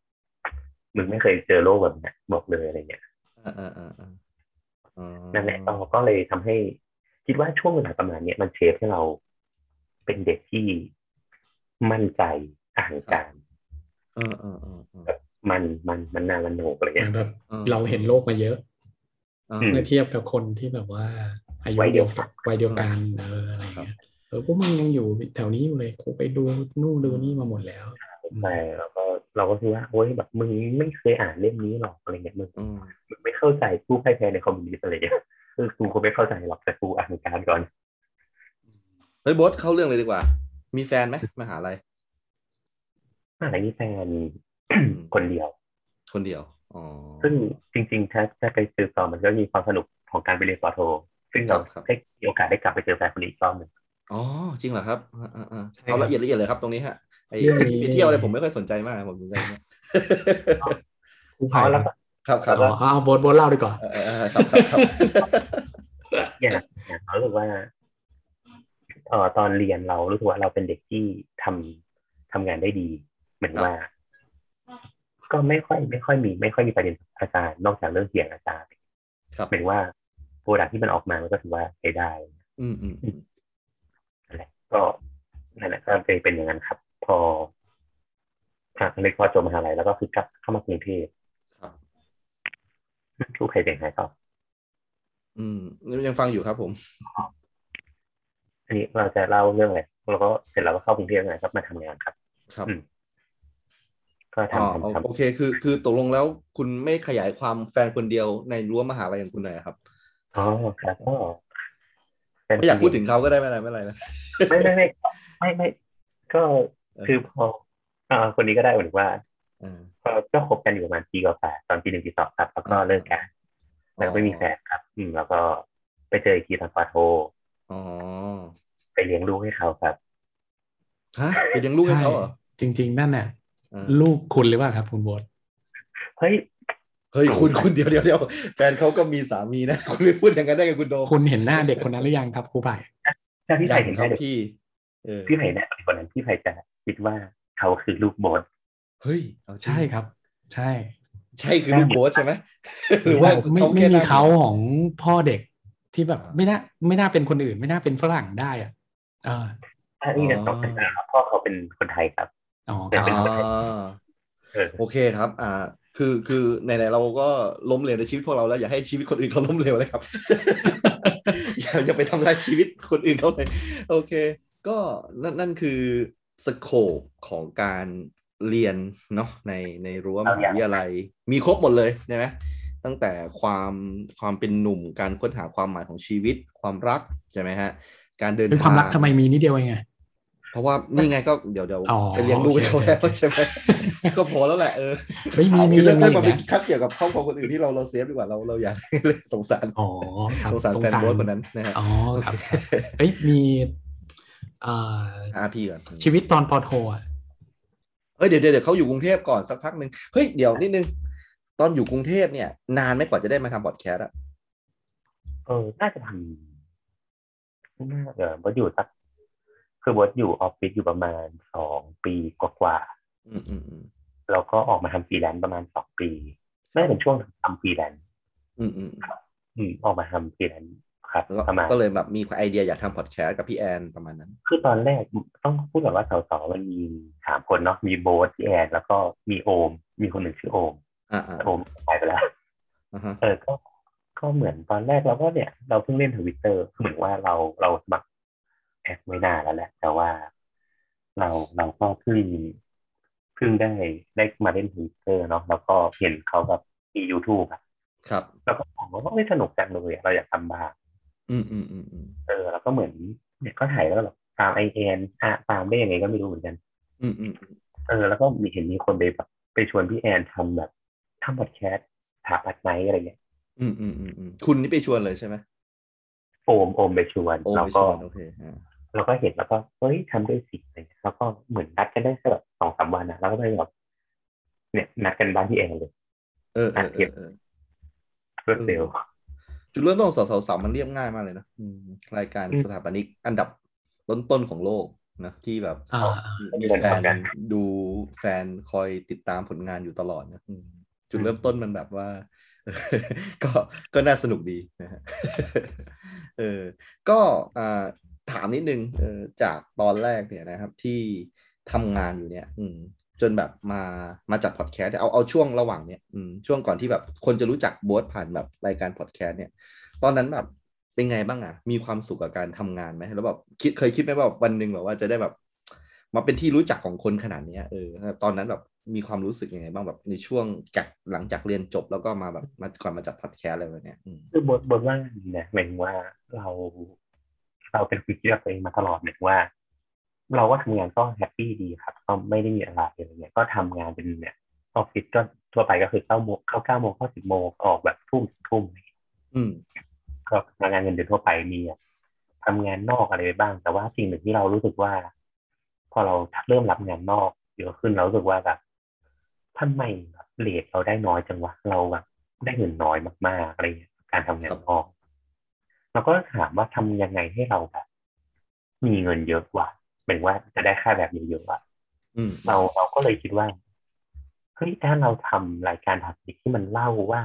S1: มึงไม่เคยเจอโลกแบบเนี้ยบอกเลยอะไรเงี้ย
S2: อ่าอ่าอ่าอ่าอ๋อ
S1: นั่นแหละก็ก็เลยทำให้ คิดว่าช่วงเวลาประมาณเนี้ยมันเชฟให้เราเป็นเด็กที่มั่นใจอาหารการ
S2: เออเออเออเออ
S1: มันมันมันนามันโหนกอะไร
S3: เหมื
S1: เงี้
S3: อย นแบบ
S2: ออ
S3: เราเห็นโลกมาเยอะ
S2: อ่า
S1: อืม
S3: เมื่อเทียบกับคนที่แบบว่า อายุ
S1: วัยเดี
S3: เดี
S1: ย
S3: ยว ว
S1: กั
S3: กัน นวัยเดียวกันเอออะไร
S2: ครับ
S3: เงี้ยเออพวกมึงยังอยู่แถวนี้อยู่เลยกูไปดูนู่นดูนี่มาหมดแล้ว
S1: ใช่แล้วก็เราก็คิดว่าโอ๊ยแบบมึงไม่เคยอ่านเล่มนี้หรอกอะไรเงี้ยมึง
S2: อืม
S1: มึงไม่เข้าใจผู้พ่ายแพ้ในคอมมิวนิสต์อะไรเงี้ย คือกูก็ไม่เข้าใจหรอกแต่กูอ่านการก่อน
S2: เฮ้ยโบ๊ทเข้าเรื่องเลยดีกว่า มีแฟนไหมมหาลัย
S1: อ่านนี้แฟน คนเดียว
S2: คนเดียวอ๋อ
S1: ซึ่งจริงๆถ้าถ้าไปซื้อต่อมันก็มีความสนุกของการไปเรียนปอโท ซึ่งเราได้มีโอกาสได้กลับไปเจอแฟนคนนี้อีกรอบหนึ่ง
S2: อ๋อจริงเหรอครับอ่าอ่าอ่า
S3: ใช่
S2: เอาละเอียดละเอียดเลยครับตรงนี้ฮะไอ้
S3: เรื่องนี้
S2: ไปเที่ยวอะไรผมไม่ค่อยสนใจมากผมสนใจนะ
S3: กู
S1: เพ
S3: ผ่าน
S1: ราะแล้ว
S2: ครับครับ
S3: อ๋อเอาโบทโบทเล่าดีกว่า
S2: เออเออครับครับครับ
S1: อย่างอย่างเรารู้สึกว่าเอ่อตอนเรียนเรารู้สึกว่าเราเป็นเด็กที่ทำทำงานได้ดีเหมือนว่า ก็ไม่ค่อย ไม่ค่อยมี ไม่ค่อยมีประเด็นกับอาจารย์นอกจากเรื่องเสียงอาจารย์
S2: ครับ
S1: หมายถึงว่าโปรดักที่มันออกมามันก็ถือว่าใช้ได้
S2: อืมอืมอืม
S1: นั่นแหละก็นั่นแหละก็เลยเป็นอย่างนั้นครับ พออ่ะเลยพอจบมหาลัยแล้วก็คือกลับเข้ามากรุงเทพ
S2: ครับ
S1: ลูกใครเสียงหายต่อ
S2: อืมยังฟังอยู่ครับผม
S1: อันนี้เราจะเล่าเรื่องอะไรแล้วก็เสร็จแล้วก็เข้ากรุงเทพไงครับมาทำงานครับ
S2: ครับ
S1: อืม ก็
S2: อ๋อ
S1: ทำทำทำ
S2: โอเคคือ คือตกลงแล้วคุณไม่ขยายความแฟนคนเดียวในรั้วมหาลัยของคุณหน่อยครับ
S1: อ๋อครับก็
S2: ไม่อยากพูดถึงเขาก็ได้ไม่เป็นไรไม่เป็นไรนะ
S1: ไม่ไม่ไม่ไม่ไม่ก็คือพออ่าคนนี้ก็ได้เหมือนว่า
S2: อ่า
S1: ก็ก็คบกันอยู่ประมาณปีกว่าๆตอนปีหนึ่งปีสองครับ แล้วก็เลิกกัน แล้วก็ไม่มีแฟนครับ อืม แล้วก็ไปเจออีกทีตอนปาโท
S2: อ๋อ
S1: ไปเลี้ยงลูกให้เขาครับ
S2: ฮะไปเลี้ยงลูกให้เขาเหรอ
S3: จริง ๆ นั่นน่ะ
S2: อ่า
S3: ลูกคุณหรือเปล่าครับ คุณโบท
S1: เฮ้ย
S2: เฮ้ยคุณคุณเดี๋ยวเดี๋ยวเดี๋ยวแฟนเขาก็มีสามีนะ คุณไปพูดอย่างนั้นได้กับคุณโด
S3: คุณเห็นหน้าเด็กคนนั้นหรือยังครับครูไผ่
S1: ถ้าพี่
S2: ดั
S1: ไผ่
S2: ง
S1: เห็น
S2: ค
S1: ได้
S2: รับ
S1: เดี๋ยว
S2: พี่เออ
S1: พี่ไผ่แนะตอนนั้นพี่ไผ่จะคิดว่าเขาคือลูกโบน
S2: เฮ้ยเอาจริง
S3: ใช่ครับ ใช่
S2: ใช่คือลูกโบ๊ทใช่ไหมหรือว่า
S3: ไม่
S2: เขา
S3: ไม่
S2: แค่
S3: มี
S2: นั่ง
S3: เขาของพ่อเด็กที่แบบไม่น่าไม่น่าเป็นคนอื่น ไม่น่าเป็นฝรั่งได้อ่ะเออ
S1: ถ้านี่เนี่ย
S2: อ๋อ
S1: ตอบคำถามครับพ่อเขาเป็นคนไทยครับ
S3: อ๋อค
S1: แต่
S3: รับ
S1: เป็น
S2: อ่า
S1: เออ
S2: โอเคครับ อ่า คือ คือ ไหน ๆ เราก็ล้มเหลวในชีวิตพวกเราแล้ว อย่าให้ชีวิตคนอื่นเขาล้มเหลวเลยครับ อย่าอย่าไปทำลายชีวิตคนอื่นเขาเลย โอเค ก็นั่นนั่นคือสโคปของการเรียนเนาะในในรั้วมหาวิทยาลัย มีครบหมดเลยใช่ไหมตั้งแต่ความความเป็นหนุ่มการค้นหาความหมายของชีวิตความรักใช่ไหมฮะ การเดิน
S3: คือความรัก
S2: ทง
S3: ทำไมมีนิดเดียวเองไง
S2: เพราะว่านี่ไงก็เดี๋ยวเดี๋ยว
S3: อ๋อ
S2: ไปเลี้ยงลูกให้เขา
S3: โอเค
S2: แล้ว
S3: โอเค
S2: ใช่ไหมก็พอแล้วแหละเออ
S3: เฮ้ยมี
S2: เอา
S3: มี
S2: คือเรื่
S3: ยั
S2: อง
S3: งมี
S2: ได้
S3: อี
S2: มาก เป็น
S3: นะ
S2: คัดเกี่ยวกับครอบครัวคนอื่นที่เราเราเซฟดีกว่าเรา เราอยาก เลยสงสาร
S3: อ๋อครับ
S2: สงสาร
S3: สง
S2: แฟน
S3: สาร
S2: โบอสคนนั้นนะฮะ
S3: อ๋อครับครับเอ้ยมีเอ่อ
S2: อาพี่ก่อน
S3: ชีวิตตอนปอโทอ่ะ
S2: เอ้ยเดี๋ยวเดี๋ยวเดี๋ยวเขาอยู่กรุงเทพก่อนสักพักหนึ่งเฮ้ยเดี๋ยวนิดนึง ตอนอยู่กรุงเทพเนี่ย นานไหม่กว่าจะได้มาทำบอดแคสต์อะ
S1: เออ น่าจะทำน่าเออบอสอยู่สักคือบอสอยู่ออฟฟิศอยู่ประมาณสองปีกว่า
S2: อืมอืมอืม
S1: ๆแล้วก็ออกมาทำฟรีแลนซ์ประมาณสองปีน่าจะเป็นช่วงทำฟรีแลนซ์
S2: อืมอืม
S1: อืมออกมาทำฟรีแลนซ์ครับ
S2: แล้วก็
S1: ประมาณ
S2: ก็เลยแบบมีไอเดียอยากทำพอดแคสต์กับพี่แอนประมาณนั้น
S1: คือตอนแรกต้องพูดก่อนว่าสสมันมีสามคนเนาะมีโบทพี่แอนแล้วก็มีโอม มีคนหนึ่งชื่อโอม
S2: อ่าอ่า
S1: แต่โอมตายไปแล้ว
S2: อ่าฮะ
S1: เออก็ก็เหมือนตอนแรกเราก็เนี่ย เราเพิ่งเล่นทวิตเตอร์คือเหมือนว่าเราเราสมัครแอดไว้นานแล้วแหละ แต่ว่าเราเราก็เพิ่งเพิ่งได้ได้มาเล่นทวิตเตอร์เนาะแล้วก็เห็นเขาแบบมียูทูบ
S2: ครับ
S1: แล้วก็บอกว่าไม่สนุกจังเลยอะเราอยากทำบ้าง
S2: อืมอืมอืมอืม
S1: เออแล้วก็เหมือนเนี่ยก็ถ่ายแล้วแบบตามไอเอ็นอะตามได้ยังไงก็ไม่รู้เหมือนกัน
S2: อืมอืม
S1: เออแล้วก็มีเห็นมีคนไปแบบไปชวนพี่แอนทำแบบทำพอดแคสต์ถาปัดไนท์อะไรเงี้ย
S2: อืมอืมอืมอืมคุณนี่ไปชวนเลยใช่ไหม
S1: โอมโอมไปชวน
S2: โอ้
S1: แล้ว
S2: ไปช
S1: ก็
S2: วนโอเคอ่า
S1: แล้วก็เห็นแล้วก็เฮ้ยทำด้วยสิอะไรเงี้ยแล้วก็เหมือนนัดกันได้แค่แบบสองสามวันนะแล้วก็ได้แบบเนี่ยนัดกันบ้านพี่แอนเลย
S2: เออเออเออเออ
S1: รวดเร็ว
S2: จุดเริ่มต้นของสาวสาวมันเรียบง่ายมากเลยนะอืมรายการ
S1: อืม
S2: สถาปนิกอันดับต้นๆของโลกนะที่แบบ
S3: อ่า
S2: มีแฟนดูแฟนคอยติดตามผลงานอยู่ตลอดนะอืมจุดเริ่มต้นมันแบบว่า ก็ก็น่าสนุกดีนะ ฮะเออก็อ่าถามนิดนึงเออจากตอนแรกเนี่ยนะครับ ที่ทำงานอยู่เนี่ย อืม จนแบบมามาจัดพอดแคสต์เอาเอาช่วงระหว่างเนี่ยอืมช่วงก่อนที่แบบคนจะรู้จักโบสผ่านแบบรายการพอดแคสต์เนี่ย ตอนนั้นแบบเป็นไงบ้างอะมีความสุขกับการทำงานไหมแล้วแบบคิดเคยคิดไหมว่าแบบวันหนึ่งแบบว่าจะได้แบบ มาเป็นที่รู้จักของคนขนาดเนี้ยเออแล้วตอนนั้นแบบมีความรู้สึกยังไงบ้างแบบในช่วงจากหลังจากเรียนจบแล้วก็มาแบบมาก่อนมาจัดพอดแคสต์อะไรแบบเนี้ยอืม
S1: คือบทบทว่าเนี่ยหมายถึงว่าเราเราเป็นคนที่เลือกตัวเองมาตลอดหมายถึงว่า เราก็ทำงานก็แฮปปี้ดีครับก็ไม่ได้มีอะไรอะไรเงี้ยก็ทำงานเป็นเนี่ยออฟฟิศก็ทั่วไปก็คือเข้าโมงเข้าเก้าโมงเข้าสิบโมงออกแบบทุ่มทุ่ม
S2: อืม
S1: ก็ทำงานเงินเดือนทั่วไปมีทำงานนอกอะไรไปบ้าง แต่ว่าสิ่งหนึ่งที่เรารู้สึกว่า พอเราเริ่มรับงานนอกเยอะขึ้นเรารู้สึกว่าแบบทำไมแบบเลทเราได้น้อยจังวะเราแบบได้เงินน้อยมากๆอะไรเงี้ยการทำงานนอก เราก็ถามว่าทำยังไงให้เราแบบมีเงินเยอะกว่าหมายถึงว่าจะได้ค่าแบบเยอะๆอะ
S2: อืม
S1: เราเราก็เลยคิดว่าเฮ้ยถ้าเราทำรายการถับลิกที่มันเล่าว่า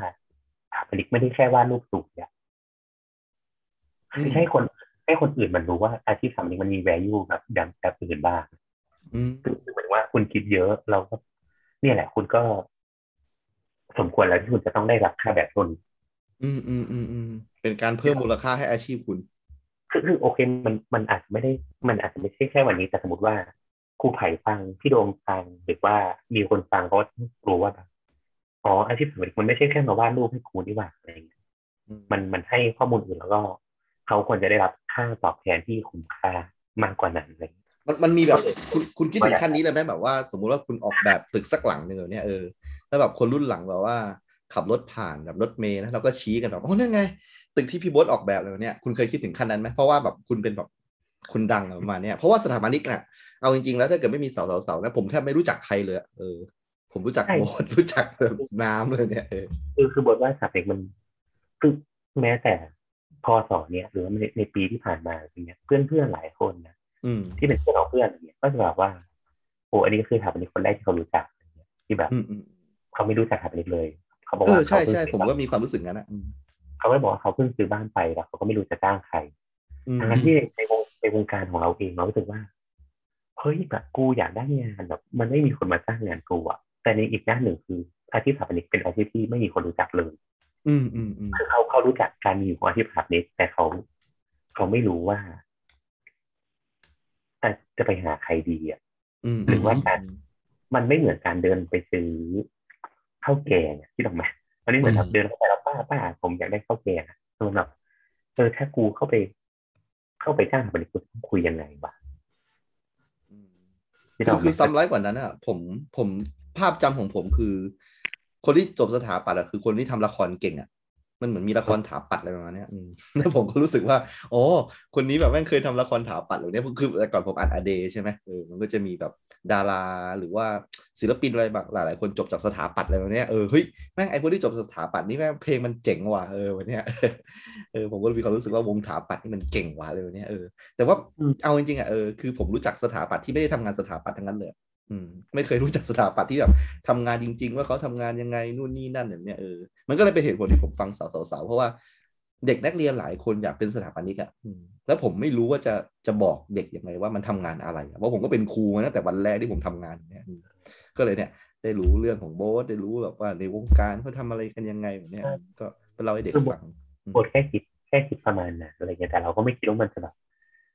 S1: ถับลิกไม่ได้แค่ว่าลูกสูบเนี่ยคือให้คน ให้คนอื่นมันรู้ว่าอาชีพถับลิกมันมี value แบบอย่างแบบอื่นบ้าง
S2: อืม
S1: คือเหมือนว่าคุณคิดเยอะเราก็เนี่ยแหละ คุณก็ สมควรแล้วที่คุณจะต้องได้รับค่าแบบต้น
S2: อืมอืมอืมอืมเป็นการเพิ่มมูลค่าให้อาชีพคุณ
S1: คือคือโอเคมันมันอาจจะไม่ได้ มันอาจจะไม่ใช่แค่วันนี้แต่สมมติว่าครูไผ่ฟังพี่โดมฟังหรือว่ามีคนฟังเขาก็รู้ว่าแบบอ๋ออาชีพสมัยมันไม่ใช่แค่มาวาดรูปให้ครูนี่หว่าอะไรอย่างเงี้ยมันมันให้ข้อมูลอื่นแล้วก็เขาควรจะได้รับค่าตอบแทนที่คุ้มค่ามากกว่านั้นอะไรอย่างเลย
S2: มันมันมีแบบ
S1: เข้าใจ
S2: คุณคุณคิดถึงขั้นนี้เลยไหมแบบว่า สมมุติว่าคุณออกแบบตึกสักหลังหนึ่งแบบเนี้ยเออแล้วแบบคนรุ่นหลังแบบว่า ขับรถผ่านแบบรถเมล์นะเราก็ชี้กันแบบอ๋อนั่นไง ตึกที่พี่โบดออกแบบเลยเนี่ยคุณเคยคิดถึงขั้นนั้นไหมเพราะว่าแบบคุณเป็นแบบคุณดังอะประมาณเนี้ยเพราะว่าสถาปนิกน่ะเอาจริงๆแล้วถ้าเกิดไม่มีเสาเสาเสานะผมแทบไม่รู้จักใครเลยอะเออ ผมรู้จัก
S1: ใช่
S2: โบด รู้จักแบบน้ำเลยเนี่ยเออ
S1: คือคือบทว่าสถาปนิกมันคือแม้แต่พอสอเนี่ย หรือว่าในในปีที่ผ่านมาอย่างเงี้ยเพื่อนเพื่อนๆหลายคนนะ
S2: อืม
S1: ที่เป็นเพื่อนของเพื่อนอย่างเงี้ยก็จะแบบว่าโอ้อันนี้ก็คือสถาปนิกคนแรกที่เขารู้จักอย่างเงี้ยที่แบบ
S2: อืมอืม
S1: เขาไม่รู้จักสถาปนิกเลย เขาบอก
S2: เอ
S1: ว่า
S2: อใช่
S1: เขาเพิ่ง
S2: ใช่
S1: ซื้อ
S2: ผมก็มีความรู้สึกงั้นนะอืม
S1: เขาไม่บอกว่าเขาเพิ่งซื้อบ้านไปแล้วเขาก็ไม่รู้จะจ้างใคร
S2: อืม
S1: ทั้งที่ในวงในวงการของเราเองเรารู้สึกว่าเฮ้ยแบบกูอยากได้งานแบบมันไม่มีคนมาจ้างงานกูอะแต่ในอีกด้านหนึ่งคืออาชีพสถาปนิกเป็นอาชีพที่ไม่มีคนรู้จักเลย
S2: อืมอืมอืม
S1: คือเขาเขารู้จักการมีอยู่ของอาชีพสถาปนิกแต่เขาเขาไม่รู้ว่าแต่จะไปหาใครดีอะ
S2: อืม
S1: หรือว่าการ มันไม่เหมือนการเดินไปซื้อข้าวแกงอะที่ตรงไหมมันไม่เหมือนแบบเดินเข้าไปแล้วป้าป้าผมอยากได้ข้าวแกงอะมันแบบเออถ้ากูเข้าไป เข้าไปจ้างบริกูต้องคุยยังไงวะ
S2: อืม
S1: ที่
S2: คื
S1: ต้อ
S2: อง คือซ้ำร้ายกว่านั้นอ่ะผมผมภาพจำของผมคือ คนที่จบสถาปัตย์อะคือคนที่ทำละครเก่งอ่ะ มันเหมือนมีละครถาปัดอะไรประมาณเนี้ยอืม แล้วผมก็รู้สึกว่าโอ้คนนี้แบบแม่งเคยทำละครถาปัดหรือเนี้ยคือแต่ก่อนผมอ่านอเดใช่ไหมเออมันก็จะมีแบบดาราหรือว่าศิลปินอะไรบางหลายๆคนจบจากสถาปัตย์อะไรแบบเนี้ยเออเฮ้ยแม่งไอ้คนที่จบสถาปัตย์นี่แม่งเพลงมันเจ๋งว่ะเออวันเนี้ย เออผมก็มีความรู้สึกว่าวงถาปัตย์นี่มันเก่งว่ะเลยวันเนี้ยเออแต่ว่า
S3: อืม
S2: เอาจริงๆอ่ะเออคือผมรู้จักสถาปัตย์ที่ไม่ได้ทำงานสถาปัตย์ทั้งนั้นเลย อืมไม่เคยรู้จักสถาปัตย์ที่แบบทำงานจริง ๆ ว่าเขาทำงานยังไงนู่นนี่นั่นแบบเนี้ยเออมันก็เลยเป็นเหตุผลที่ผมฟังสาวๆๆเพราะว่าเด็กนักเรียนหลายคนอยากเป็นสถาปนิกอะอืมแล้วผมไม่รู้ว่าจะจะบอกเด็กยังไงว่ามันทำงานอะไรอะเพราะผมก็เป็นครูมาตั้งแต่วันแรกที่ผมทำงานเนี่ยอืมก็เลยเนี่ย ได้รู้เรื่องของโบสได้รู้แบบว่าในวงการเขาทำอะไรกันยังไงแบบเนี้ยก็เล่าให้เด็กฟัง
S1: บทแค่คิดแค่คิดประมาณน่ะอะไรเงี้ยแต่เราก็ไม่คิดว่ามันจะแบบ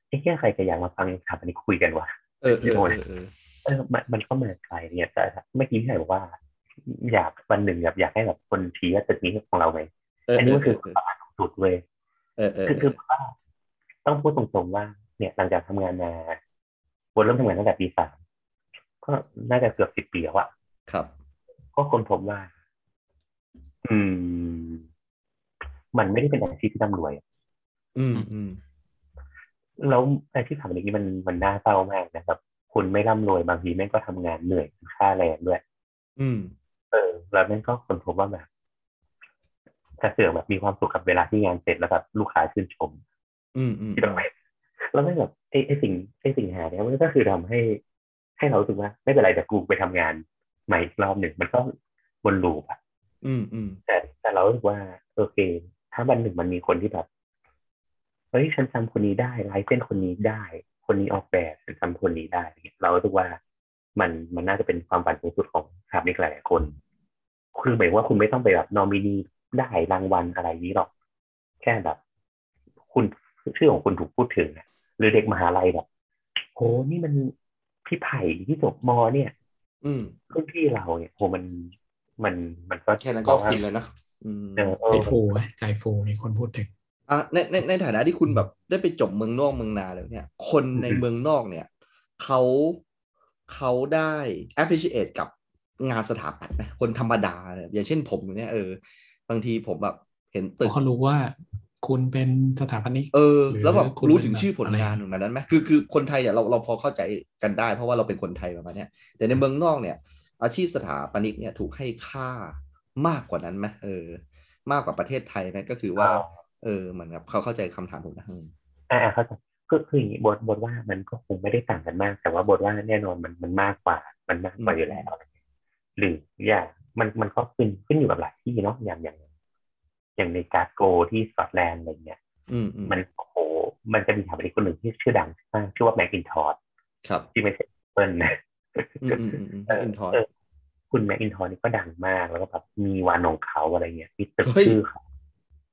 S1: ไอ้แค่ใครจะอยากมาฟังถามอันนี้คุยกันวะ
S2: เออเออเออเออ
S1: เออมันมันก็มาไกลเนี่ยแต่เมื่อกี้พี่ใหญ่บอกว่า อยากวันหนึ่งแบบอยากให้แบบคนชี้ว่าตึกนี้ของเราไหม
S2: เออ
S1: อันนี้ก็คือประมาณสุดเว้ย
S2: เออเออ
S1: คือคือว่าต้องพูดตรงๆว่า เนี่ยหลังจากทำงานมาบนเริ่มทำงานตั้งแต่ปีสามก็น่าจะเกือบสิบปีแล้วอะ
S2: ครับ
S1: ก็คนพบว่า อืม มันไม่ได้เป็นอาชีพที่ร่ำรวย
S2: อืมอืม
S1: แล้วอาชีพทำอย่างนี้มันมันน่าเศร้ามากนะครับคุณไม่ร่ำรวยบางทีแม่งก็ทำงานเหนื่อยค่าแรงด้วย
S2: อืม
S1: เออแล้วแม่งก็คนพบว่าแบบจะเสือกแบบมีความสุขกับเวลาที่งานเสร็จแล้วแบบลูกค้าชื่นชม
S2: อืมอืม
S1: ที่เราแล้วแม่งแบบไอ้ไอ้สิ่งไอ้สิ่งหาเนี่ยมันก็คือทำให้ ให้เรารู้สึกว่า ไม่เป็นไรแต่กูไปทำงานใหม่อีกรอบหนึ่งมันก็วนลูปอะ
S2: อืมอืม
S1: แต่แต่เรารู้สึกว่าโอเค ถ้าวันหนึ่งมันมีคนที่แบบเฮ้ยฉันทำคนนี้ได้ลายเส้นคนนี้ได้ คนนี้ออกแบบฉันทำคนนี้ได้อะไรเงี้ยเรารู้สึกว่ามันมันน่าจะเป็นความฝันสูงสุดของสถาปนิกหลายๆคน คือหมายว่าคุณไม่ต้องไปแบบนอมินีได้รางวัลอะไรนี้หรอก แค่แบบ คุณชื่อของคุณถูกพูดถึงอะหรือเด็กมหาลัยแบบ โหนี่มันพี่ไผ่ที่จบมเนี่ย
S2: อืม
S1: รุ่นพี่เราเนี่ยโหมันมันมันก็
S2: แค่นั้นก็ฟินแล้วนะอืม
S1: เออเอ
S3: ใจ
S1: อ
S3: ฟูอะใจฟูมีคนพูดถึง
S2: อ่ะในในในฐานะที่คุณแบบได้ไปจบเมืองนอกเมืองนาแล้วเนี่ย คนใน
S1: อืม
S2: เมืองนอกเนี่ยเขาเขาได้ appreciate กับงานสถาปัตย์ไหมคนธรรมดาเนี่ยอย่างเช่นผมเนี่ยเออ บางทีผมแบบเห็นตึก
S3: เขารู้ว่าคุณเป็นสถาปนิก
S2: เออ
S3: หรือ
S2: แล้วแบบ
S3: คุณ
S2: รู้ถึงชื่อผล
S3: เป็นแบบ
S2: งานของมันนั้นไหมคือคือคนไทยอ่ะเราเราพอเข้าใจกันได้ เพราะว่าเราเป็นคนไทยประมาณเนี้ยแต่ในเมืองนอกเนี่ย อาชีพสถาปนิกเนี่ยถูกให้ค่ามากกว่านั้นไหมเออ มากกว่าประเทศไทยไหมก็คือว่า เออเหมือนกับเขาเข้าใจคำถามผมนะอืม
S1: อ่าเข้าใจก็คืออย่างนี้บทบทว่ามันก็คงไม่ได้ต่างกันมาก แต่ว่าบทว่าแน่นอนมันมันมากกว่า มันมากกว่าอยู่แล้ว หรืออย่างมันมันก็ขึ้นขึ้นอยู่กับหลายที่เนาะอย่างอย่าง อย่างในการ์ดโกที่สกอตแลนด์อะไรเงี้ย
S2: อืมอืม
S1: มันโอ้โหมันจะมีสถาปนิกคนหนึ่งที่ชื่อดังมากชื่อว่าแมคอินทอร์
S2: ครับ
S1: ที่ไม่ใช่เปิ้ลนะ
S2: อืมอืมอืมอืม
S1: เออ
S2: อินทอร์
S1: เออคุณแมคอินทอร์นี่ก็ดังมากแล้วก็แบบมีวานของเขาอะไรเงี้ยมีตึก
S2: เฮ้ย
S1: ชื่อเขา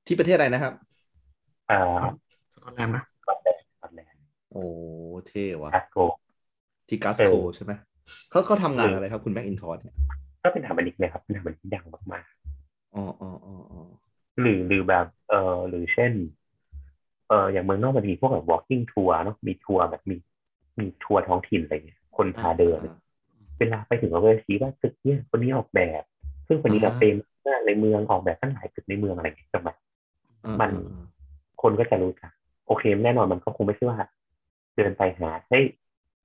S2: ที่ประเทศอะไรนะครับ
S1: เอ่อ
S3: สกอตแลนด์นะ
S1: สกอตแลนด์สกอตแลนด์
S2: โอ้เท่ว่ะ
S1: การ์ดโก
S2: ที่กัส
S1: เอ
S2: โค
S1: อ
S2: ใช่ไหมเขาเขาทำงานอะไรครับคุณแม็กอินทอร์เนี่ย
S1: ก็เป็นสถาปนิกนะครับเป็นสถาปนิกที่ดังมากๆ
S2: อ๋ออ๋ออ๋ออ๋อ
S1: หรือหรือแบบเออหรือเช่น เอออย่างเมืองนอกมันมีพวกแบบ walking tour เนอะมีทัวร์แบบมีมีทัวร์ท้องถิ่นอะไรเงี้ยคนพาเดิน
S2: อ่า
S1: เวลาไปถึงก็ไปชี้ว่าตึกเนี่ยคนนี้ออกแบบ ซึ่งคนนี้แบบ
S2: อ่า
S1: เป็นมากในเมืองออกแบบตั้งหลายตึกในเมืองอะไรเงี้ยจนแบบ
S2: อ่า
S1: มัน
S2: อ่าอ่า
S1: คนก็จะรู้จักโอเคแน่นอนมันก็คงไม่ใช่ว่า เดินไปหาเฮ้ย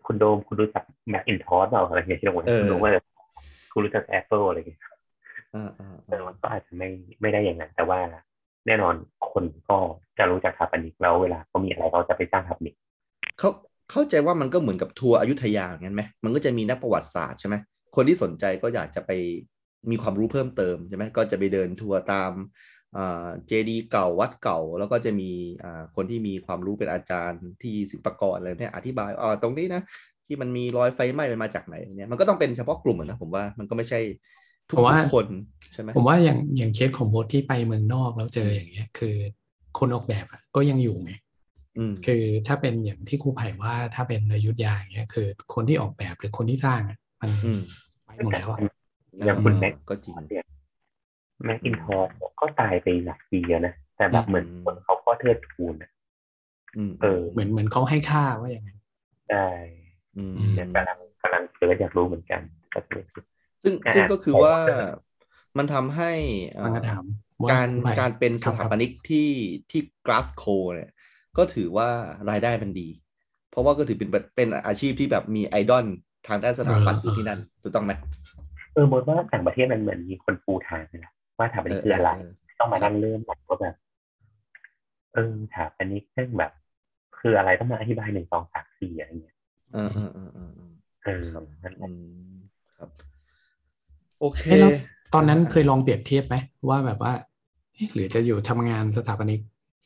S1: คุณโดมคุณรู้จักแมคอินทอร์เราอะไรเงี้ยที่เราบอกให้คุณรู้ว่าคุณรู้จักแอปเปิลอะไรเงี้ย
S2: อ่าอ่า
S1: เออมันก็อาจจะไม่ไม่ได้อย่างนั้น แต่ว่าแน่นอนคนก็จะรู้จักสถาปนิกแล้วเวลาเขามีอะไรเขาจะไปสร้างสถาปนิก
S2: เขาเข้าใจว่ามันก็เหมือนกับทัวร์อยุธยาอย่างนั้นไหมมันก็จะมีนักประวัติศาสตร์ใช่ไหมคนที่สนใจก็อยากจะไปมีความรู้เพิ่มเติมใช่ไหมก็จะไปเดินทัวร์ตามเจดีย์เก่าวัดเก่า แล้วก็จะมีอ่าคนที่มีความรู้เป็นอาจารย์ที่ศิลปากรอะไรเนี่ยอธิบายอ่าตรงนี้นะที่มันมีรอยไฟไหม้มันมาจากไหนเนี่ยมันก็ต้องเป็นเฉพาะกลุ่มอะนะผมว่ามันก็ไม่ใช่ทุก
S3: ผมว่า
S2: คนใช่ไหม
S3: ผมว่าอย่างอย่างเคสของโบสที่ไปเมืองนอกแล้วเจออย่างเงี้ย คือคนออกแบบอะก็ยังอยู่ไง
S2: อืม
S3: คือถ้าเป็นอย่างที่ครูไผ่ว่าถ้าเป็นอยุธยาอย่างเงี้ยคือ คนที่ออกแบบหรือคนที่สร้างอะมัน
S2: อืม
S3: ไปหมดแล้วอะ
S1: อย่างคุณแม็ก
S2: ก็จริง
S1: แม็กอินทอร์ก็ตายไปหลายปีแล้วนะแต่แบบเหมือน
S2: อืม
S1: คนเขาก็เทิดทูนอะ
S2: อืม
S1: เออ
S3: เหมือนเหมือนเขาให้ค่าว่าอย่างไง
S1: ได้
S2: อืม
S1: เนี่ยกำลังกำลังเสิร์ชอยากรู้เหมือนกันก็คือ
S2: ซึ่ง
S1: อ่า
S2: ซึ่งก็คือ
S1: ผม
S2: ว่า
S1: ว่า
S2: มันทำให้เอ่อ
S3: มันก็ถาม
S2: การ
S3: ไม่
S2: การเป็นสถาปนิกที่ที่กราสโคเนี่ยก็ถือว่ารายได้มันดี เพราะว่าก็ถือเป็นแบบเป็นอาชีพที่แบบมีไอดอลทางด้านสถาปัตย์อยู่ที่นั่นถูกต้องไหม
S1: เออมดว่าต่างประเทศมันเหมือนมีคนปูทางเลยนะว่าถามอันนี้คืออะไร
S2: เ
S1: ต้องมานั่งเริ่มใหม่ว่าแบบเออถามอันนี้เรื่องแบบ คืออะไรต้องมาอธิบายหนึ่งสองสามสี่อะไรเงี้ย
S2: เออเออเออเออเออ
S1: เออนั่นแห
S2: อื
S1: ละ
S2: มครับโอเค
S3: เอ้ยแล้วตอนนั้นเคยลองเปรียบเทียบไหมว่าแบบว่าเอ๊ะหรือจะอยู่ทำงานสถาปนิก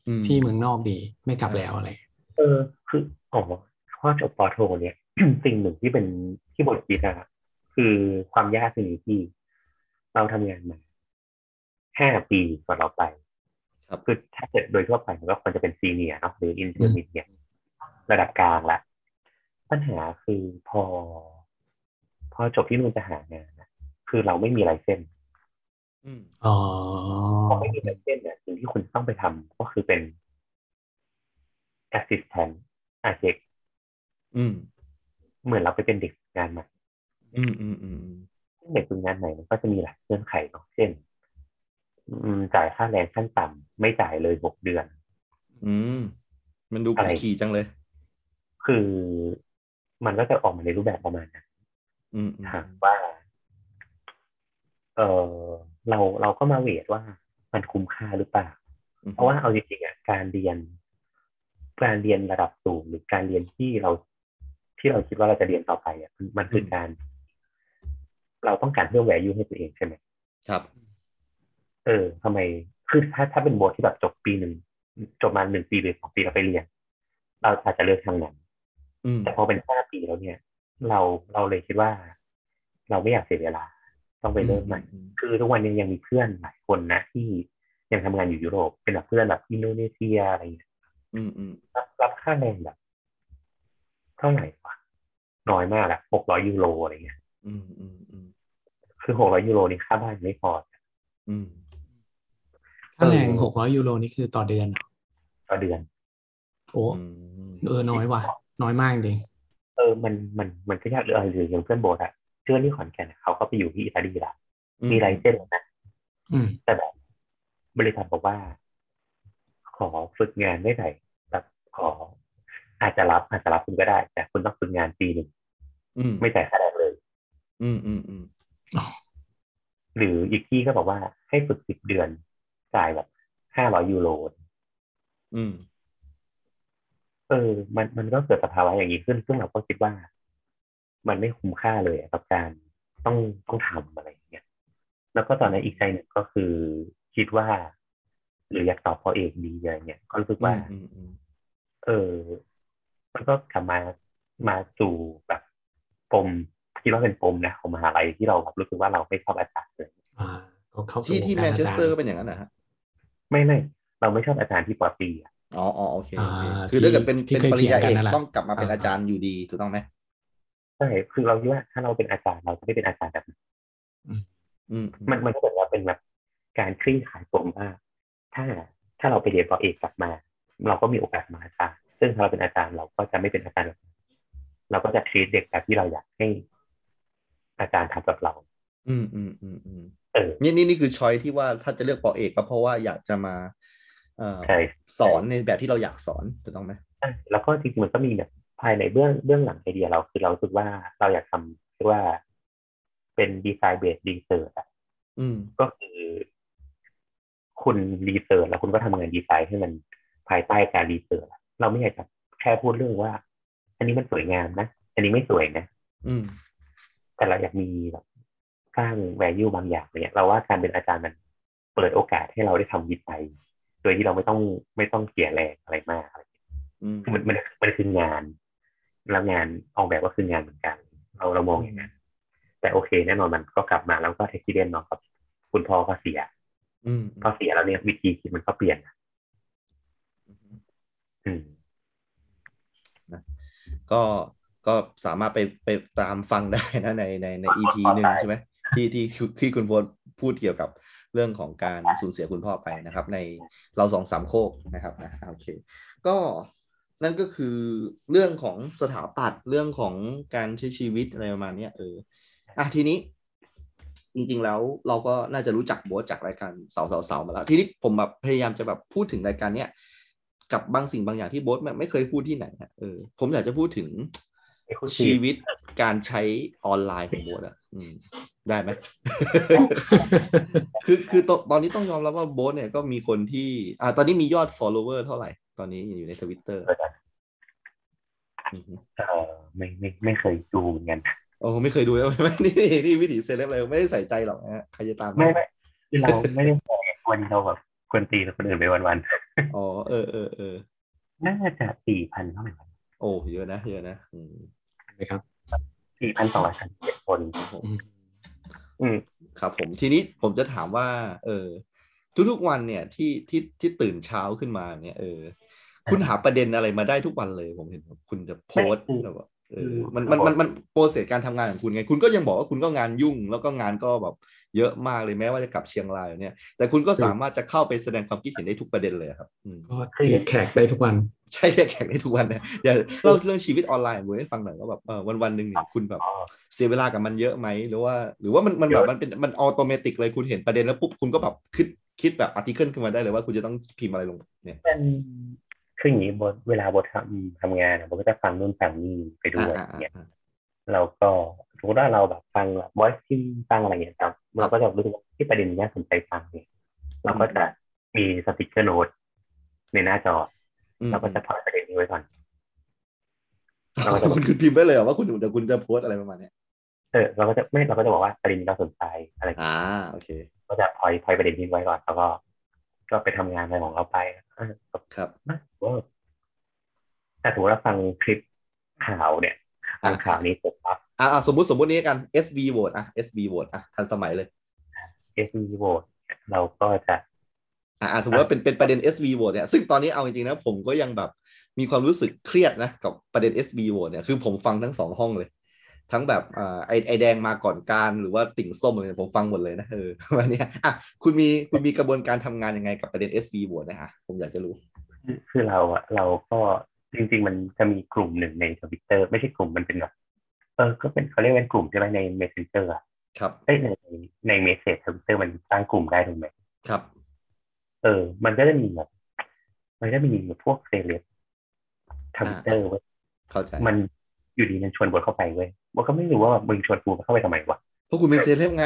S2: อืม
S3: ที่เมืองนอกดีไม่กลับแล้วอะไร
S1: เออ คืออ๋อข้อจบปอโท เนี่ย สิ่งหนึ่งที่เป็นที่บทคิดอะคือความยากสิ่งนี้ที่ เราทำงานมาห้าปีก่อนเราไป
S2: ครับ
S1: คือถ้าเกิดโดยทั่วไปมันก็ควรจะเป็นซีเนียร์เนาะหรืออินเตอร์มีเดียระดับกลางละปัญหาคือพอ พอจบที่นู่นจะหางานอะคือเราไม่มีไลเซน
S2: อืม
S3: อ๋อ
S1: พอไม่มีไลเซนส์เนี่ยสิ่งที่คุณต้องไปทำก็คือเป็น assistant อาเจก
S2: อืม
S1: เหมือนเราไปเป็นเด็กฝึกงานใหม่
S2: อืมอืมอืมอืม
S1: ซึ่งเด็กฝึกงานใหม่มันก็จะมีหลายเงื่อนไขเนาะเช่น อืมจ่ายค่าแรงขั้นต่ำไม่จ่ายเลยหกเดือน
S2: อืมมันดู
S1: อะ
S2: ขุ
S1: ไร
S2: นขี่จังเลย
S1: คือมันก็จะออกมาในรูปแบบประมาณนั้น
S2: อืมอืม
S1: ถามว่า เออเราเราก็มาเวทว่ามันคุ้มค่าหรือเปล่า
S2: อืม
S1: เพราะว่าเอาจริงๆอ่ะการเรียน การเรียนระดับสูงหรือการเรียนที่เราที่เราคิดว่าเราจะเรียนต่อไปอ่ะมันมันคือการ เราต้องการเพิ่มแวร์ยูให้ตัวเองใช่ไหม
S2: ครับ
S1: เออทำไมคือถ้าถ้าเป็นโบทที่แบบจบปีหนึ่งจบมาหนึ่งปีหรือสองปีเราไปเรียน เราอาจจะเลือกทางนั้น
S2: อืม
S1: แต่พอเป็นห้าปีแล้วเนี่ย เราเราเลยคิดว่า เราไม่อยากเสียเวลา ต้องไปเริ่มใหม่
S2: อืม
S1: คือทุกวันนี้ยังมีเพื่อนหลายคนนะที่ยังทำงานอยู่ยุโรปเป็นแบบเพื่อนแบบอินโดนีเซียอะไรอย่างเงี้ย
S2: อืมอืม
S1: รับรับค่าแรงแบบเท่าไหร่วะน้อยมากแหละหกร้อยยูโรอะไรเงี้ย
S2: อืมอืมอืม
S1: คือหกร้อยยูโรนี่ค่าบ้านไม่พอ
S2: อืม
S3: ค่าแรงหกร้อยยูโรนี่คือต่อเดือนเหรอ
S1: ต่อเดือน
S3: โอ้
S2: อืม
S3: เออน้อยว่ะ น้อยมากจริง
S1: เออ มันมันมันก็ยากเออหรืออย่างเพื่อนโบสอะเพื่อนที่ขอนแก่นอะเขาก็ไปอยู่ที่อิตาลีละมีไรเส้นส์นะ
S3: อืม
S1: แต่แบบบริษัทบอกว่า ขอฝึกงานได้ไหนแบบขอ อาจจะรับอาจจะรับคุณก็ได้ แต่คุณต้องฝึกงานปีหนึ่ง
S2: อืม
S1: ไม่จ่ายค่าแรงเลย
S2: อืมอืมอืม
S1: หรืออีกที่ก็บอกว่าให้ฝึกสิบเดือนจ่ายแบบห้าร้อยยูโร
S2: อืม
S1: เออ มัน มันก็เกิดสภาวะอย่างนี้ขึ้น ซึ่งเราก็คิดว่า มันไม่คุ้มค่าเลยอะกับการต้องต้องทำอะไรอย่างเงี้ย แล้วก็ตอนนั้นอีกใจหนึ่งก็คือคิดว่า หรืออยากตอบพอเอกดีอะไรเงี้ย ก็รู้สึกว่า
S2: อืมอืม
S1: เออ มันก็กลับมา มาสู่แบบปมคิดว่าเป็นปมนะของมหาลัยที่เราแบบรู้สึกว่าเราไม่ชอบอาจารย์เลย
S3: อ่าก็เข้าสู่
S2: ที่ที่
S3: วง
S2: แม
S3: กาน ร
S2: เชส
S3: อาจาร
S2: เตอร์
S3: ย์
S2: เป็นอย่างนั้นนะฮะ
S1: ไม่ไม่เราไม่ชอบอาจารย์ที่ปอตรีอะ
S2: อ๋ออ๋อโอเคโอเค
S3: อ่า
S2: คือถ้าเกิดเป็น
S3: ที่
S2: เป็น
S3: เคย
S2: ปริญญา
S3: เถียง
S2: เอน ก
S3: กันั่นแหละ
S2: ต้องกลับมาเป็น
S3: อ่า
S2: อาจารย์อยู่ดีถูกต้องไหม
S1: ใช่ คือเราคิดว่าถ้าเราเป็นอาจารย์เราจะไม่เป็นอาจารย์แบบนั้น
S2: อืม
S1: มัน มันก็เหมือนว่าเป็นแบบการคลี่ขายปมว่า ถ้า ถ้าเราไปเรียนปอเอกกลับมา เราก็มีโอกาสมาอาจารย์ ซึ่งถ้าเราเป็นอาจารย์เราก็จะไม่เป็นอาจารย์แบบนั้นเราก็จะทีตเด็กแบบที่เราอยากให้ อาจารย์ทำกับเรา
S2: อืมอืมอืมอืม
S1: เออ
S2: นี่นี่นี่คือชอยที่ว่าถ้าจะเลือกปอเอกก็เพราะว่าอยากจะมาเอ่อ
S1: ใช่
S2: สอนในแบบที่เราอยากสอนถูกต้องไหม
S1: ใช่แล้วก็จริงๆมันก็มีแบบภายในเบื้องเบื้องหลังไอเดียเราคือเราคิดว่าเราอยากทำเรียกว่าเป็นดีไซน์เบสดีเซอร์
S2: อืม
S1: ก็คือคุณรีเสิร์ชแล้วคุณก็ทำงานดีไซน์ให้มันภายใต้การรีเสิร์ชอะเราไม่อยากจะแค่พูดเรื่องว่า อันนี้มันสวยงามนะ อันนี้ไม่สวยนะ
S2: อืม
S1: แต่เราอยากมีแบบสร้างแว u e บางอย่างเนี่ยเราว่าการเป็นอาจารย์มันเปิดโอกาสให้เราได้ทำวิจัย โดยที่เราไม่ต้องไม่ต้องเสียแรงอะไรมากอะไรอย่างเงี้ย
S2: อืม
S1: คือมันมันมันคืองาน แล้วงานออกแบบก็คืองานเหมือนกัน เราเรามองอย่างนั้นแต่โอเคแน่นอนมันก็กลับมาแล้วก็เอ็กซิเดนเนาะครับ คุณพ่อก็เสีย
S2: อืม
S1: พอเสียแล้วเนี่ยวิธีคิดมันก็เปลี่ยนนะอืม
S2: ก็ก็สามารถไปไปตามฟังได้นะในในใน EP หนึ่งใช่ไหมที่ที่ที่คุณพลพูดเกี่ยวกับเรื่องของการสูญเสียคุณพ่อไปนะครับ ในเราสองสามโคกนะครับนะโอเค ก็นั่นก็คือเรื่องของสถาปัตย์เรื่องของการใช้ชีวิตอะไรประมาณเนี้ยเอออ่ะทีนี้ จริงๆแล้วเราก็น่าจะรู้จักโบทจากรายการเสาเสาเสามาแล้วทีนี้ผมแบบพยายามจะแบบพูดถึงรายการเนี้ยกับบางสิ่งบางอย่างที่โบทแบบไม่เคยพูดที่ไหนอะเออผมอยากจะพูดถึง
S1: Exclusive
S2: ชีวิตการใช้ออนไลน์ของโบทอ่ะอืมได้ไหม คือคือตอนตอนนี้ต้องยอมรับว่าโบทเนี่ยก็มีคนที่อ่าตอนนี้มียอด follower เท่าไหร่ ตอนนี้อยู่ในทวิตเตอร์
S1: เออไม่ไม่ไม่เคยดูเหมือนกัน
S2: โอ้ไม่เคยดูแล้ว นี่นี่นี่วิถีเซเลบอะไรไม่ได้ใส่ใจหรอกนะฮะใครจะตาม
S1: ไม่ไม่เราไม่ได้บอกคนเราแบบควรตีนคนอื่นไปวัน
S2: อ๋อเออเออเออ
S1: ๆน่าจะสี่พันเท่าไหร่
S2: โอ้เยอะนะเยอะนะอืม
S3: นะครับ
S1: สี่พันสองร้อยสามสิบเจ็ดคน
S2: ครับผม
S1: อืม
S2: ครับผมทีนี้ผมจะถามว่า เออ ทุกๆวันเนี่ยที่ที่ที่ตื่นเช้าขึ้นมาเนี่ย เออ คุณหาประเด็นอะไรมาได้ทุกวันเลย ผมเห็นคุณจะโพสต์
S1: ไม่คือ
S2: แบบว่าเออ
S1: คือ
S2: มันมันมันมันโปรเซสการทำงานของคุณไง คุณก็ยังบอกว่าคุณก็งานยุ่ง แล้วก็งานก็แบบเยอะมากเลยแม้ว่าจะกลับเชียงรายเนี่ย แต่คุณก็สามารถจะเข้าไปแสดงความคิดเห็นได้ทุกประเด็นเลยครับอืม
S3: ก็เทรดแขกได้ทุกวัน
S2: ใช่เรี ยกแขกได้ทุกวันนะเดี๋ยวเล่าเรื่องชีวิตออนไลน์ของคุณให้ฟังหน่อยว่าแบบเออวันวันๆหนึ่งเนี่ยคุณแบบ
S1: อ๋อ
S2: เสียเวลากับมันเยอะไหมหรือว่า หรือว่ามันมัน
S1: เย
S2: แบ
S1: อะ
S2: บมันเป็นมันออโตเมติกเลยคุณเห็นประเด็นแล้วปุ๊บคุณก็แบบคิดคิดแบบอาร์ติเคิลขึ้นมาได้เลยว่าคุณจะต้องพิมพ์อะไรลงเนี่ย
S1: เป็นคืออย่างนี้บทเวลาบททำทำงานอะบทก็จะฟังนู่นฟังนี่ไปด้
S2: อ่า
S1: วย
S2: อ่า
S1: เนี่ย
S2: อ่า
S1: เราก็สมมติว่าเราแบบฟังแบบ voice ที่ฟังอะไรอย่างเงี้ยครับเราก็จะรู้สึกว่าที่ประเด็นนี้น่าสนใจฟังเนี่ยเราก็จะมีสติ๊กเกอร์โน้ตในหน้าจออ
S2: ม
S1: เราก็จะถอดประเด็นนี้ไว้ก่อน เราก็จะ
S2: คุณคือพิมพ์ไปเลยเหรอว่าคุณเดี๋ยวคุณจะโพสต์อะไรประมาณเนี้ย
S1: เออเราก็จะไม่เราก็จะบอกว่าประเด็นนี้เราสนใจอะไรอย่างเงี้ย
S2: อ่าโอเค
S1: ก็จะพอยพอยประเด็นนี้ไว้ก่อนแล้วก็ก็ไปทำงานอะไรของเราไปเออ
S2: ครับ
S1: ไม่เว่าแต่ถือว่าฟังคลิปข่าวเนี่ยฟังข่าวนี้เสร็จปั๊บ
S2: อ่าอ่าสมมติสมมตินี้กัน SV vote อ่ะ SV vote อ่ะทันสมัยเลย
S1: SV vote เราก็จะ
S2: อ่าอ่าสมมติว่าเป็นเป็นประเด็น SV vote เนี่ยซึ่งตอนนี้เอาจริงๆนะผมก็ยังแบบมีความรู้สึกเครียดนะกับประเด็น SV vote เนี่ยคือผมฟังทั้งสองห้องเลย ทั้งแบบอ่าไอไอแดงมาก่อนการหรือว่าติ่งส้มอะไรเนี่ยผมฟังหมดเลยนะเออวันเนี้ยอ่ะคุณมีคุณมีกระบวนการทำงานยังไงกับประเด็น SV vote นะฮะผมอยากจะรู้
S1: คือเราอะเราก็จริง ๆ มันจะมีกลุ่มหนึ่งในทวิตเตอร์ไม่ใช่กลุ่มมันเป็นแบบเออก็เป็นเขาเรียกเป็นกลุ่มใช่ไหมใน messenger อะ
S2: ครับ
S1: เอ้ยในใน message ทวิตเตอร์มันสร้างกลุ่มได้ถูกไหม
S2: ครับ
S1: เออ มันก็จะมีแบบมันก็มีพวกเซเลบทวิตเตอร์เว้ย
S2: เข้าใจ
S1: มันอยู่ดีมันชวนบทเข้าไปเว้ยบทก็ไม่รู้ว่าแบบมึงชวนกูเข้าไปทำไมวะ
S2: เพราะคุณเป็นเซเลบไง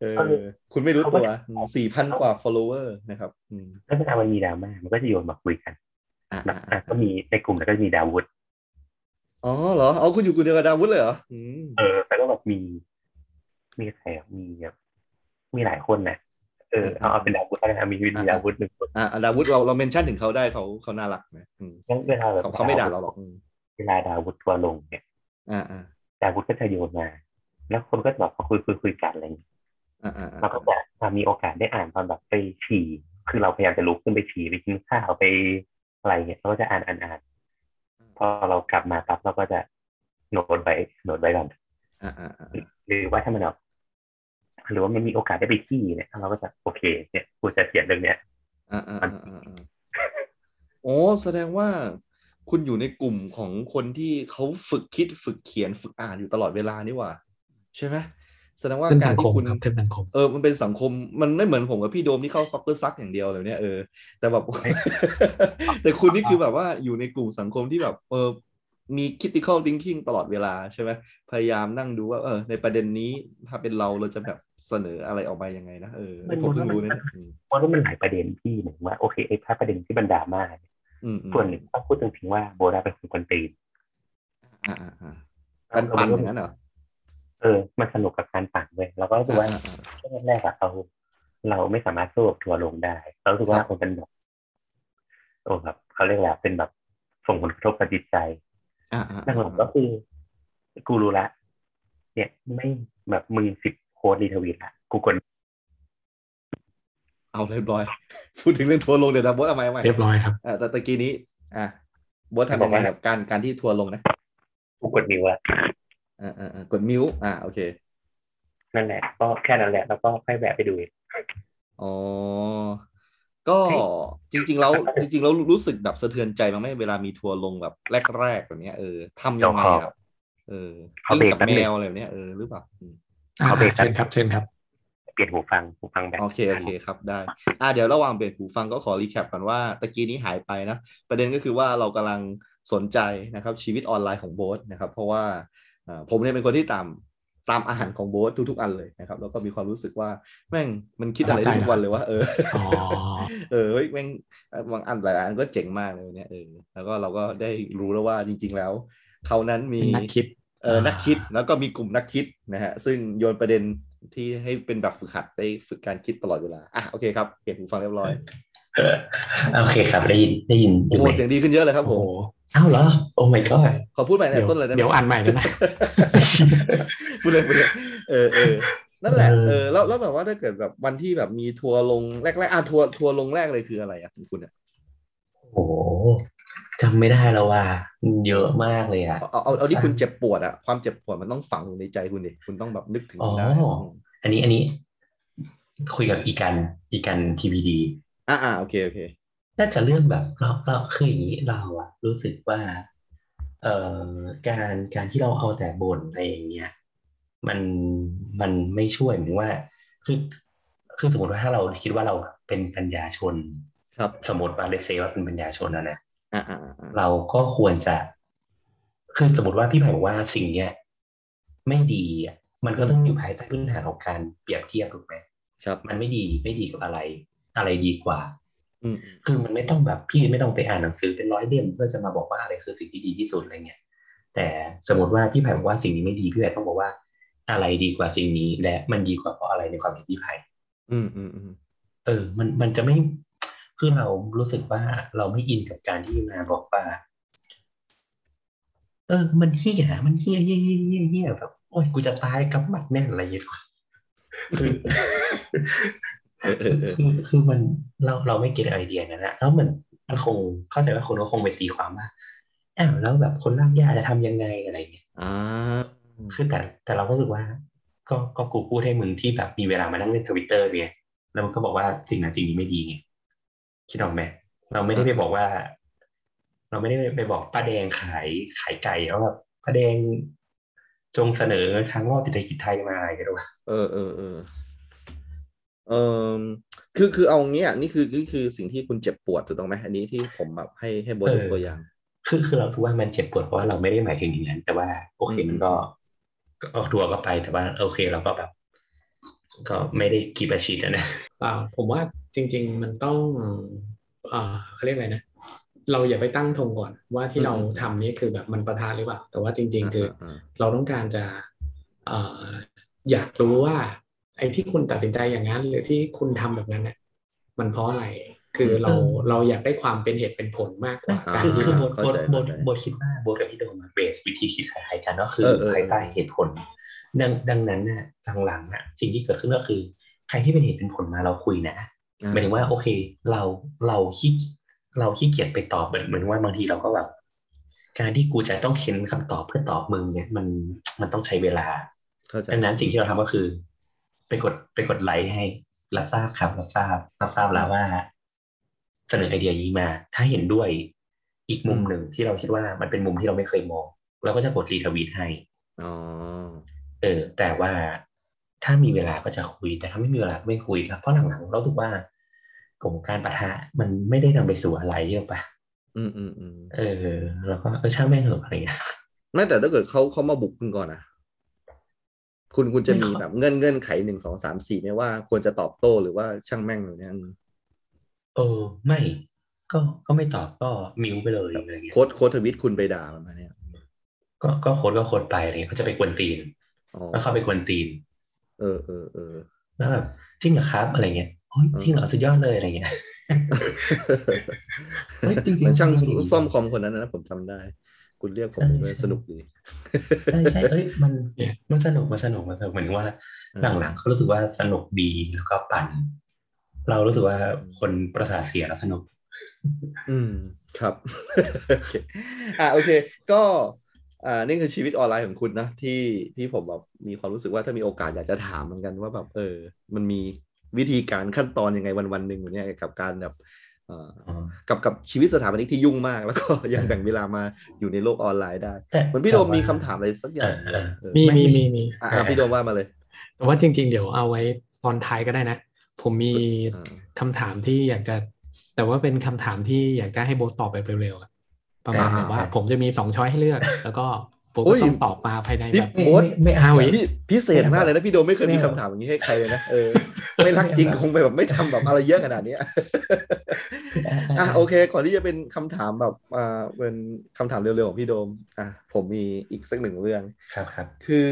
S2: เออคุณไม่รู้ตัวสี่พันกว่า follower นะครับอืม
S1: แล้วเวลามันมีดราม่ามันก็จะโยนมาคุยกัน
S2: อ่ะ
S1: แบบ
S2: อ่ะ
S1: อ่ะ
S2: อ่ะ
S1: ก็มีในกลุ่มแล้วก็มีดาวุธ
S2: อ๋อเหรอเอาคุณอยู่กลุ่มเดียวกับดาวุฒิเลยเหรออืม
S1: เออแต่ก็แบบมีมีใครอ่ะมีแบบมีหลายคนนะเออเอาเอาเป็นดาวุธแล้วกันนะมีมีดาวุธหนึ่งคน
S2: อ่าดาวุธเราเราเมนชั่นถึงเขาได้เขาเขาน่ารักนะอืม
S1: งั้นเวลาแบบ
S2: เขาเขาไม่ด่าเราหรอกอืม
S1: เวลาดาวุธทัวร์ลงเนี่ย
S2: อ่าอ่า
S1: ดาวุธก็จะโยนมา แล้วคนก็แบบมาคุยคุยคุยกันอะไรอย่างเงี้ย
S2: อ่าอ่า
S1: เราก็จะมามีโอกาสได้อ่านตอนแบบไปฉี่คือเราพยายามจะลุกขึ้นไปฉี่ไปกินข้าวไปอะไรเงี้ยเราก็จะอ่านอ่านอ่านพอเรากลับมาปั๊บเราก็จะโน้ตไว้โน้ตไว้ก่อน
S2: อ่าอ่าอ่า
S1: หรือว่าถ้ามันแบบหรือว่ามันมีโอกาสได้ไปขี่เนี่ยเราก็จะโอเค เนี่ยกูจะเขียนเรื่องเนี้ย
S2: อ่าอ่าอ่าอ่าอ่าโอ้แสดงว่าคุณอยู่ในกลุ่มของคนที่เขาฝึกคิดฝึกเขียนฝึกอ่านอยู่ตลอดเวลานี่หว่า ใช่ไหมแสดงว่า
S3: เป็น
S2: กา
S3: สั
S2: รง
S3: ค
S2: ที่
S3: ม
S2: คุณ
S3: ครับเป็นสังคม
S2: เออ มันเป็นสังคม มันไม่เหมือนผมกับพี่โดมที่เข้าซ็อกเกอร์ซักอย่างเดียวเลยเนี่ยเออ แต่แบบ แต่คุณนี่คือแบบว่าอยู่ในกลุ่มสังคมที่แบบ เออ มี critical thinking ตลอดเวลาใช่ไหม พยายามนั่งดูว่า เออ ในประเด็นนี้ถ้าเป็นเราเราจะแบบเสนออะไรออกมายังไงนะ เออ ผมเพิ่งรู้นะเนี่ยอืม
S1: เพราะว่ามันหลายประเด็นที่หมายถึงว่าโอเคไอ้ถ้าประเด็นที่บรรดรามาเนี่ย
S2: อืมอืม
S1: ส่วนหนึ่งต้องพูดจริงๆว่าโบราณเป็นคนกวนตีน
S2: อ่าอ่าอ่าปันปันอย่างนั้นเหรอ
S1: เออมันสนุกกับการปั่นเว้ยเราก็รู้สึกว่า
S2: อ่าอ่าอ่า
S1: ช่วงแรกอะเราเราไม่สามารถสู้กับทัวร์ลงได้เรารู้สึกว่า
S2: ครับ
S1: มันเป็นแบบโอ้แบบเขาเรียกอะไรเป็นแบบส่งผลกระทบกับจิตใจ
S2: อ่าอ่า
S1: นั่นผมก็คือกูรู้ละเนี่ยไม่แบบมึงสิบโพสต์รีทวีตละกูกวน
S2: เอาเรียบร้อย พูดถึงเรื่องทัวร์ลงเดี๋ยวนะโบอสเอาไมเอาไว้
S3: เรียบร้อยครับ
S2: อ่าแต่ตะกี้นี้ อ่ะโบอสทำยังไงกับการการที่ทัวร์ลงนะ
S1: กูกดนิ้วอะ
S2: อ่าอ่าอ่ากดมิวอ่าโอเค
S1: นั่นแหละ ก็แค่นั้นแหละ แล้วก็ค่อยแวะไปดูอีก
S2: อ๋อ ก็
S1: เฮ้ย
S2: จริงๆแล้วจริงๆแล้วรู้สึกแบบสะเทือนใจบ้างไหมเวลามีทัวร์ลงแบบแรกๆแบบเนี้ยเออทำยังไงครับเออเล่นกับแมวอะไรแบบเนี้ยเออหรือเปล่าอืม
S3: อ่า
S1: เอาเบรกค
S3: เชิ
S1: รับ
S3: ญครับเชิญครับ
S1: เปลี่ยนหูฟังหูฟังแบบ
S2: โอเค โอเคครับได้ อ่าเดี๋ยวระหว่างเบรกหูฟังก็ขอรีแคปก่อนว่าตะกี้นี้หายไปนะ ประเด็นก็คือว่าเรากำลังสนใจนะครับชีวิตออนไลน์ของโบ๊ทนะครับ เพราะว่าอ่าผมเนี่ยเป็นคนที่ตามตามอาหารของโบ๊ททุกๆอันเลยนะครับ แล้วก็มีความรู้สึกว่าแม่งมันคิดอะไรได้ทุกวันเลยว่าเออ
S3: อ๋อ
S2: เออเฮ้ยแม่งบางอันหลายอันก็เจ๋งมากเลยเนี่ยเออแล้วก็เราก็ได้รู้แล้วว่าจริง ๆ แล้วเขานั้นมี
S3: เป็นนักคิด
S2: เออ
S3: อ่า
S2: นักคิดแล้วก็มีกลุ่มนักคิดนะฮะซึ่งโยนประเด็นที่ให้เป็นแบบฝึกหัดได้ฝึกการคิดตลอดเวลาอ่ะโอเคครับเปลี่ยนหูฟังเรียบร้อย
S4: โอเคครับได้ยินได้ยิน
S2: โอ้โห
S4: ไหม
S2: เสียงดีขึ้นเยอะเลยครับผ
S3: โอ้
S2: ม
S3: โห
S4: อ้าวเหรอ โอ้ my god
S2: ขอพูดใหม่ใน
S3: เดี๋ยว
S2: ต้นเลยได้ไหม
S3: เดี๋ยวอ่านใหม่เลยนะ
S2: พูดเลยพูดเลยเออเออนั่นแหละ
S4: เออ
S2: เออแล้วแล้วแบบว่าถ้าเกิดแบบวันที่แบบมีทัวร์ลงแรกๆอ่ะทัวร์ทัวร์ลงแรกเลยคืออะไรอ่ะของคุณอ่ะ
S4: โอ้โหจำไม่ได้แล้วว่าเยอะมากเลยอะ
S2: เอาเอาเอาเอาที่คุณเจ็บปวดอ่ะความเจ็บปวดมันต้องฝังอยู่ในใจคุณดิคุณต้องแบบนึกถึง
S4: อ๋อ
S2: มันได้
S4: อันนี้อันนี้ คุยกับอีกันอีกันทีพีดี
S2: อ่าอ่าโอเคโอเค
S4: น่าจะเรื่องแบบเราเราคืออย่างนี้เราอะรู้สึกว่าเอ่อการการที่เราเอาแต่บ่นอะไรอย่างเงี้ยมันมันไม่ช่วยเหมือนว่าคือคือสมมติว่าถ้าเราคิดว่าเราเป็นปัญญาชน
S2: ครับ
S4: สมมติว่าเลเซว่าเป็นปัญญาชนนะนะ
S2: อ่าอ่าอ่าอ่า
S4: เราก็ควรจะคือสมมติว่าพี่ไผ่บอกว่าสิ่งเนี้ยไม่ดีอะมันก็ต้องอยู่ภายใต้พื้นฐานของการเปรียบเทียบถูกไหม
S2: ครับ
S4: มันไม่ดีไม่ดีกับอะไร อะไรดีกว่า
S2: อืม
S4: คือมันไม่ต้องแบบพี่ไม่ต้องไปอ่านหนังสือเป็นร้อยเล่มเพื่อจะมาบอกว่าอะไรคือสิ่งที่ดีที่สุดอะไรเงี้ยแต่สมมติว่าพี่ไผ่บอกว่าสิ่งนี้ไม่ดีพี่ไผ่ต้องบอกว่า อะไรดีกว่าสิ่งนี้ และมันดีกว่าเพราะอะไรในความเห็นพี่ไผ่
S2: อืมอืมอืม
S4: เออ มันมันจะไม่คือเรารู้สึกว่าเราไม่อินกับการที่มาบอกว่า เออ มันเฮี้ยมันเฮี้ยเฮี้ยเฮี้ยเฮี้ยเฮี้ยแบบโอ้ยกูจะตายกับหมัดแน่นอะไรอย่างเงี้ยคือ
S2: เออเออเออ
S4: คือคือมันเราเราไม่เก็ตไอเดียนั้นนะแล้วเหมือนมันคงเข้าใจว่าคนก็คงไปตีความว่าอ้าวแล้วแบบคนรากหญ้าจะทำยังไงอะไรเงี้ย
S2: อ่า
S4: คือแต่แต่เราก็รู้สึกว่า ก็ก็กูพูดให้มึงที่แบบมีเวลามานั่งเล่นทวิตเตอร์ไงแล้วมึงก็บอกว่าสิ่งนั้นสิ่งนี้ไม่ดีไงคิดออกไหมเราไม่ได้ไปบอกว่า เราไม่ได้ไปบอกป้าแดงขายขายไก่เอาแบบป้าแดงจงเสนอทางรอดเศรษฐกิจไทยมาอะไรกันวะ
S2: เออเออเออเออคือคือเอางี้อ่ะนี่คือนี่คือสิ่งที่คุณเจ็บปวดถูกต้องไหมอันนี้ที่ผมแบบให้ให้โบทยกตัวอย่าง
S4: คือคือเราคิดว่ามันเจ็บปวดเพราะว่าเราไม่ได้หมายถึงอย่างนั้น แต่ว่าโอเคมันก็ ก็ออกทัวร์ก็ไปแต่ว่าโอเคเราก็แบบ ก็ไม่ได้กีบอาชีพนะ
S3: เปล่าผมว่าจริง ๆ มันต้องเอ่อเขาเรียกอะไรนะ เราอย่าไปตั้งธงก่อนว่าที่
S2: อืม
S3: เราทำนี่คือแบบมันประทานหรือเปล่า แต่ว่าจริง ๆ คืออา
S2: า
S3: เราต้องการจะเอ่ออยากรู้ว่า ไอ้ที่คุณตัดสินใจอย่างนั้น หรือที่คุณทำแบบนั้นเนี่ยมันเพราะอะไร คือเรา
S4: อืม
S3: เราอยากได้ความเป็นเหตุเป็นผลมากกว่า
S2: อ่า
S4: คือคือโบท
S2: เข้า
S4: โบท
S2: ใจเข้าใจ
S4: โบทโบทคิดว่าโบทกับพี่โดมเบสวิธีคิดคล้ายๆกันก็คือ
S2: เออเออ
S4: ภายใต้เหตุผล ดังดังนั้นน่ะหลังๆน่ะ สิ่งที่เกิดขึ้นก็คือ ใครที่เป็นเหตุเป็นผลมาเราคุยนะ
S2: อ่า
S4: หมายถึงว่าโอเค เราเราขี้เราขี้เกียจไปตอบเหมือนเหมือนว่าบางทีเราก็แบบการที่กูจะต้องเค้นคำตอบเพื่อตอบมึงเนี่ยมันมันต้องใช้เวลา
S2: เข้าใจ
S4: ดังนั้นสิ่งที่เราทำก็คือ ไปกดไปกดไลค์ให้รับทราบครับรับทราบรับทราบแล้วว่า เสนอไอเดียนี้มา ถ้าเห็นด้วยอีกมุมหนึ่งที่เราคิดว่ามันเป็นมุมที่เราไม่เคยมองเราก็จะกดรีทวีตให้
S2: อ๋อ
S4: เออ แต่ว่าถ้ามีเวลาก็จะคุย แต่ถ้าไม่มีเวลาก็ไม่คุยแล้วเพราะหลังๆเรารู้สึกว่ากลุ่มการปะทะมันไม่ได้นำไปสู่อะไรหรอกปะ
S2: อืมอืมอืม
S4: เออ แล้วก็เออช่างแม่งเหอะอะไรเงี้ย
S2: ไม่แต่ถ้าเกิดเขาเขามาบุกคุณก่อนนะคุณคุณจะ
S4: ไม่
S2: มี
S4: ขอ
S2: แบบเงื่อนเงื่อนไขหนึ่งสองสามสี่ไหมว่าควรจะตอบโต้หรือว่าช่างแม่งหรือเนี่ย
S4: เออ ไม่ก็ก็ไม่ตอบก็มิวไปเลยอะไรเงี้ย
S2: โค้ดโค้ดทวิตคุณไปด่ามันมาเนี่ย
S4: ก็ก็โค้ดก็โค้ดไปอะไรเงี้ยเขาจะไปกวนตีน
S2: อ๋อ
S4: แล้วเข้าไปกวนตีน
S2: เออเออเออ
S4: แล้วแบบจริงเหรอครับอะไรเงี้ยโอ้ยจริงเหรอสุดยอดเลยอะไรเงี้ย เฮ้ยจริงๆ
S2: เหมือนช่าง
S4: มันมี
S2: ซ่อมคอมคนนั้นนะผมจำได้ คุณเรียกผมไปด้วยสนุกดี
S4: ใช่ใช่เอ้ยมันมันสนุกมันสนุกมันสนุกเหมือนว่าหลังๆเขารู้สึกว่าสนุกดีแล้วก็ปั่น เรารู้สึกว่าคนประสาทเสียแล้วสนุก
S2: อืมครับ โอเคอ่ะโอเค ก็อ่านี่คือชีวิตออนไลน์ของคุณนะที่ที่ผมแบบมีความรู้สึกว่าถ้ามีโอกาสอยากจะถามเหมือนกันว่าแบบเออ มันมีวิธีการขั้นตอนยังไงวันวันๆหนึ่งเนี่ยกับการแบบเอ่อกับกับชีวิตสถาปนิกที่ยุ่งมาก แล้วก็ยังแบ่งเวลามาอยู่ในโลกออนไลน์ได้
S4: แต่
S2: เหมือนพี่โดมมีคำถามอะไรสักอ
S4: เอย่าง อเออ
S2: เออ
S3: มี
S4: ไม่
S3: มี
S4: มี
S3: มีมี
S2: อ่ะอ่ะพี่โดมว่ามาเลย
S3: แต่ว่าจริง ๆ เดี๋ยวเอาไว้ตอนท้ายก็ได้นะ ผมมีคำถามที่อยากจะ แต่ว่าเป็นคำถามที่อยากจะให้โบทตอบแบบเร็วๆอะประมาณแบบว่า
S4: อ่าครับ
S3: ผมจะมีสองช้อยให้เลือก แล้วก็โบท
S2: โอ้
S3: ก็
S2: ย
S3: ต้องตอบมาภายใน
S2: พี่
S3: แบบ
S2: โบท
S4: ไม่เอาอีก
S2: พี่พิเศษมากเลยนะพี่โดมไม่เคยมี
S4: ไม่
S2: คำ
S4: เอา
S2: ถามอย่างนี้ให้ใครเลยนะเออไม่รักจริงคงไปแบบไม่ทำแบบอะไรเยอะขนาดเนี้ย อ่ะโอเค ก่อนที่จะเป็นคำถามแบบอ่าเป็นคำถามเร็วๆของพี่โดมอ่ะผมมีอีกสักหนึ่งเรื่อง
S4: ครับครับ
S2: คือ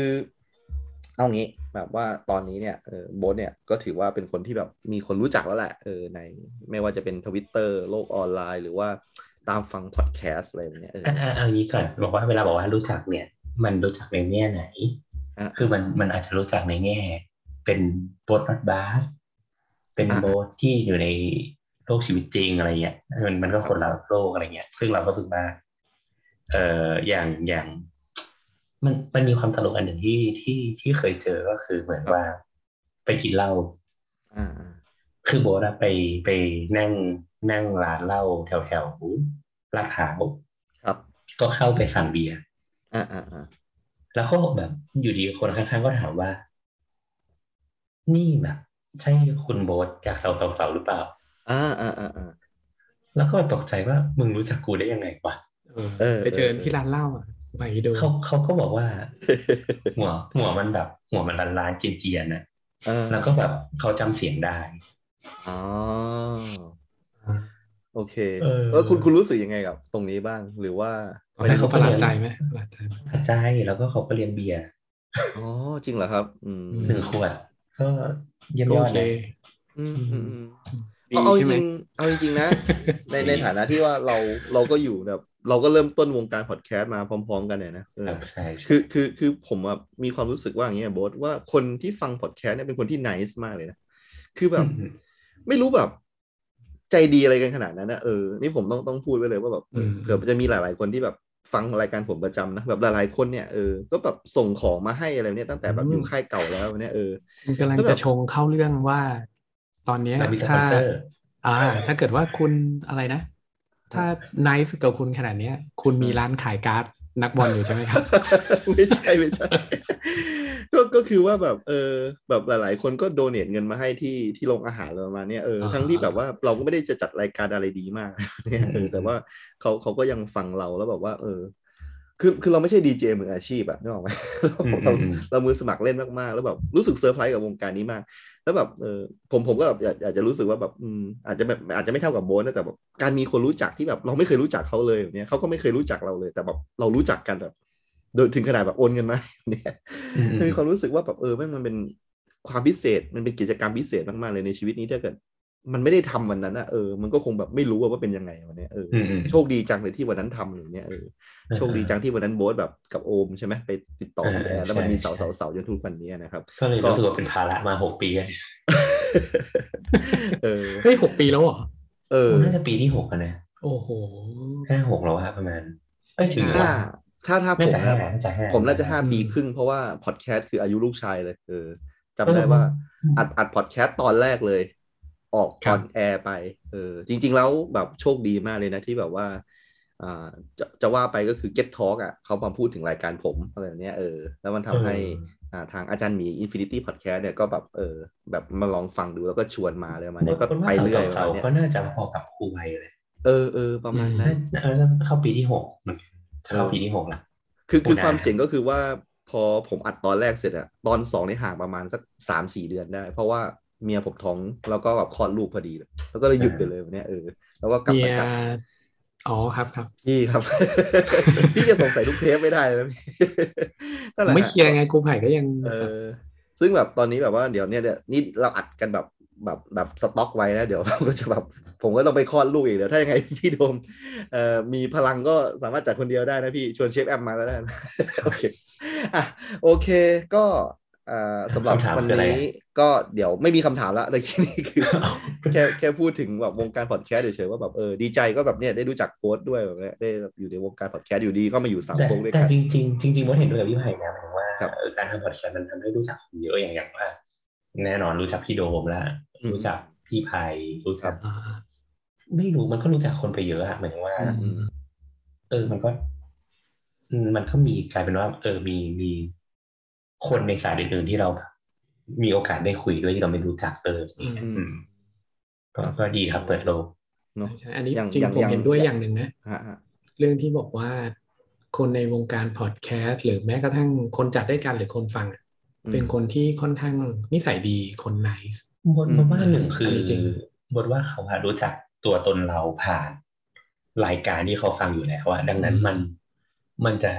S2: เอางี้แบบว่าตอนนี้เนี่ยเออโบทเนี่ยก็ถือว่าเป็นคนที่แบบมีคนรู้จักแล้วแหละเออในไม่ว่าจะเป็นทวิตเตอร์โลกออนไลน์ หรือว่าตามฟังพอดแคสต์อะไรแบบเนี้ยเออ
S4: อ่ะอ่ะเอางี้ก่อนบอกว่าเวลาบอกว่ารู้จักเนี่ย มันรู้จักในแง่ไหน
S2: อ่ะ
S4: คือมันมันอาจจะรู้จักในแง่ เป็นโบสต์บาสเป็น
S2: อ่ะ
S4: โบสต์ที่อยู่ในโลกชีวิตจริงอะไรเงี้ยมันมันก็คนละโลกอะไรเงี้ย ซึ่งเราก็ฝึกมาเอ่ออย่างอย่าง มันมันมีความตลกอันหนึ่งที่ที่ที่เคยเจอก็คือเหมือนว่าไปกินเหล้า
S2: อ่า
S4: คือโบสอะไปไปนั่งนั่งร้านเหล้าแถวแถวลาดพร้าว
S2: ครับ
S4: ก็เข้าไปสั่งเบียร์
S2: อ่าอ่าอ่า
S4: แล้วก็แบบอยู่ดีคนข้างๆก็ถามว่า นี่แบบใช่คุณโบ๊ทจากเสาเสาเสาหรือเปล่า
S2: อ่าอ่าอ่าอ่า
S4: แล้วก็ตกใจว่ามึงรู้จักกูได้ยังไงวะ
S3: เออ
S2: เออ
S3: ไปเจอที่ร้านเหล้าอะไปดู
S4: เขาเขาก็บอกว่า หัวหัวมันแบบ หัวมันล้านล้านๆเจียนๆนะ
S2: เออ
S4: แล้วก็แบบเขาจำเสียงได้
S2: อ๋อโอเค
S4: เออ
S2: เออคุณคุณรู้สึกยังไงกับตรงนี้บ้างหรือว่า
S3: ตอนแรกเขาประหลาดใจไหมประหลาดใจไหม
S4: อาใจารย์แล้วก็เขาก็เรียนเบียร์
S2: อ๋อจริงเหรอครับ อืม
S4: หนึ่งขวด ก็เยี่ยม
S3: ก็
S4: ยอ
S3: โอ
S4: ด
S3: เค
S4: เลย
S2: อืมอืมอืม
S3: ดี
S2: เอาเอาจ
S3: ใช่ไหม
S2: ริงๆเอาจริงๆนะ ในในฐานะที่ว่าเราเราก็อยู่แบบ เราก็เริ่มต้นวงการพอดแคสต์มาพร้อม ๆ กันเนี่ยนะเออ
S4: ครับใช่ใช่
S2: คือคือคือผมอะมีความรู้สึกว่าอย่างเงี้ยโบทว่าคนที่ฟังพอดแคสต์เนี่ยเป็นคนที่ nice มากเลยนะ คือแบบ
S4: อืม
S2: ไม่รู้แบบใจดีอะไรกันขนาดนั้นนะเออ นี่ผมต้องต้องพูดไว้เลยว่าแบบ
S3: อืม
S2: เผื่อจะมีหลาย ๆ คนที่แบบฟังรายการผมประจำนะแบบหลายๆคนเนี่ยเออก็แบบส่งของมาให้อะไรเนี่ยตั้งแต่แบบอยู่ค่ายเก่าแล้วเนี่ยเออ
S3: คุณกำลัง
S2: แล้วแบ
S3: จะ
S2: บ
S3: ชงเข้าเรื่องว่า ตอนเนี้ย
S4: มันมีสป
S3: ถ้า
S4: อนเซอร์
S3: อ่า ถ้าเกิดว่าคุณอะไรนะ ถ้าไนท์กับคุณขนาดเนี้ย คุณมีร้านขายการ์ดนักบอลอยู่ใช่ไหมครับ
S2: ไม่ใช่ไม่ใช่ ก็ก็คือว่าแบบเออแบบหลาย ๆ คนก็โดเนทเงินมาให้ที่ที่โรงอาหารอะไรประมาณเนี้ยเออ
S3: อ่า
S2: ทั้งที่แบบว่าเราก็ไม่ได้จะจัดรายการอะไรดีมากเนี่ยเออ
S4: อืม
S2: แต่ว่าเขาเขาก็ยังฟังเราแล้วแบบว่า เออ คือคือเราไม่ใช่ดีเจมืออาชีพอะนึกออกไหม
S4: อืม
S2: เรา
S4: อืม
S2: เรามือสมัครเล่นมากๆ แล้วแบบรู้สึกเซอร์ไพรส์กับวงการนี้มาก แล้วแบบเออผมผมก็แบบอยากอยากจะรู้สึกว่าแบบอืมอาจจะแบบอาจจะไม่เท่ากับโบทนะแต่แบบการมีคนรู้จักที่แบบเราไม่เคยรู้จักเขาเลยแบบเนี้ยเขาก็ไม่เคยรู้จักเราเลย แต่แบบเรารู้จักกันแบบโดยถึงขนาดแบบโอนเงินมา เนี่ย
S4: อืมอืม
S2: มันมีความรู้สึกว่าแบบเออแม่งมันเป็นความพิเศษมันเป็นกิจกรรมพิเศษมากๆเลยในชีวิตนี้ถ้าเกิด มันไม่ได้ทำวันนั้นอะเออมันก็คงแบบไม่รู้ว่าเป็นยังไงวันเนี้ยเอออ
S4: อืมอืม
S2: โชคดีจังเลยที่วันนั้นทำอย่างเนี้ยเออโชคดีจังที่วันนั้นโบ๊ทแบบกับโอมใช่ไหมไปติดต่อพี่แอร์แล้วมันมีเสา
S4: ใช่
S2: เสาเสาจนทุกวันนี้นะครับ
S4: ก็เลยรู้สึกว่าเป็นภาระมาหกปีกัน
S2: เออ
S3: เฮ้ยหกปีแล้วเหรอ
S2: เออ
S4: น่าจะปีที่หกอะนะ
S3: โอ้โห
S4: ห้าหกแล้วอะประมาณ เอ้ยถึงหรือ
S2: ถ้า
S4: ว่า
S2: ถ้าถ้าผ
S4: น่าม จะห้า
S2: นะ
S4: น่าจะห้า
S2: ผมน่าจะห้า
S3: อืม
S2: ปีครึ่งเพราะว่าพอดแคสต์คืออายุลูกชายเลยเออจำ
S4: เออ
S2: ได้ว่า
S4: อืม
S2: อัดอัดพอดแคสต์ตอนแรกเลย ออก
S3: ค
S2: อ
S3: รั
S2: อบ นแอร์ไปเออจริง ๆ แล้วแบบโชคดีมากเลยนะที่แบบว่าอ่าจะจะว่าไปก็คือ Get Talk อ่ะเขามาพูดถึงรายการผมอะไรแบบเนี้ยเออแล้วมันทำให้ อ่าทางอาจารย์หมี Infinity Podcast เนี่ยก็แบบเออแบบมาลองฟังดูแล้วก็ชวนมาเลยประมาณ
S4: เออ
S2: เนี้ยก็
S4: คนว่า
S2: ไป
S4: เสา
S2: เรื่อยประ
S4: เสา
S2: มาณ
S4: ๆ
S2: เนี้ย
S4: ก็น่าจะพอกับครูไวเลย
S2: เออเออประมาณนั้น
S4: น่าเออน่าจะเข้าปีที่หกเหมือนกันถ้าเข้าปีที่หกละ
S2: คือคือ
S4: โอ้
S2: ความ
S4: นาน
S2: เจ๋งก็คือว่าพอผมอัดตอนแรกเสร็จอะตอนสองในยห่างประมาณสักสามสี่เดือนได้ เพราะว่าเมียผมท้องแล้วก็แบบคลอดลูกพอดีเลยแล้วก็เลยหยุดไปเลยแบบเนี้ยเออแล้วก็กลับ
S3: เมี
S2: มาย จัด
S3: อ๋อครับครับ
S2: พี่ครับ พี่จะสงสัยทุกเทปไม่ได้แล้วพี่ นั่นแหละฮะ
S3: ไม่เคลียร์ไงกูไผ่ก็ยัง
S2: เออซึ่งแบบตอนนี้แบบว่าเดี๋ยวเนี่ยเนี่ยนี่เราอัดกันแบบแบบแบบสต็อกไว้นะ เดี๋ยวเราก็จะแบบ ผมก็ต้องไปคลอดลูกอีกเดี๋ยวถ้ายังไงพี่โดมเอ่อมีพลังก็สามารถจัดคนเดียวได้นะพี่ชวนเชฟแอมมาก็ได้นะ โอเคอ่ะโอเคก็เอ่อสำหรับ
S4: คำถาม
S2: วัน
S4: คืออะไร
S2: นี้
S4: อะ
S2: ก็เดี๋ยวไม่มีคำถามละแต่ทีนี้คือ แค่แค่พูดถึงแบบวงการพอดแคสต์เฉยๆว่าแบบเออดีใจก็แบบเนี่ยได้รู้จักโค้ดด้วยแบบเนี้ยได้อยู่ในวงการพอดแคสต์อยู่ดีก็มาอยู่สาม
S4: แต่
S2: วงด้วย
S4: แต่
S2: กัน
S4: จริงๆจริงๆผมเห็นด้วยกับพี่ไผ่นะหมายถึงว่า
S2: ครับ
S4: เออการทำพอดแคสต์มันทำให้รู้จักคนเยอะอย่างอย่างว่าแน่นอนรู้จักพี่โดมแล้ว
S2: อืม
S4: รู้จักพี่ไผ่รู้จัก
S3: อ่า
S4: ไม่รู้มันก็รู้จักคนไปเยอะอะหมายถึงว่า
S3: อืม
S4: เออ มันก็อืมมันก็มีกลายเป็นว่า เออ มีมีคนในสายอื่นๆที่เรา มีโอกาสได้คุยด้วยที่เราไม่รู้จักเออ
S3: อืม
S4: อืมก็ก็ดีครับ เปิดโลก
S2: เนอะ
S3: ใช่อันนี้
S2: อย่าง
S3: จริง
S2: อย่าง
S3: ผม
S2: อย่าง
S3: เห็นด้วยอย่างหนึ่งนะ
S2: ฮะฮะ
S3: เรื่องที่บอกว่า คนในวงการพอดแคสต์หรือแม้กระทั่งคนจัดด้วยกันหรือคนฟังอะ
S2: อืม
S3: เป็นคนที่ค่อนข้างนิสัยดีคนไนส์
S4: บท
S2: อืม
S4: บทว่าหนึ่งคือน
S3: นี้จริง
S4: บทว่าเขาอะรู้จักตัวตนเราผ่านรายการที่เขาฟังอยู่แล้วอะดังนั้นมันมันจะ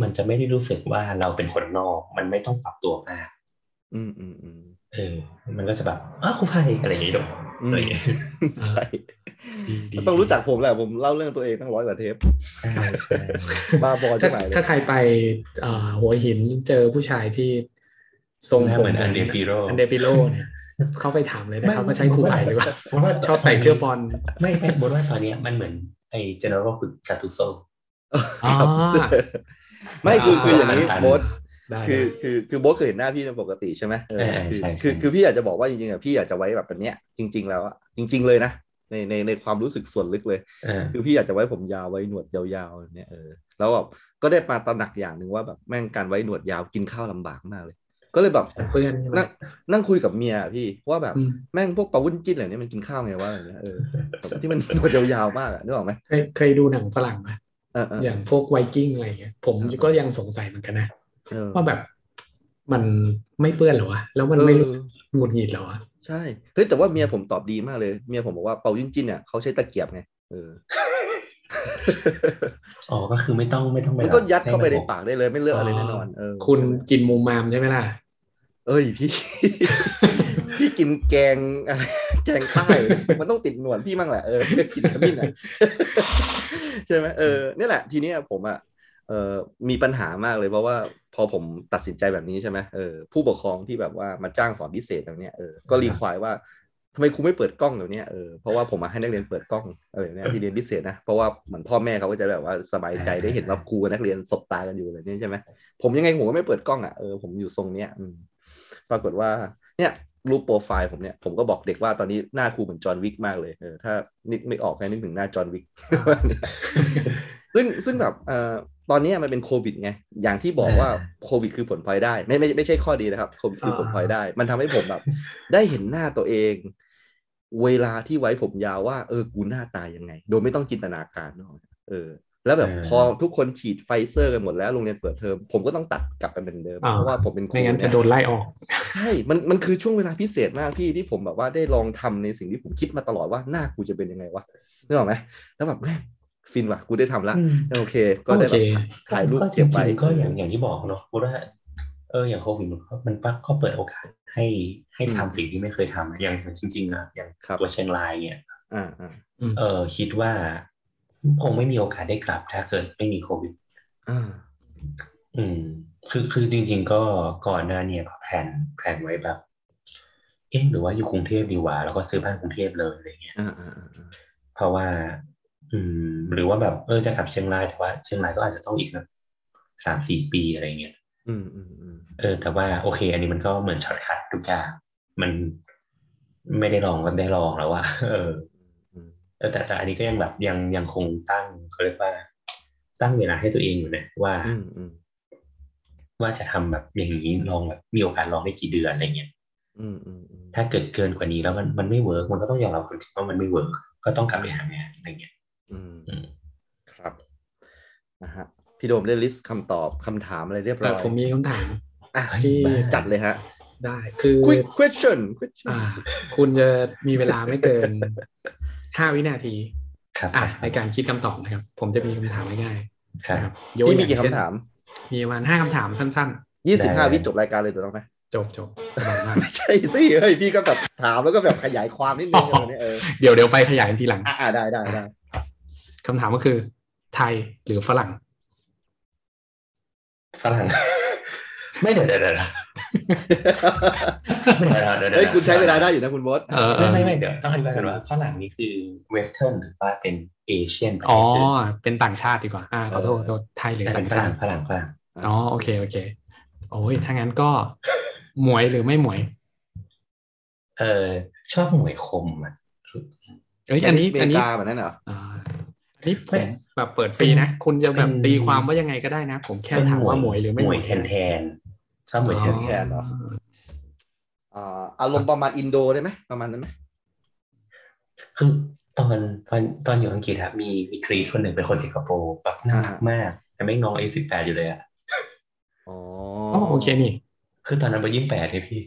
S4: มันจะไม่ได้รู้สึกว่าเราเป็นคนนอก มันไม่ต้องปรับตัวมาก
S2: อืมอืมอืม
S4: เออ มันก็จะแบบอ้าวคุณไพอะไรอย่างงี้ดอก
S2: อืม
S4: อะไรอย่างงี้
S2: ใช่
S3: ดีดี
S2: มันต้องรู้จักผมแหละผมเล่าเรื่องตัวเองตั้งร้อยกว่าเทป
S4: ใช่ใช่
S2: บ้าบอ
S3: ถ้า
S2: ใช่ไหมเลย
S3: ถ้าใครไปเอ่อหัวหินเจอผู้ชายที่ทรงผม
S4: เหมือนอันเดปิโร
S3: อันเดปิโลเนี่ยเข้าไปถามเลยนะครับ
S4: ไม่
S3: ว่าใช้ครูไผ่หรือว่า
S4: บทว่า
S3: ชอบใส่เสื้อบอล
S4: ไม่ไม่บทว่าตอนเนี้ยมันเหมือนไอ้เจเนอเรลคุณกาตูโซ
S3: อ๋อ
S2: ไม่คือคืออย่างนี้
S4: อ่า
S2: โบท
S3: ได้
S2: คือ
S3: ได้
S2: คือคือโบ๊ทเคยเห็นหน้าพี่เป็นปกติใช่ไหมเออ
S4: เออ
S2: คือ
S4: ใช่ใช่
S2: คือคือพี่อยากจะบอกว่าจริงๆอ่ะพี่อยากจะไว้แบบแบบเนี้ยจริง ๆ แล้วอ่ะจริง ๆเลยนะในในในความรู้สึกส่วนลึกเลย
S4: เออ
S2: คือพี่อยากจะไว้ผมยาวไว้หนวดยาวๆแบบเนี้ยเออแล้วแบบก็ได้มาตระหนักอย่างหนึ่งว่าแบบแม่งการไว้หนวดยาวกินข้าวลำบากมากเลย ก็เลยแบบ
S3: เพื่อนใช่ไหม
S2: นั่งนั่งคุยกับเมียพี่ว่าแบบ
S3: อืม
S2: แม่งพวกปลาวุ้นจิ้นอะไรเนี้ยมันกินข้าวไงวะอะไรเงี้ยเออแบบที่มัน หนวดยาวๆมากอ่ะนึกออกไหม
S3: เคยเคยดูหนังฝรั่งไหม
S2: เออเออ
S3: อย่างพวกไวกิ้งอะไรเงี้ยผมก็ยังสงสัยเหมือนกันนะ
S2: เออ
S3: ว่าแบบมันไม่เปื้อนเหรอวะ แล้วมันไม่รู้
S2: เอ
S3: สึ
S2: อ
S3: กหงุดหงิดเหรอวะ
S2: ใช่เฮ้ยแต่ว่าเมียผมตอบดีมากเลย เมียผมบอกว่าเป่ายิ่งจิ้นเนี่ยเขาใช้ตะเกียบไงเออ
S4: อ๋อก็คือไม่ต้องไม่ต้องไป
S2: มันก็
S4: รับ
S2: ยัดเข้าไป
S4: ห้
S2: ใน
S4: มัน
S2: ปากได้เลยไม่เลือกอะไร
S3: อ๋อ
S2: แน่นอนเออ
S3: คุณกินมูมามใช่ไหมล่ะ
S2: เอ้ยพี่ พี่กินแกงอะไร แกงใต้เลยมันต้องติดหนวดพี่มั่งแหละเอ อกินขมิ้นอ่ะ ใช่ไหมเออเนี่ยแหละทีเนี้ยผมอ่ะเออมีปัญหามากเลยเพราะว่าพอผมตัดสินใจแบบนี้ใช่ไหมเออผู้ปกครองที่แบบว่ามาจ้างสอนพิเศษแบบเนี้ยเออก็รีควายว่าทำไมครูไม่เปิดกล้องแบบเนี้ยเออเพราะว่าผมมาให้นักเรียนเปิดกล้องอะไรแบบเนี้ยที่เรียนพิเศษนะเพราะว่าเหมือนพ่อแม่เขาก็จะแบบว่าสบายใจได้เห็นว่าครูกับนักเรียนสบตากันอยู่อะไรเนี้ยใช่ไหม ผมยังไงผมก็ไม่เปิดกล้องอ่ะเออผมอยู่ทรงเนี้ยอืมปรากฏว่า เนี่ยรูปโปรไฟล์ผมเนี่ยผมก็บอกเด็กว่าตอนนี้หน้าครูเหมือนจอห์นวิกมากเลยเออถ้านึกไม่ออกให้นึกถึงหน้าจอห์นวิก ซึ่งซึ่งแบบเอ่อตอนเนี้ยมันเป็นโควิดไงอย่างที่บอกว่าโควิดคือผลพลอยได้ ไม่ไม่ไม่ใช่ข้อดีนะครับโควิดคือผลพลอยได้ มันทำให้ผมแบบ ได้เห็นหน้าตัวเอง เวลาที่ไว้ผมยาวว่าเออกูหน้าตายยังไง โดยไม่ต้องจินตนาการเนอะเออ แล้วแบบ
S4: เออ
S2: พอทุกคนฉีดไฟเซอร์กันหมดแล้วโรงเรียนเปิดเทอมผมก็ต้องตัดกลับไปเหมือนเดิม
S3: อ่า
S2: เพราะว่าผมเป็นครู
S3: ไม่งั้นจะ
S2: เย
S3: โดนไล่ออก
S2: ใช่ มัน มันคือช่วงเวลาพิเศษมากพี่ที่ผมแบบว่าได้ลองทำในสิ่งที่ผมคิดมาตลอดว่าหน้ากูจะเป็นยังไงวะนึกออกไหม แล้วแบบแม่งฟินว่ะ กูได้ทำละ
S4: อืม
S2: โอเค ก็ได้
S3: โอเค
S2: แบบถ่ายรูปเก็บไว้
S4: จงๆก็อย่างอย่างที่บอกเนาะเพราะว่าเอออย่างโควิดมันก็มันก็ก็เปิดโอกาสให้ให้ทำสิ่งที่ไม่เคยทำอะอย่างจริงๆอะอย่าง
S2: ครับ
S4: ตัวเชียงรายเนี่ย
S2: อ่าอ่า
S3: อืม
S4: เออคิดว่าคงไม่มีโอกาสได้กลับถ้าเกิดไม่มีโควิด
S2: อ่า
S4: อืม คือคือจริง ๆ ก็ก่อนหน้าเนี่ยก็แผนแผนไว้แบบ เอ๊ะหรือว่าอยู่กรุงเทพดีกว่า แล้วก็ซื้อบ้านกรุงเทพเลยอะไรเงี้ย
S2: อ่าอ่าอ่า
S4: เพราะว่า อืม หรือว่าแบบเออจะกลับเชียงรายแต่ว่าเชียงรายก็อาจจะต้องอีกสักสามสี่ปีอะไรเงี้ย
S2: อืมอืมอืม
S4: เออแต่ว่าโอเค อันนี้มันก็เหมือนช็อตคัททุกอย่างมันไม่ได้ลองก็ได้ลองแล้วว่า เออ
S2: อืม
S4: เออแต่แต่อันนี้ก็ยังแบบยังยังคงตั้งเขาเรียกว่า ตั้งเวลาให้ตัวเองอยู่นะว่า
S2: อืมอืม
S4: ว่าจะทำแบบอย่างนี้ลองแบบมีโอกาสลองได้กี่เดือนอะไรเงี้ย
S2: อืมอืมอืม
S4: ถ้าเกิดเกินกว่านี้แล้วมันมันไม่เวิร์กมันก็ต้องยอมรับความจริงว่ามันไม่เวิร์กก็ต้องกลับไปหางานอะไรเงี้ย
S2: อืม
S4: อืม
S2: ครับนะฮะพี่โดมได้ลิสต์คำตอบคำถามอะไรเรียบร้
S3: อ่ะ
S2: อย
S3: ผมมีคำถาม
S2: อ่ะ
S4: เฮ้ย
S3: ที่
S4: บ้า
S2: จัดเลยฮะ
S3: ได้คือ
S2: quick question question
S3: อ่า คุณจะมีเวลาไม่เกิน ห้าวินาที
S4: ครับ
S3: อ่ะในการคิดคำตอบนะครับ ผมจะมีคำถามง่าย
S4: ค
S3: ๆ
S4: รับ
S3: นะครับ
S2: พี่มีกี่
S3: องเช่น
S2: คำถาม
S3: มีประมาณห้าคำถามสั้น
S2: ยี่สิบห้า
S4: ได้
S2: วิจบรายการเลยถูกต้องไหม
S3: ๆ จบจบสบาย มาก
S2: ไม่ใช่สิเฮ้ยพี่ก็แบบถามแล้วก็แบบขยายความนิดนึง
S3: อ๋อ
S2: อะไรเนี่ยเออ
S3: เดี๋ยวเดี๋ยวไปขยายกันทีหลัง
S2: อ่าได้ได้ได้
S3: คำถามก็คือ ไทยหรือฝรั่ง
S4: ฝรั่ง ไม่เดี๋ยวเดี๋ยวเดี๋ยวเดี๋ยวเดี๋ยวเดี๋ยวดี๋ว
S2: เฮ้ยคุณใช้เวลาได้อยู่นะคุณบอส
S3: เออเออ
S4: ไม่ไม่ไม่เดี๋ยวต้องอธิบายกันว่าฝรั่งนี่คือเวสเทิร์นหรือว่าเป็นเอเชียน
S3: อ๋อ เป็นต่างชาติดีกว่า อ่าขอโทษขอโทษไทยหรือ
S4: เป็
S3: ต่าน ง
S4: ฝ
S3: ชา
S4: รั่ง
S3: ติ
S4: ฝรั่งฝรั่ง
S3: อ๋อโอเคโอเคโอ้ยถ้างั้นก็ หมวยหรือไม่หมวย
S4: เออชอบหมวยคมอ่ะ
S3: เอ้ยอันนี้
S2: เม
S3: อันนี้
S2: กาแบบนั้นเหรอ
S3: อ่าอันนี้ผ
S4: ไม่
S3: มแบบเปิดฟรีนะ คุณจะแบบ
S4: เป็น
S3: ตีความว่ายังไงก็ได้นะ ผมแค่ถามว่าหมวยหรือไม่
S4: ห
S3: ห
S4: ม
S3: ม
S4: ว
S3: วย ย
S4: แทนแทนชอบหมวยแทนแทน
S3: อ๋อ
S2: อ่าอารมณ์ประมาณอินโดได้ไหมประมาณนั้นไหม
S4: คือตอนตอนตอนอยู่อังกฤษครับมีวิกรีคนหนึ่งเป็นคนสิงคโปร์แบบน่ารักมาก แต่แม่งน้องอายุสิบแปดอยู่เลยอะ
S2: อ๋อ
S3: อ๋อโอเคนี่
S4: คือตอนนั้นไปยี่สิบแปดเลยพี่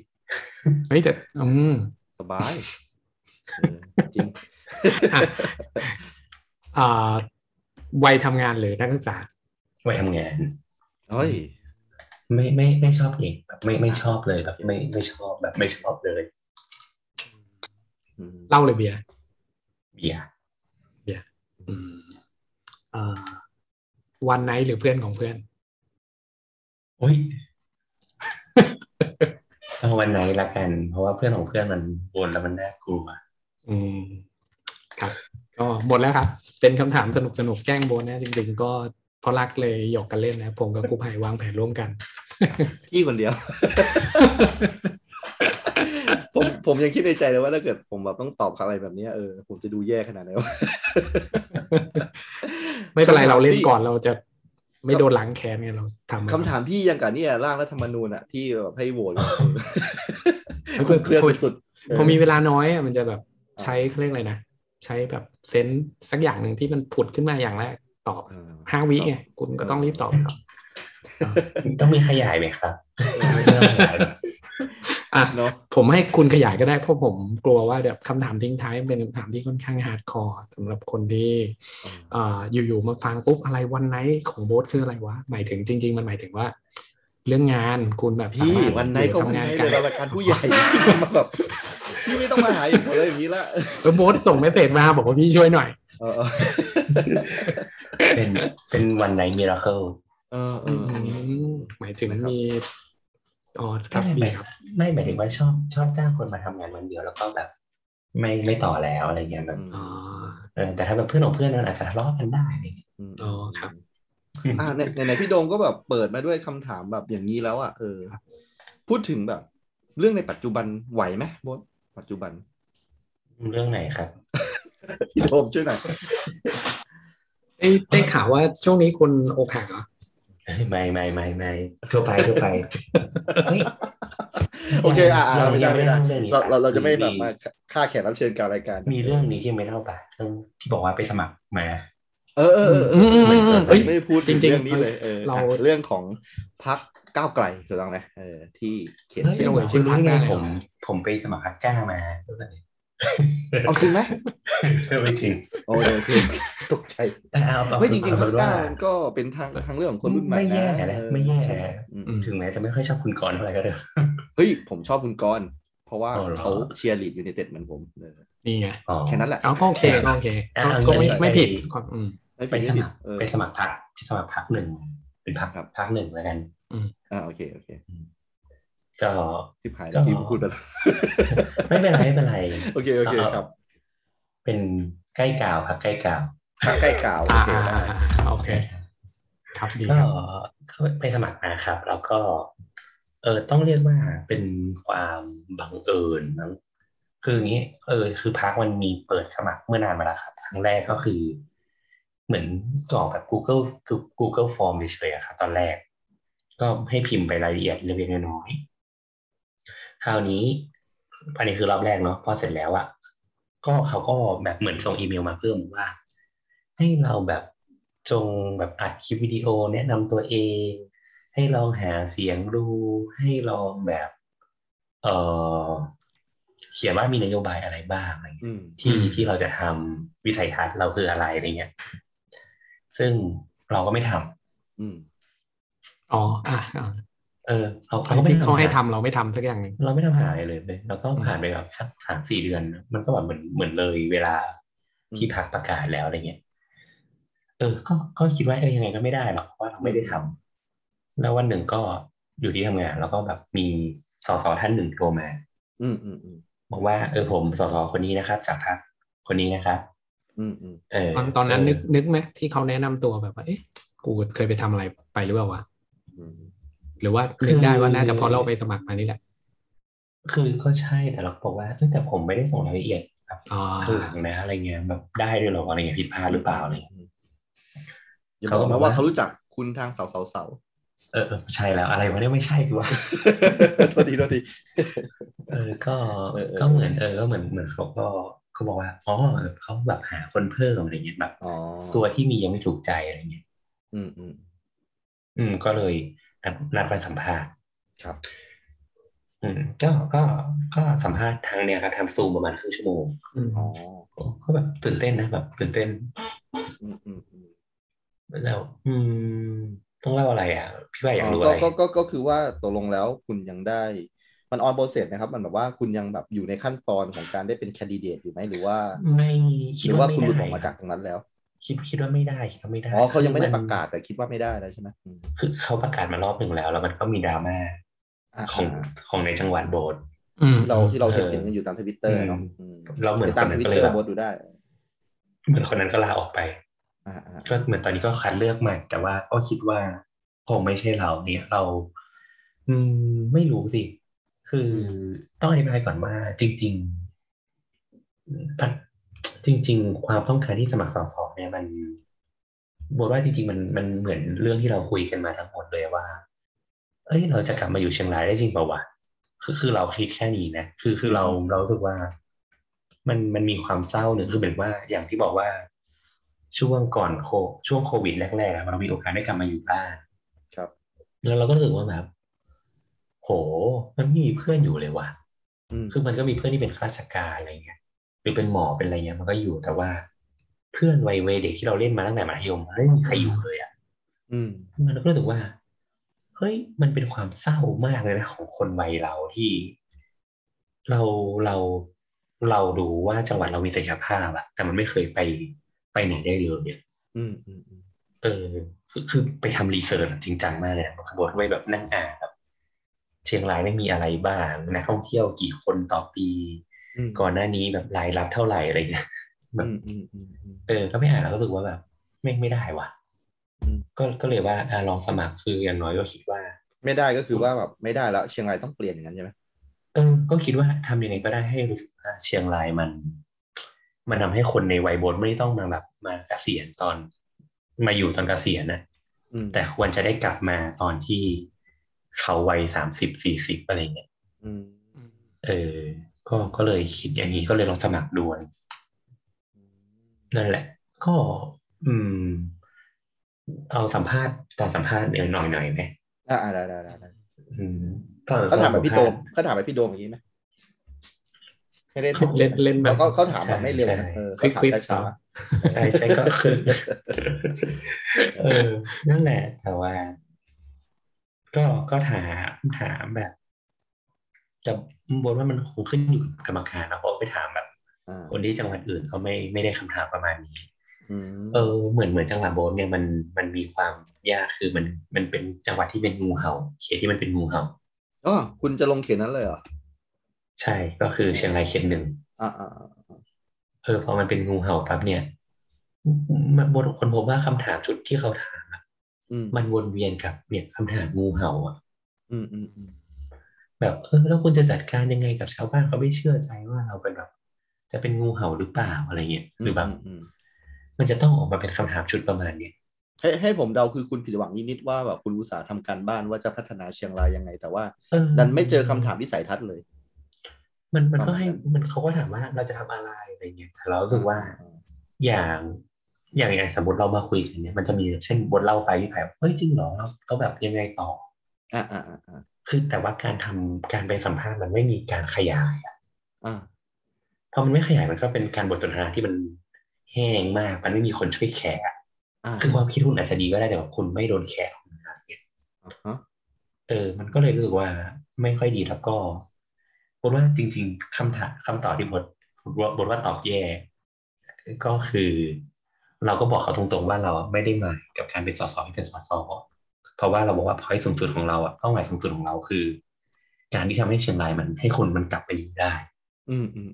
S3: เฮ้ยแต่อืม
S2: สบายเออจริง
S3: อ่าวัยทำงานหรือนักศึกษา
S4: วัยทำงาน
S2: เฮ้ย
S4: ไม่ไม่ไม่ชอบเด็กแบบไม่ไม่ชอบเลยแบบไม่ไม่ชอบแบบไม่ชอบเลย
S2: อืม
S3: เล่าเลยเบียร์
S4: เบียร์
S3: อืมอ่าวันไนท์หรือเพื่อนของเพื่อน
S4: โอ้ย เอาวันไหนละกัน เพราะว่าเพื่อนของเพื่อนมันวนแล้วมันน่ากลัว
S3: อืมครับ ก็หมดแล้วครับ เป็นคำถามสนุกสนุกๆแกล้งโบนนะจริงๆ ก็เพราะรักเลยหยอกกันเล่นนะผมกับกู้ภัยวางแผนร่วมกัน
S2: พี่คนเดี ยว ผมผมยังคิดในใจเลยว่าถ้าเกิดผมแบบต้องตอบอะไรแบบเนี้ยเออผมจะดูแย่ขนาดไหนวะ
S3: ไม่เป็นไรเราเล่นก่อนเราจะไม่โดนล้างแค้นไงเราทำ
S2: คำถามพี่ยังกับเนี่ยร่างรัฐธรรมนูญอะที่แบบให้โห วต
S3: เพื่อน
S2: เครื่อ
S3: เพื่อน
S2: งสุดๆ
S3: พอมีเวลาน้อยอะมันจะแบบใช้เขาเรียกอะไรนะ ใช้แบบเซนส์สักอย่างหนึ่งที่มันผุดขึ้นมาอย่างแรกตอบ
S2: เออ
S3: ห้าวิไงคุณก็ต้องรีบตอบครับ
S4: ต้องมีขยายไหมครับไม่ต้องขยายหรอก
S3: อ่ะ
S2: เนาะ
S3: ผมให้คุณขยายก็ได้เพราะผมกลัวว่าแบบคำถามทิ้งท้ายเป็นคำถามที่ค่อนข้างฮาร์ดคอร์สำหรับคนที่เอ่ออยู่ๆมาฟังปุ๊บอะไรวันไหนของโบสคืออะไรวะ หมายถึงจริง ๆ มันหมายถึงว่า เรื่องงานคุณแบบสา
S2: พี่
S3: มารถ
S2: วันไหนก็งาง
S3: ทำานน
S2: เล
S3: กั
S2: ย
S3: น
S2: เรารายการผู้ใหญ่พี่จะมาแบบพี่ไม่ต้องมาหาอย่างผมเลยอย่างนี้ละ
S3: เออโบสส่งเมสเซจมาบอกว่าพี่ช่วยหน่อย
S2: เออ
S4: เป็นเป็นวันไหนมิราเคิล
S2: เออเออ
S3: หมายถึงมีอ๋อค
S4: ก็
S3: รับมี
S4: ไม่ไม่
S3: ครับ
S4: ไม่หมายถึงว่าชอบชอบจ้างคนมาทำงานวันเดียวแล้วก็แบบ ไม่ไม่ต่อแล้วอะไรเงี้ยแบบ
S3: อ๋อ
S4: เออแต่ถ้าแบบเพื่อนของเพื่อนมันอาจจะทะเลาะกันได้อะไรเงี้ย
S2: ม
S3: อ๋อครับ
S2: อ่าในในไหนพี่โดมก็แบบเปิดมาด้วยคำถามแบบอย่างนี้แล้วอ่ะเออ พูดถึงแบบ เรื่องในปัจจุบันไหวไหมโบทปัจจุบัน
S4: เรื่องไหนครับ
S2: พี่โดมช่วยหน่อย
S3: ได้ได้ข่าวว่าช่วงนี้คุณอกหักเหรอ
S4: เอ้ยไม่ไม่ไม่ไม่ทั่วไปทั่วไปเฮ้ย
S2: โอเคอ่าอ่าไม่ได้
S4: ยังไม่
S2: ไม่ได้
S4: ได้
S2: เราเราเราจะไม่
S4: มี
S2: แบบมาฆ่าแขกรับเชิญกลางรายการ
S4: มีเรื่องนี้ที่ไม่เล่าป่ะเรื่องที่บอกว่าไปสมัครมา
S2: เออเออเออเออ
S4: อืมอืมอืม
S2: เอ้ยไม่พูดถึง
S3: จริงๆ
S2: เรื่องนี้เลยเออ
S3: เรา
S2: อ่ะเรื่องของพักก้าวไกลถูกต้องไหมเออที่เขียน
S4: เฮ้ย
S2: ชื่อ
S3: ลง
S2: ไว้
S3: ชื่อพรรคได้เลยเหรอ
S4: ผมผมไปสมัครพักจ้างมา
S2: เอาจริงไหม
S4: ไม่จริง
S2: โอเคโอเคตกใจ
S4: เอาเอาเอา
S2: ไม่จริงๆ
S4: เอา
S2: พั
S4: เป็
S2: ก
S4: น
S2: ก้า
S4: ว่า
S2: วมันก็เป็นทางทางเรื่องของคนรุ่นใหม่
S4: ไม่แย่
S2: นะ
S4: นะ
S2: เออ
S4: ไม่แย่นะ
S2: อืม
S3: อืม
S4: ถึงแม้จะไม่ค่อยชอบคุณกรณ์เท่าไหร่ก็เถอะ
S2: เฮ้ย ผมชอบคุณกรณ์เพราะว่า
S4: อ๋อเหรอ
S2: เขาเชียร์ลีดยู i นเต็ดเหมือนผมเออ
S3: นี่ไง
S4: อ๋อ
S2: แค่นั้นแหละ
S3: เอาก็โอเคก็โอเคก็ก็ไม่ไม่ผิดความอืม
S2: ไม่เป็
S4: ไป
S2: น
S4: ส
S2: ไม่ผิ
S4: มั
S2: ด
S4: คร
S2: เออ
S4: ไปสมัครพักไปสมัครพักหนึ่งเป็นพัก
S2: ครับ
S4: พักหนึ่งแล้วกัน
S2: อ่าโอเค โอเค
S4: ก็
S2: ที่ผ่านแล้วพี่พูดไปแล้ว
S4: ไม่เป็นไรไม่เป็นไร
S2: โอเค โอเค
S4: เอา
S2: ครับ
S4: เป็นใกล้กล่าวพักใกล้กล่าว
S2: พักใกล้กล่าวโอเคได้
S3: อ่าๆๆโอเค ครับดี
S4: ก็
S3: ครับ
S4: ก็ไปสมัครมาครับ แล้วก็ เออต้องเรียกว่าเป็นความบังเอิญนะคืออย่างนี้ เออ คือพักมันมีเปิดสมัครเมื่อนานมาแล้วครับครั้งแรกก็คือ เหมือนกรอกแบบ Google คือ Google Form เฉยๆอะครับตอนแรก ก็ให้พิมพ์ไปรายละเอียดเล็กๆน้อยๆ คราวนี้อันนี้คือรอบแรกเนาะพอเสร็จแล้วอะก็เขาก็แบบเหมือนส่งอีเมลมาเพิ่มว่า ให้เราแบบจงแบบอัดคลิปวิดีโอแนะนำตัวเอง ให้ลองหาเสียงดู ให้ลองแบบเออเขียนว่ามีนโยบายอะไรบ้างอะไรเงี้ย
S2: อืม
S4: ที่
S3: อืม
S4: ที่เราจะทำวิสัยทัศน์เราคืออะไรอะไรเงี้ย ซึ่งเราก็ไม่ทำ
S2: อืม
S3: อ๋ออ่ะอ่ะ
S4: เออเรา
S3: อั
S4: เรา
S3: น
S4: ก็ไม่
S3: ที่
S4: ทำ
S3: เขาให้
S4: นะ
S3: ทำเราไม่ทำสักอย่างหนึ่ง
S4: เราไม่ทำหาอะไรเลยเว้ยแล้วก็
S3: อืม
S4: ผ่านไปแบบสักสามสี่เดือนนะมันก็แบบเหมือนเหมือนเลยเวลา
S2: อืม
S4: ที่พักประกาศแล้วอะไรเงี้ย เออ ก็ก็คิดว่าเออยังไงก็ไม่ได้หรอกเพราะว่าเราไม่ได้ทำแล้ววันหนึ่งก็อยู่ที่ทำงาน แล้วก็แบบมีสสท่านหนึ่งโทรมา
S2: อืมอืมอืม
S4: บอกว่าเออผมสสคนนี้นะครับ จากพักคนนี้นะครับ
S2: อืมอืม
S4: เออ
S3: ตอนตอนนั้น
S4: เ
S3: นึกนึกไหมที่เขาแนะนำตัวแบบว่าเอ๊ะกูเคยไปทำอะไรไปหรือเปล่าวะ
S2: อืม
S3: หรือว่านึกได้ว่าน่าจะเพอเราไปสมัครมานี่แหละ
S4: คือก็ใช่แต่เราก็บอกว่าเอ้ยแต่ผมไม่ได้ส่งรายละเอียดแบบ
S3: อ๋อ
S4: ข้างหลังนะอะไรเงี้ยแบบได้ด้วยเหรออะไรเงี้ยผิดพลาดหรือเปล่าอะไรเงี้ย
S2: อย่าบ
S4: เขา
S2: อ
S4: ก็
S2: ก
S4: บอ
S2: นะ
S4: กว่า
S2: ว่าเขารู้จักคุณทางเสาเสา เสา
S4: เออเออใช่แล้วอะไรวะเนี่ยไม่ใช่คือว่า
S2: โทษทีโทษที
S4: เออ ก็
S2: เออเออ
S4: ก็เหมือนเออ ก็เหมือนเหมือนเขาก็เขาบอกว่าอ๋อเออเขาแบบหาคนเพิ่มอะไรเงี้ยแบบ
S2: อ๋อ
S4: ตัวที่มียังไม่ถูกใจอะไรเงี้ย
S2: อืมอืม
S4: อืม ก็เลยนัดนัดไปสัมภาษณ์
S2: ครับ
S4: อืมก็ก็ก็สัมภาษณ์ทางเนี่ยครับทางซูมประมาณครึ่งชั่วโมง
S3: อืม
S2: อ๋อ
S4: ก็แบบตื่นเต้นนะแบบตื่นเต้น
S2: อืมอืมอืม
S4: แล้ว อืม ต้องเล่าอะไรอ่ะ พี่ว่าอยากรู้อะ
S2: ก็
S4: ไร
S2: ก็ก็ก็คือว่าตกลงแล้วคุณยังได้มันออนโปรเซสนะครับ มันแบบว่าคุณยังแบบอยู่ในขั้นตอนของการได้เป็นแคนดิเดตอยู่ไหมหรือว่า
S4: ไม่
S2: ห
S4: คิด
S2: รือว่า
S4: ว่าไม่
S2: คุณหลุด
S4: ได้
S2: ออกมาจากตรงนั้นแล้ว
S4: คิดคิดว่าไม่ได้คิดว่าไม่ได้
S2: อ๋อเขายังไม่ได้ประกาศแต่คิดว่าไม่ได้แล้วใช่ไหมอืม
S4: คือเขาประกาศมารอบหนึ่งแล้ว แล้วมันก็มีดราม่า
S2: อ่ะ
S4: ของ
S2: อ่ะ
S4: ของในจังหวัดโบสถ์
S3: อืม
S2: ที่เราที่เราเห็น
S4: เออ
S2: เห็นกันอยู่ตามทวิตเตอร์เนาะอืม
S4: เราเหมือน
S2: ไปตาม
S4: คนนั้
S2: ท
S4: น
S2: วิต
S4: ก็
S2: เต
S4: เลย
S2: อ
S4: แบ
S2: ร์
S4: บ
S2: โบสดูได้
S4: เหมือนคนนั้นก็ลาออกไป
S2: อ่าอ่า
S4: ก็เหมือนตอนนี้ก็คัดเลือกใหม่ แต่ว่าก็คิดว่าคงไม่ใช่เราเนี่ยเรา อืม ไม่รู้สิ คือต้องอธิบายก่อนว่า จริงๆปัจจริง ๆ ความต้องการที่สมัครสสเนี่ยมันบอกว่าจริง ๆ มันมันเหมือนเรื่องที่เราคุยกันมาทั้งหมดเลยว่า เอ้ยเราจะกลับมาอยู่เชียงรายได้จริงเปล่าวะคือคือเราคิดแค่นี้นะคือคือเราเรารู้สึกว่า มันมันมีความเศร้าหนึ่งคือเหมือนว่าอย่างที่บอกว่า ช่วงก่อนโคช่วงโควิดแรกๆอะเรามีโอกาสได้กลับมาอยู่บ้าน
S2: ครับ
S4: แล้วเราก็รู้สึกว่าแบบโห มันไม่มีเพื่อนอยู่เลยว่ะ
S2: อืม
S4: คือมันก็มีเพื่อนที่เป็นข้าราชการอะไรเงี้ย หรือเป็นหมอเป็นอะไรเงี้ยมันก็อยู่แต่ว่า เพื่อนวัยเวเด็กที่เราเล่นมาตั้งแต่มัธยมมันไม่มีใครอยู่เลยอะ
S2: อืม
S4: มันก็รู้สึกว่า เฮ้ย มันเป็นความเศร้ามากเลยนะของคนวัยเราที่เราเราเรารู้ว่าจังหวัดเรามีศักยภาพอะแต่มันไม่เคยไปไปไหนได้เลยเนี่ย
S2: อืมอืมอืม
S4: เออคือคือไปทำรีเสิร์ชจริงจังมากเลยนะขบวนไว้แบบนั่งอ่านแบบเชียงรายไม่มีอะไรบ้างนักท่องเที่ยวกี่คนต่อปี
S2: อืม
S4: ก่อนหน้านี้แบบรายรับเท่าไหร่อะไรเงี้ย แบบ
S2: อืมอืมอืมอืม
S4: เออก็ไปอ่านแล้วก็รู้สึกว่าแบบไม่ไม่ได้ว่ะ
S2: อืม
S4: ก็ก็เลยว่าอ่ะลองสมัครคืออย่างน้อยก็คิดว่า
S2: ไม่ได้ก็คือว่าแบบไม่ได้แล้วเชียงรายต้องเปลี่ยนอย่างนั้นใช่ไหม
S4: เออ ก็คิดว่าทำยังไงก็ได้ให้รู้สึกว่าเชียงรายมัน มันทำให้คนในวัยโบนไม่ต้องมาแบบมาเกษียณตอน มาอยู่ตอนเกษียณนะ
S2: อืม
S4: แต่ควรจะได้กลับมาตอนที่เขาวัยสามสิบสี่สิบอะไรเงี้ย
S2: อืม
S4: เออ ก็ ก็เลยคิดอย่างนี้ก็เลยลองสมัครดูนั่นแหละ ก็ อืม เอาสัมภาษณ์ตอนสัมภาษณ์หน่อยหน่อยหน่อยไหม
S2: อ่าอ่าได้ได้ได้ได้
S4: อืมตอน
S2: เขาถามแบบพี่โดม
S4: สัภษณ์
S2: เขาถามแบบพี่โดมอย่างนี้ไหมไม่ได้
S3: เล่นเล่นแบ
S2: แล้
S3: บ
S2: วก็เขาถามแบบ
S4: ใช่
S2: ไม่เร็ว
S4: ใช่
S2: นะเออ
S3: คลิก
S2: เขาถาม
S3: คลิก
S2: ช้า
S4: ใช่ใช่ก็คือ เออ นั่นแหละ แต่ว่า ก็ก็ถามถามแบบแต่บอกว่ามันคงขึ้นอยู่กับกรรมการนะเพราะไปถามแบบ
S2: ๆอ่า
S4: คนที่จังหวัดอื่นเขาไม่ไม่ได้คำถามประมาณนี้
S2: อืม
S4: เออเหมือนเหมือนจังหวัดโบสเนี่ยมันมันมีความยากคือมันมันเป็นจังหวัดที่เป็นงูเห่าเขตที่มันเป็นงูเห่า
S2: อ๋อคุณจะลงเขียนนั้นเลยเหรอ
S4: ใช่ก็คือเชียงรายเขตหนึ่ง
S2: อ่าอ่า
S4: เออพอมันเป็นงูเห่าปั๊บเนี่ยมันบทคนพบว่าคำถามชุดที่เขาถามอะ
S2: อืม
S4: มันวนเวียนกับเนี่ยคำถามงูเห่าอะ
S2: อืมอืมอืม
S4: แบบเออแล้วคุณจะจัดการยังไงกับชาวบ้านเขาไม่เชื่อใจว่าเราเป็นแบบ จะเป็นงูเห่าหรือเปล่าอะไรเงี้ยหรือแบบ
S2: อืม
S4: มันจะต้องออกมาเป็นคำถามชุดประมาณเนี้ย
S2: ให้ให้ผมเดาคือคุณผิดหวังนิดๆว่าแบบคุณอุตสาห์ทำการบ้านว่าจะพัฒนาเชียงรายยังไง แต่ว่า
S4: เออ
S2: ดันไม่เจอคำถามวิสัยทัศน์เลย
S4: มันมัน
S2: ป
S4: ก็
S2: ระมาณ
S4: ให้
S2: นั้น
S4: มันเขาก็ถามว่าเราจะทำอะไรอะไรเงี้ยแต่เรารู้สึกว่าอย่างอย่างอย่างสมมติเรามาคุยกันเนี่ยมันจะมีเช่นบทเล่าไปที่ไผ่เฮ้ยจริงเหรอเราเราแบบยังไงต่อ
S2: อ่าอ่าอ่าอ่า
S4: คือแต่ว่าการทำการไปสัมภาษณ์มันไม่มีการขยายอะ
S2: อ่า
S4: พอมันไม่ขยายมันก็เป็นการบทสนทนาที่มันแห้งมาก มันไม่มีคนช่วยแขกอะ
S2: อ่า
S4: คือความคิดคุณอาจจะดีก็ได้แต่ว่าคุณไม่โดนแขกอะไรเงี้ย
S2: ฮะ
S4: เออ มันก็เลยรู้สึกว่าไม่ค่อยดีแล้วก็บทว่าจริง ๆคำถามคำตอบที่บทบทว่าบทว่าตอบแย่ ก็คือ เราก็บอกเขาตรงๆว่าเราไม่ได้หมายกับการเป็นสสที่เป็นสสเพราะว่าเราบอกว่าพอยสูงสุดของเราอะเป้าหมายสูงสุดของเราคือ การที่ทำให้เชียงรายมันให้คนมันกลับไปอยู่ได้
S2: อืมอืม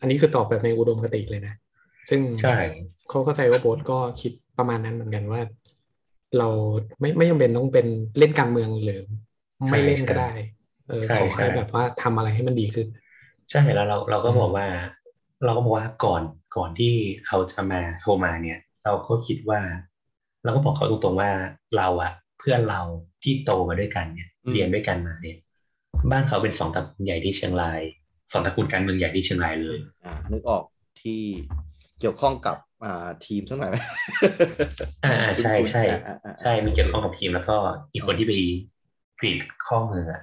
S3: อันนี้คือตอบแบบในอุดมคติเลยนะ ซึ่ง
S4: ใช่
S3: เขาเข้าใจว่าโบ๊ทก็คิดประมาณนั้นเหมือนกันว่า เราไม่ไม่จำเป็นต้องเป็นเล่นการเมืองหรือไม่เล่นก็ได้ เออ
S4: ใช่
S3: ขอ
S4: ใช่
S3: ให้แบบว่าทำอะไรให้มันดีขึ้น
S4: ใช่แล้วเราเราก็บอกว่า เราก็บอกว่าก่อนก่อนที่เขาจะมาโทรมาเนี่ย เราก็คิดว่า เราก็บอกเขาตรงๆว่าเราอะเพื่อนเราที่โตมาด้วยกันเนี่ย เรียนด้วยกันมาเนี่ย บ้านเขาเป็นสองตระกูลใหญ่ที่เชียงรายสองตระกูลการเมืองใหญ่ที่เชียงรายเลย
S2: อ่านึกออกที่เกี่ยวข้องกับอ่าทีมสักหน่อยไหม
S4: อ่าอ่าใช่ใช่
S2: อ่าอ่า
S4: ใช่มีเกี่ยวข้องกับทีมแล้วก็อีกคนที่ไปกรีดข้อมืออะ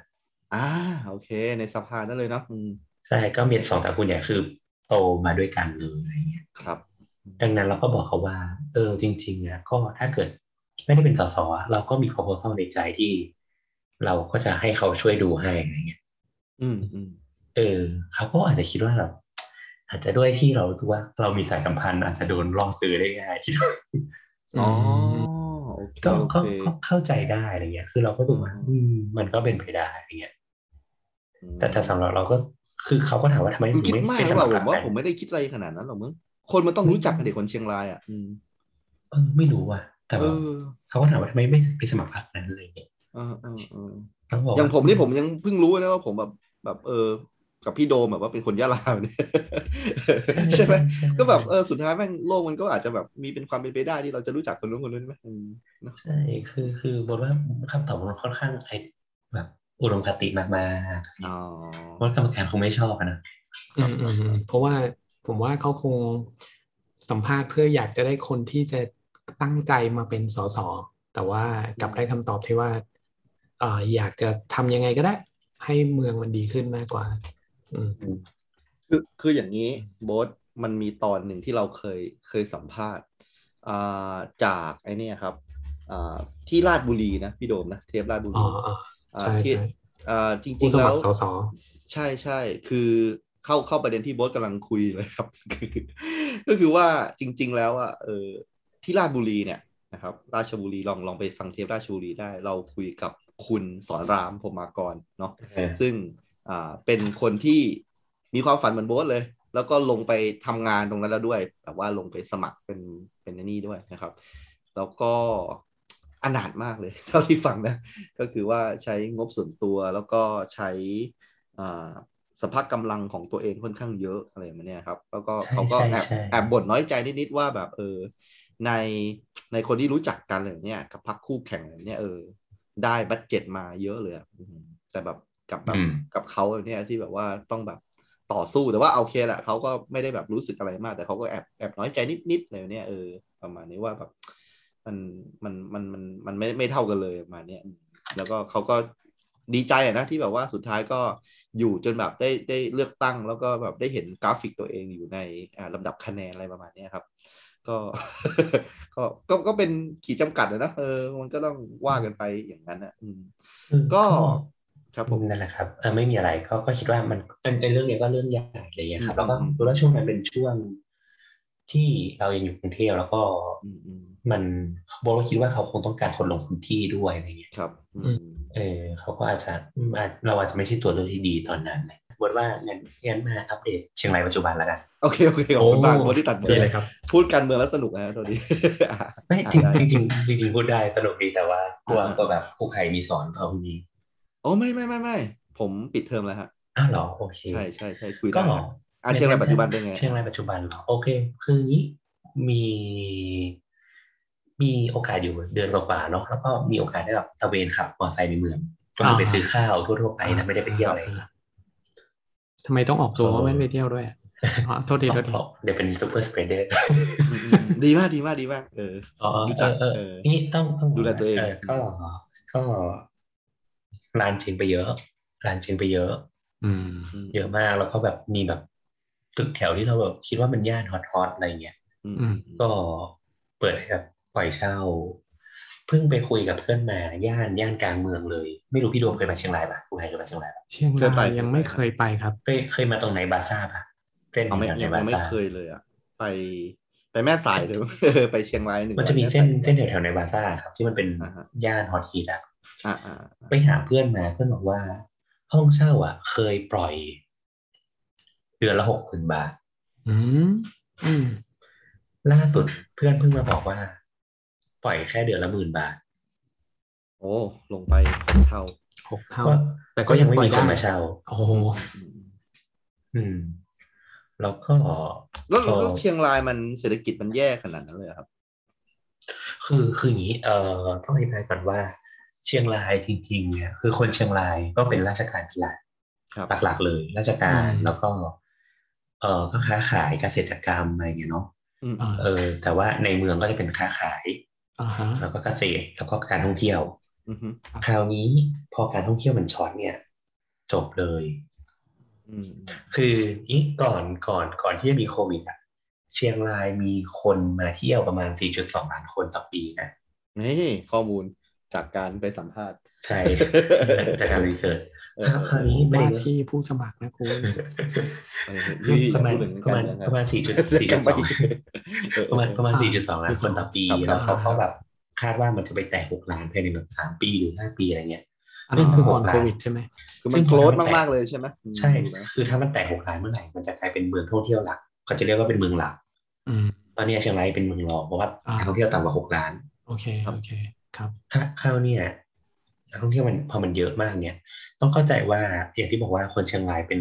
S2: อ่าโอเค ในสภานั่นเลยเนาะอืม
S4: ใช่ก็เป็นสองตระกูลใหญ่คือโตมาด้วยกันเลยอะไรเงี้ย
S2: ครับ
S4: ดังนั้นเราก็บอกเขาว่า เออจริงๆนะก็ถ้าเกิดไม่ได้เป็นสสอะเราก็มี proposal ในใจที่ เราก็จะให้เขาช่วยดูให้อะไรเงี้ย
S2: อืมอืม
S4: เออเขาก็อาจจะคิดว่าเรา อาจจะด้วยที่เรารู้สึกว่า เรามีสายสัมพันธ์อาจจะโดนล่อซื้อได้ง่ายคิด ว่า
S2: อ๋อโอเค
S4: ก็
S2: โอ
S4: ก็
S2: เค
S4: ก็เข้าใจได้อะไรเงี้ย คือเราก็รู้สึกว่าอืมมันก็เป็นไปได้อะไรเงี้ย แต่แต่สำหรับเราก็คือเขาก็ถามว่าทำไม
S2: คุณคิด
S4: ง
S2: มาก
S4: ไ
S2: หรือเปล่าผ
S4: สค
S2: ม
S4: ร
S2: ว่า
S4: กัน
S2: ผมไม่ได้คิดอะไรขนาดนั้นหรอกมึงคนมันต้องรู้จักกันเด็กคนเชียงรายอ่ะอืม
S4: เออไม่รู้ว่ะแต่
S2: เอ
S4: ว่า
S2: อ
S4: เขาก็ถามว่าทำไมไม่ไปสมัครพรรคนั้นอะไรเงี้ย
S2: เออเออเออ
S4: ต้องบอก
S2: อย่า
S4: ว่า
S2: งผมนี่ผมยังเพิ่งรู้นะว่าผมแบบแบบเออ กับพี่โดมแบบว่าเป็นคนยะลาเนี่ย ใช่ไหมก็แบบเออสุดท้ายแม่งโลกมันก็อาจจะแบบมีเป็นความเป็นไปได้ที่เราจะรู้จักคนนู้นคนนู้นไหมอืมเนอะ
S4: ใช่ คือ คือบทว่าคำตอบมันค่อนข้างไอแบบอุดมคติมากมา
S2: อ๋อ
S4: ว่ากรรมการคงไม่ชอบอะนะ
S3: อืมอืมอืมเพราะว่าผมว่าเขาคงสัมภาษณ์เพื่ออยากจะได้คนที่จะตั้งใจมาเป็นสสแต่ว่ากลับได้คำตอบที่ว่าเอ่ออยากจะทำยังไงก็ได้ ให้เมืองมันดีขึ้นมากกว่า อืม
S2: คือคืออย่างนี้โบทมันมีตอนหนึ่งที่เราเคยเคยสัมภาษณ์อ่าจากไอเนี่ยครับอ่าที่ราชบุรีนะพี่โดมนะเทปราชบุ
S3: อ๋
S2: รี
S3: ออ๋อ
S2: อ่า
S3: ใช่
S2: ที่
S3: ใช่
S2: อ่าจริ
S3: ผู้
S2: งๆ
S3: ส
S2: แล้
S3: มัคว รสส
S2: ใช่ใช่คือเข้าเข้าประเด็นที่โบทกำลังคุยเลยครับ คือก็คือว่าจริง ๆ แล้วอ่ะเออที่ราชบุรีเนี่ยนะครับ ราชบุรีลองลองไปฟังเทปราชบุรีได้ เราคุยกับคุณสอนรามพรหมากรเนาะ ซึ่งอ่าเป็นคนที่มีความฝันเหมือนโบ๊ทเลย แล้วก็ลงไปทำงานตรงนั้นแล้วด้วย แบบว่าลงไปสมัครเป็นเป็นไอ้นี่ด้วยนะครับ แล้วก็อนาถมากเลย เท่าที่ฟังนะ ก็คือว่าใช้งบส่วนตัวแล้วก็ใช้อ่าสภาพกำลังของตัวเองค่อนข้างเยอะอะไรแบบเนี้ยครับ แล้วก็
S4: ใช่
S2: เขาก็แอบ
S4: ใช่ใช่
S2: แอบบ่นน้อยใจนิดๆว่าแบบเออในในคนที่รู้จักกันอะไรแบบเนี้ยกับพรรคคู่แข่งอะไรแบบเนี้ยเออ ได้บัตเจ็ตมาเยอะเลยอะอืมแต่แบบกับแบบ
S4: อืม
S2: กับเขาเนี่ยที่แบบว่าต้องแบบต่อสู้แต่ว่าโอเคแหละเขาก็ไม่ได้แบบรู้สึกอะไรมาก แต่เขาก็แอบแอบน้อยใจนิดๆเลยเนี่ยเออประมาณนี้ว่าแบบมันมันมันมันมันไม่ไม่เท่ากันเลยประมาณเนี้ยอืมแล้วก็เขาก็ดีใจอะนะที่แบบว่าสุดท้ายก็อยู่จนแบบได้ได้เลือกตั้ง แล้วก็แบบได้เห็นกราฟิกตัวเองอยู่ในอ่าลำดับคะแนนอะไรประมาณเนี้ยครับ ก็ ก็ก็ก็เป็นขีดจำกัดอะนะเออมันก็ต้องว่ากันไปอย่างนั้นนะอืม ก็ครับผม
S4: นั่นแหละครับเออไม่มีอะไรเขาก็คิดว่ามันเป็นเป็นเรื่องเนี้ยก็เรื่องใหญ่อะไรเงี้ยครับ
S2: อืม
S4: แล้วก็
S2: อืม
S4: รู้ว่าช่วงนั้นเป็นช่วงที่เรายังอยู่กรุงเทพแล้วก็
S2: อืมอืม
S4: มันบอกว่าคิดว่าเขาคงต้องการคนลงพื้นที่ด้วยอะไรเงี้ย
S2: ครับอืม
S4: เออเขาก็อาจจะอืมอาจเราอาจจะไม่ใช่ตัวเลือกที่ดีตอนนั้นเลยบอกว่างั้นงั้นมาอัปเดตเชียงรายปัจจุบันแล้วกัน
S2: โอเค โอเคขอบคุณมากคนที่ตัดผม
S4: โอเค
S2: พูดการเมืองแล้วสนุกนะตอนนี้
S4: ไม่
S2: อ่ะ
S4: จริง
S2: ได้
S4: จริงจริงจริงพูดได้สนุกดีแต่ว่ากลัว
S2: อ่า
S4: ก็แบบครูใครมีสอนเขาพรุ่งนี้
S2: โอ้ไม่ไม่ไม่ไม่ผมปิดเทอมแล้วฮะ
S4: อ้าวเหรอโอเค
S2: ใช่ใช่ใช่คุย
S4: ก็
S2: ได้อาเชียงรายปัจจุบันเป็นไง
S4: เชียงรายปัจจุบันเหรอโอเค คืออย่างนี้มีมีโอกาสอยู่เดือนกว่าๆเนาะแล้วก็มีโอกาสได้แบบตระเวนขับมอเตอร์ไซค์ในเมืองก็คือไปซื้อข้าวทั่วๆไปนะไม่ได้ไปเที่ยวอะไร
S3: ทำไมต้องออกตัว
S4: เออ
S3: ว่าไม่ไปเที่ยวด้วยอะอ๋อโทษทีโทษที
S4: เพราะเดี๋ยวเป็นซูเปอร์สเปรเดอร์
S2: อืมอืมดีมากดีมากดีมากเออ
S4: อ๋อ
S2: รู้
S4: เอ
S2: จัก
S4: อเออ
S2: เออ
S4: นี่ต้องต้อง
S2: ดูแลตัวเอง
S4: ก็ก็ร้านเชงไปเยอะร้านเชงไปเยอะ
S3: อืม
S2: อืม
S4: เยอะมากแล้วก็แบบมีแบบตึกแถวที่เราแบบคิดว่ามันย่านฮอตฮอตอะไรเงี้ย
S2: อืม
S3: อืม
S4: ก็เปิดให้แบบปล่อยเช่า เพิ่งไปคุยกับเพื่อนมาย่านย่านกลางเมืองเลย ไม่รู้พี่โดมเคยมาเชียงรายปะคุณไฮเคยมาเชียงรายปะ
S3: เชียงรายยังไม่เคยไปครับ
S4: เคยเคยมาตรงไหนบาซ่าปะเส้น
S2: เอาไม่
S4: แถวไหน
S2: ยัง
S4: บา
S2: ไม่
S4: ซ่า
S2: เคยเลยอ่ะไปไปแม่สายเลย ไปเชียงรายหนึ่ง
S4: มันจะมีเส้นเส้นแถวแถวๆไหนบาซ่าครับที่มันเป็น
S2: อ่าฮะ
S4: ย่านฮอตฮิตอะ
S2: อ่าอ่า
S4: ไปหาเพื่อนมาเพื่อนบอกว่า ห้องเช่าอ่ะ เคยปล่อย เดือนละหกพันบาท
S3: อืม อืม
S4: ล่าสุดเพื่อนเพิ่งมาบอกว่า ปล่อยแค่เดือนละหมื่นบาท
S2: โอ้ลงไปเท่า
S3: หกเท่า
S4: ว่า
S3: แต่ก็ยัง
S4: ไม่
S3: ปล่อ
S4: มี
S3: ย
S4: คน
S3: ได้
S4: มาเช่า
S3: โอ้โห
S2: อืม
S4: อืม แล้วก็
S2: แล้วแล้ว
S4: เออ
S2: เชียงรายมันเศรษฐกิจมันแย่ขนาดนั้นเลยเหรอครับ
S4: คือคืออย่างนี้เอ่อต้องอธิบายก่อนว่า เชียงรายจริงๆเนี่ยคือคนเชียงรายก็เป็นราชการเป็นหลัก
S2: ครับ
S4: หลักๆเลย ราชการ
S3: อืม
S4: แล้วก็ เออก็ค้าขายเกษตรกรรมอะไรอย่างเงี้ยเนาะ
S2: อืม
S3: อ่า
S4: เออ แต่ว่าในเมืองก็จะเป็นค้าขาย
S3: อ่าฮะ
S4: แล้วก็เกษตรแล้วก็การท่องเที่ยว
S2: อืมอืม
S4: คราวนี้พอการท่องเที่ยวมันช็อตเนี่ย จบเลย
S2: อืม
S4: คืออีกก่อนก่อนก่อนที่จะมีโควิดอะเชียงรายมีคนมาเที่ยวประมาณ 4.2 ล้านคนต่อปีนะ
S2: นี่ข้อมูลจากการไปสัมภาษณ์
S4: ใช่ จากการรีเสิร์ช
S2: เออ
S4: ครับคราวนี้ประเด็
S3: ว่าน
S4: ก็คือ
S3: ที่ผู้สมัครนะคุณ
S2: เออนี่
S4: ประมาณ
S2: พูดถึง
S4: ประ
S2: ก
S4: มาณ
S2: เอง
S4: ประมาณ 4.4.2
S2: กลับไปเออ
S4: ประมาณประมาณ
S3: อ่า
S4: 4.2 ล้านคนต่อปี
S2: ครับ
S4: แล้วเขา
S3: อ่า
S4: ก็แบบคาดว่ามันจะไปแตะ6ล้านภายในแบบ3ปีหรือ 5 ปีอะไรเงี้ย
S3: อันนั้นคือก่อน
S4: อ่า
S3: โควิดใช่ไหม
S2: คือมันโกรธมากๆเลยใช่ไหม
S4: ใช่
S2: ถูกไหม
S4: คือถ้ามันแตะ6ล้านเมื่อไหร่มันจะกลายเป็นเมืองท่องเที่ยวหลักเขาจะเรียกว่าเป็นเมืองหลัก
S3: อืม
S4: ตอนนี้เชียงรายเป็นเมืองรองเพราะว่า
S3: อ่า
S4: นักท่องเที่ยวต่ำกว่า 6 ล้าน
S3: โอเคโอเคครับ
S4: ถ้าเข้าเนี่ยนักท่องเที่ยวมันพอมันเยอะมากเนี่ย ต้องเข้าใจว่าอย่างที่บอกว่าคนเชียงรายเป็น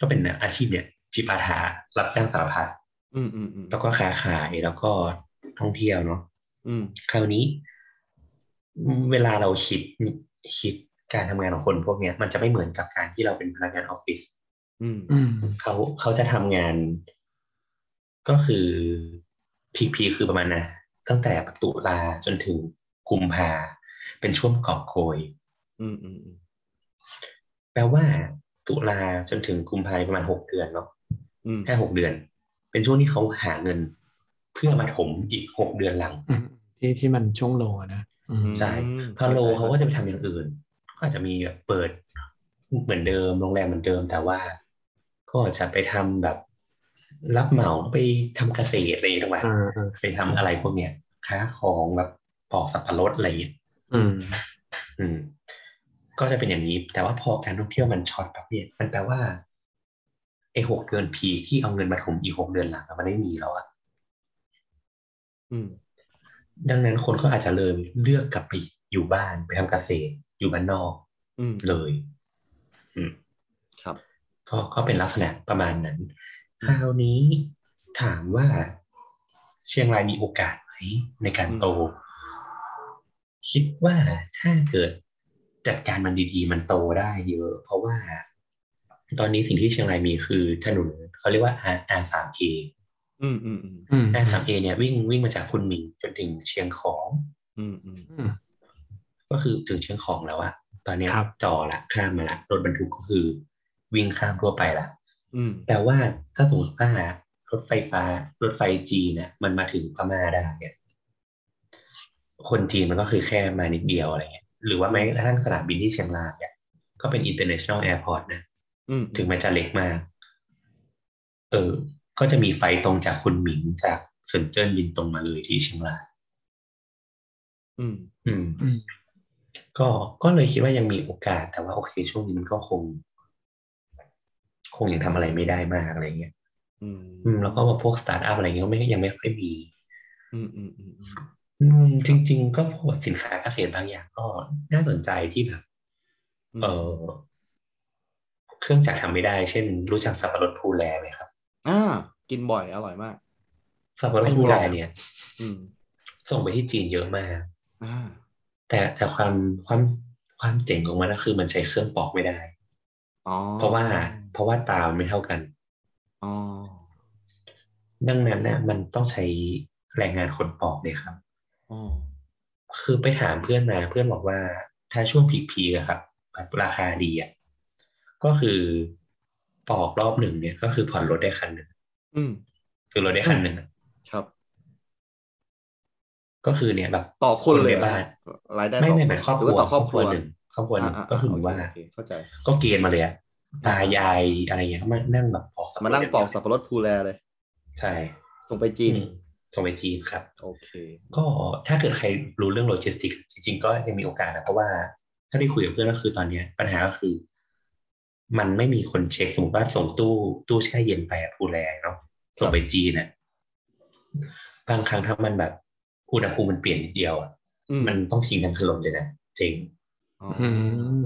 S4: ก็เป็นอาชีพเนี่ยจิปาถารับจ้างสารพัด
S2: อืมอืมอืม
S4: แล้วก็ค้าขายแล้วก็ท่องเที่ยวเนาะ
S2: อืม
S4: คราวนี้ เวลาเราคิดคิดการทำงานของคนพวกเนี้ยมันจะไม่เหมือนกับการที่เราเป็นพนักงานออฟฟิศ
S2: อืม
S3: อืม
S4: เขาเขาจะทำงาน ก็คือพีคๆคือประมาณนะตั้งแต่ตุลาจนถึงกุมภาเป็นช่วงกอบโกย
S2: อืมอืมอืม
S4: แปลว่าตุลาจนถึงกุมภาพันธ์ประมาณหกเดือนเนาะ
S2: อืม
S4: ห้าหกเดือน เป็นช่วงที่เขาหาเงิน เพื่อมาถมอีกหกเดือนหลัง
S3: อืมที่ที่มันช่วงโลนะอืม
S4: ใช่ พอโลเขาก็จะไปทำอย่างอื่น ก็อาจจะมีแบบเปิดเหมือนเดิมโรงแรมเหมือนเดิม แต่ว่า ก็จะไปทำแบบรับเหมาไปทำเกษตรอะไรต่าง
S3: เออเออ
S4: ๆไปทำอะไรพวกเนี้ยค้าของแบบปอกสับปะรดอะไรอย่างเงี้ย
S3: อืม
S4: อืมก็จะเป็นอย่างนี้ แต่ว่าพอการท่องเที่ยวมันช็อตแบบเนี้ยมันแปลว่าไอ้หกเดือนพีคที่เอาเงินมาถมอีกหกเดือนหลังอะมันไม่มีแล้วอะ
S2: อืม
S4: ดังนั้นคนก็อาจจะเลยเลือกกลับไปอยู่บ้านไปทำเกษตร อยู่บ้านนอก
S2: อืม
S4: เลย
S2: ครับ
S4: ก็ก็เป็นลักษณะประมาณนั้น คราวนี้ถามว่าเชียงรายมีโอกาสไหมในการโต คิดว่าถ้าเกิดจัดการมันดีๆ มันโตได้เยอะ เพราะว่า ตอนนี้สิ่งที่เชียงรายมีคือถนนเขาเรียกว่า R R 3 A
S2: อืมอืมอืม
S3: อืม
S4: R 3 A เนี่ยวิ่งวิ่งมาจากคุณหมิงจนถึงเชียงของ
S2: อืมอืม
S3: อืม
S4: ก็คือถึงเชียงของแล้วอะตอนเนี้ย
S3: ครับ
S4: จ่อละข้ามมาละรถบรรทุกก็คือ วิ่งข้ามทั่วไปละ
S2: อืม
S4: แปลว่าถ้าสมมติว่ารถไฟฟ้ารถไฟจีนเนี่ยมันมาถึงพม่าได้เนี่ยคนจีนมันก็คือแค่มานิดเดียวอะไรเงี้ยหรือว่าแม้กระทั่งสนามบินที่เชียงรายเนี่ยก็เป็น international airport นะ
S2: อืม
S4: ถึงแม้จะเล็กมาก เออ ก็จะมีไฟตรงจากคุณหมิงจากเซินเจิ้นบินตรงมาเลยที่เชียงราย
S2: อืม
S4: อืม
S3: อืม
S4: ก็ก็เลยคิดว่ายังมีโอกาส แต่ว่าโอเคช่วงนี้มันก็คง คงยังทำอะไรไม่ได้มากอะไรเงี้ย
S2: อืม
S4: อืมแล้วก็พวกสตาร์ทอัพอะไรเงี้ยก็ไม่ยังไม่ค่อยมี
S2: อืมอืมอืมอืม
S4: อืมจริง ๆ ก็พวกสินค้าเกษตรบางอย่างก็น่าสนใจที่แบบเออเครื่องจักรทำไม่ได้ เช่น รู้จักสับปะรดพูแลไหมครับ
S2: อ่ากินบ่อยอร่อยมาก
S4: สับปะรดพูแลเนี่ย
S2: อืม
S4: ส่งไปที่จีนเยอะมาก
S2: อ่า
S4: แต่แต่ความความความเจ๋งของมันก็คือมันใช้เครื่องปอกไม่ได้
S2: อ๋อ
S4: เพราะว่า เพราะว่าตามันไม่เท่ากัน
S2: อ๋อ
S4: ดังนั้นนะมันต้องใช้แรงงานคนปอกเนี่ยครับ
S2: อ๋อ
S4: คือไปถามเพื่อนมาเพื่อนบอกว่า ถ้าช่วงพีคๆอะครับแบบราคาดีอะก็คือปอกรอบหนึ่งเนี่ยก็คือผ่อนรถได้คันหนึ่ง
S2: อืม
S4: คือรถได้คันหนึ่งอะ
S2: ครับ
S4: ก็คือเนี่ยแบบ
S2: ต่อคนเลย
S4: คนในบ้าน
S2: รายได้
S4: ไม่
S2: ต่
S4: ไม่เหมือนครอบครัว
S2: หาต่อครอบครัว
S4: หนึ่งครอบครัวหนึ่ง
S2: าา
S4: ก็คือเหมือนว่า
S2: โเเข้าใจ
S4: ก็เกณฑ์มาเลยอะตายายอะไรเงี้ยก็มานั่งแบบปอกสับปะรด
S2: มานั่งปอกสับปะรดพูแลเลย
S4: ใช่
S2: ส่งไปจี
S4: อื
S2: น
S4: มส่งไปจีนครับ
S2: โอเค
S4: ก็ถ้าเกิดใครรู้เรื่องโลจิสติกส์จริง ๆ ก็ยังมีโอกาสนะเพราะว่าถ้าได้คุยกับเพื่อนก็คือตอนเนี้ย ปัญหาก็คือ มันไม่มีคนเช็คสมมติว่าส่งตู้ตู้แช่เย็นไปอะผู้แลเนาะส่งไปจีนอะบางครั้งถ้ามันแบบอุณหภูมิมันเปลี่ยนนิดเดียวอะ
S2: อื
S4: มันต้องทิ้งทั้งถนนเลยนะเจ๋ง
S2: อ๋อ
S3: อืม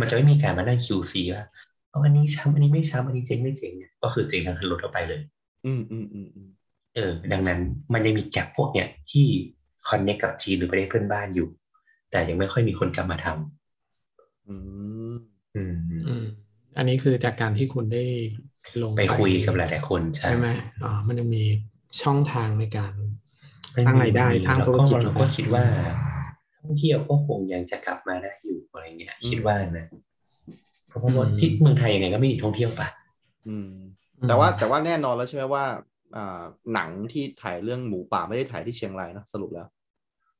S4: มันจะไม่มีการมานั่ง QC ว่าเอาอันนี้ช้ำอันนี้ไม่ช้ำอันนี้เจ๋งไม่เจ๋งเนี่ยก็คือเจ๋งทั้งถนนออกไปเลย
S2: อืมอืมอืมอืม
S4: เออดังนั้นมันยังมีแกลบพวกเนี้ยที่คอนเน c t กับจีนหรือประเทศเพื่อนบ้านอยู่ แต่ยังไม่ค่อยมีคนกลับมาทำ
S2: อืม
S4: อืม
S3: อืม อันนี้คือจากการที่คุณได้ลง
S4: ไปคุยกับหลายๆคนใช่
S3: ใช่ไหมอ๋อมันยังมีช่องทางในการสร้างรายได้
S4: ม่มี
S3: สร้างธุรกิจ
S4: แล้วเราก็คิดว่าท่องเที่ยวก็คงยังจะกลับมาได้อยู่อะไรเงี้ย คิดว่านะเพราะว่าที่เมืองไทยยังไงก็ไม่มีท่องเที่ยวปะ
S2: อืม
S3: อืม
S2: แต่ว่าแต่ว่าแน่นอนแล้วใช่ไหมว่าอ่าหนังที่ถ่ายเรื่องหมูป่าไม่ได้ถ่ายที่เชียงรายนะสรุปแล้ว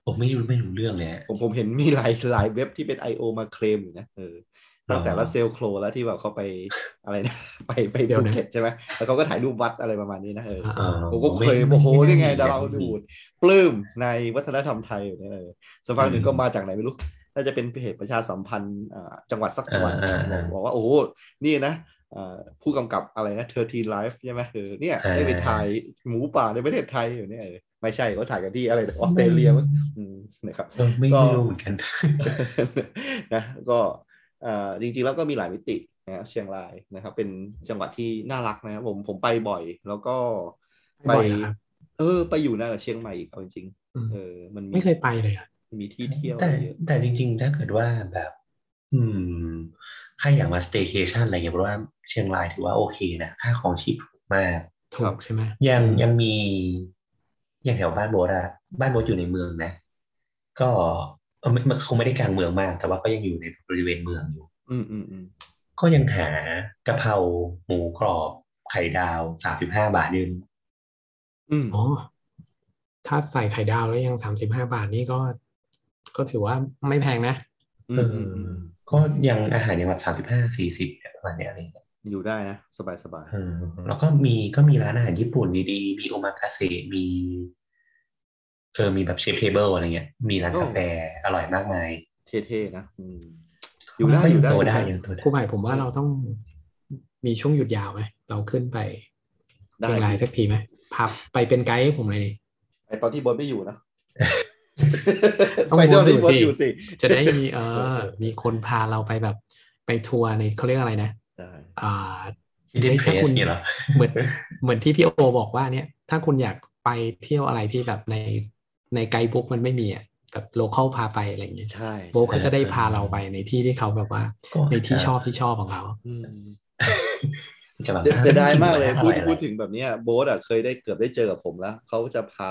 S4: ผมไม่รู้ไม่รู้เรื่องเลยอะ
S2: ผมผมเห็นมีหลายหลายเว็บที่เป็น I.O. มาเคลมอยู่นะเออตั้งแต่ละเซลล์โครแล้วที่แบบเขาไปอะไรนะ ไปไป
S3: เดี๋ยว
S2: ภู
S3: นะ
S2: เก็ตใช่ไหมแล้วเขาก็ถ่ายรูปวัดอะไรประมาณนี้นะเออ
S3: อ่า
S2: ผมก็เคย
S4: ไม่
S2: โอ้โหนี่ไง
S4: ไม่ได้
S2: ดาราฮอลลีวูดปลื้มในวัฒนธรรมไทยอยู่เนี่ยเออสักพักหนึ่ง
S4: อืม
S2: ก็มาจากไหนไม่รู้น่าจะเป็นเพจประชาสัมพันธ์อ่าจังหวัดสักจังหวัด
S4: อ่าอ่าอ่า
S2: บอกว่าโอ้โหนี่นะอ่าผู้กำกับอะไรนะเทอร์ทีไลฟ์ใช่ไหมเออเนี่ย
S4: อ่า
S2: ได้ไปถ่ายหมูป่าในประเทศไทยอยู่เนี่ยเออไม่ใช่เขาถ่ายกันที่อะไรนะออสเตรเลียมั้งอืมนะครับ
S4: เออไม่
S2: ก็
S4: ไม่รู้เหมือนกัน
S2: นะก็เอ่อจริงๆแล้วก็มีหลายมิตินะเชียงรายนะครับ เป็นจังหวัดที่น่ารักนะครับผมผมไปบ่อย แล้วก็
S3: ไปบ่อยเหรอครับ
S2: เออ ไปอยู่นะกับเชียงใหม่อีกเอาจริง
S3: อืม
S2: ๆเออ มันมี
S3: ไม่เคยไปเลยอ่ะ
S2: มีที่เที่ยว
S4: แต่
S2: เยอะ
S4: แต่จริงๆ ถ้าเกิดว่าแบบ อืมค่าอย่างมาสเต y c a ชั o นอะไรเงี้ยเพราะว่าเชียงรายถือว่าโอเคนะ ค่าของชีพถูกมาก
S3: ถูกใช่ไหม
S4: ยัง
S3: อืม
S4: ยังมีอย่างแถวบ้านโบสอะบ้านโบสอยู่ในเมืองนะ ก็เออไม่มันคงไม่ได้กลางเมืองมาก แต่ว่าก็ยังอยู่ในบริเวณเมืองอยู่
S2: อืมอืมอืม
S4: ก็ยังหากะเพราหมูกรอบ ไข่ดาวสามสิบห้าบาทเดือน
S2: อืม
S3: อ๋อ ถ้าใส่ไข่ดาวแล้วยังสามสิบห้าบาทนี่ก็ ก็ถือว่าไม่แพงนะ
S2: อื
S4: เอ
S2: ม
S4: อ
S2: อืมอืม
S4: ก็ยังอาหารยังแบบสามสิบห้าสี่สิบประมาณเนี้ยอะไรเงี้ย
S2: อยู่ได้นะ สบายสบาย
S4: เออแล้วก็มีก็มีร้านอาหารญี่ปุ่นดีๆ มีโอมากาเสะมี เออมีแบบเชฟเทเบิลอะไรเงี้ย มีร้านกาแฟอร่อยมากมาย
S2: เท่ๆนะอืม อยู่ได้
S4: ก็
S2: อยู่ได้
S4: ตัวได้อยู่ตัวได้
S3: ครูใหม่ผมว่าเราต้องมีช่วงหยุดยาวไหม เราขึ้นไป
S2: ได้
S3: เชียงรายสักทีไหมพับไปเป็นไกด์ให้ผมเลยดิ
S2: ไอตอนที่บนไม่อยู่นะ
S3: ต้อง
S2: ไปเที่ยวที่บ
S3: โบ
S2: น
S3: สถ์
S2: อ
S3: อยู่
S2: ยู่
S3: สิ
S2: สิ
S3: จะได้มีเออ มีคนพาเราไปแบบไปทัวร์ในเขาเรียกอะไรนะ
S2: ได้
S3: อ่า
S4: ที่เล่นเพ
S3: ถ้า
S4: ล
S3: คุ
S4: ส
S3: ณ
S4: เนี่ยเหรอ
S3: เหมือนเหมือนที่พี่โอบอกว่าเนี่ย ถ้าคุณอยากไปเที่ยวอะไรที่แบบในในไกด์บุ๊กมันไม่มีอ่ะแบบโลเคอลพาไปอะไรอย่างเงี้ย
S2: ใช่
S3: โบกเขาจะได้พาเราไปในที่ที่เขาแบบว่า
S4: ก็
S3: ในที่ชอบที่ชอบของเรา
S2: อืม
S4: จะแบบ
S2: เสียเสียดายมากเลย
S4: อ
S2: พู
S4: ร่
S2: ด
S4: อๆ
S2: พูดถึงแบบเนี้ยโบ๊ทอ่ะเคยได้เกือบได้เจอกับผมแล้วเขาจะพา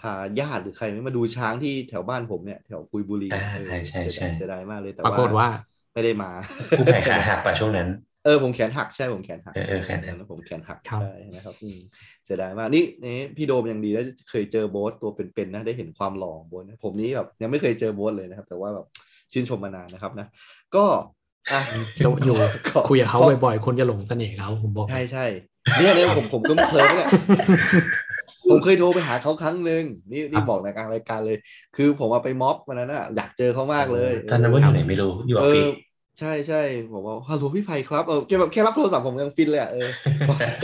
S2: พาญาติหรือใครไม่มาดูช้างที่แถวบ้านผมเนี่ยแถวกุยบุรี
S4: อ่า
S2: เออ
S4: ใช่
S2: เสี
S4: ใช่ใช่
S2: ยดายเสียดายมากเลยแต่
S3: ปรากฏว่า
S2: ไม่ได้มา
S4: ผู้แข่งขาหักป่ะช่วงนั้น
S2: เออผมแขนหักใช่ผมแขนหัก
S4: เออเออแขนหัก
S2: ะผมแขนหัก
S3: ครับ
S2: ใช่นะครับอืมเสียดายมากนี่นี่พี่โดมยังดีแล้วเคยเจอโบ๊ทตัวเป็นๆนะได้เห็นความหล่อของโบ๊ทนะผมนี้แบบยังไม่เคยเจอโบ๊ทเลยนะครับ แต่ว่าแบบชื่นชมมานานนะครับนะก็อ่ะ
S3: เราอยู่
S2: ขอ
S3: คุยกับเขาบ่อยๆ คนจะหลงเสน่ห์เขาผมบอก
S2: ใช่ใช่เนี่ยเนี่ยผมผมก็เคยเนี่ย ผมเคยโทรไปหาเขาครั้งหนึ่งนี่
S3: ครั
S2: นี่
S3: บ
S2: บอกในกลางรายการเลย คือผมว่าไปม็อบวันนั้นอะอยากเจอเขามากเลย
S4: ตอนนั้นว่าอยู่ไหนไม่รู้อยู่ออ
S2: เอ
S4: ฟฟิศ
S2: อใช่ใช่ผมว่าฮัลโหลพี่ไพครับเออแค่แบบแค่รับโทรศัพท์ผมยังฟินเลยอะเอ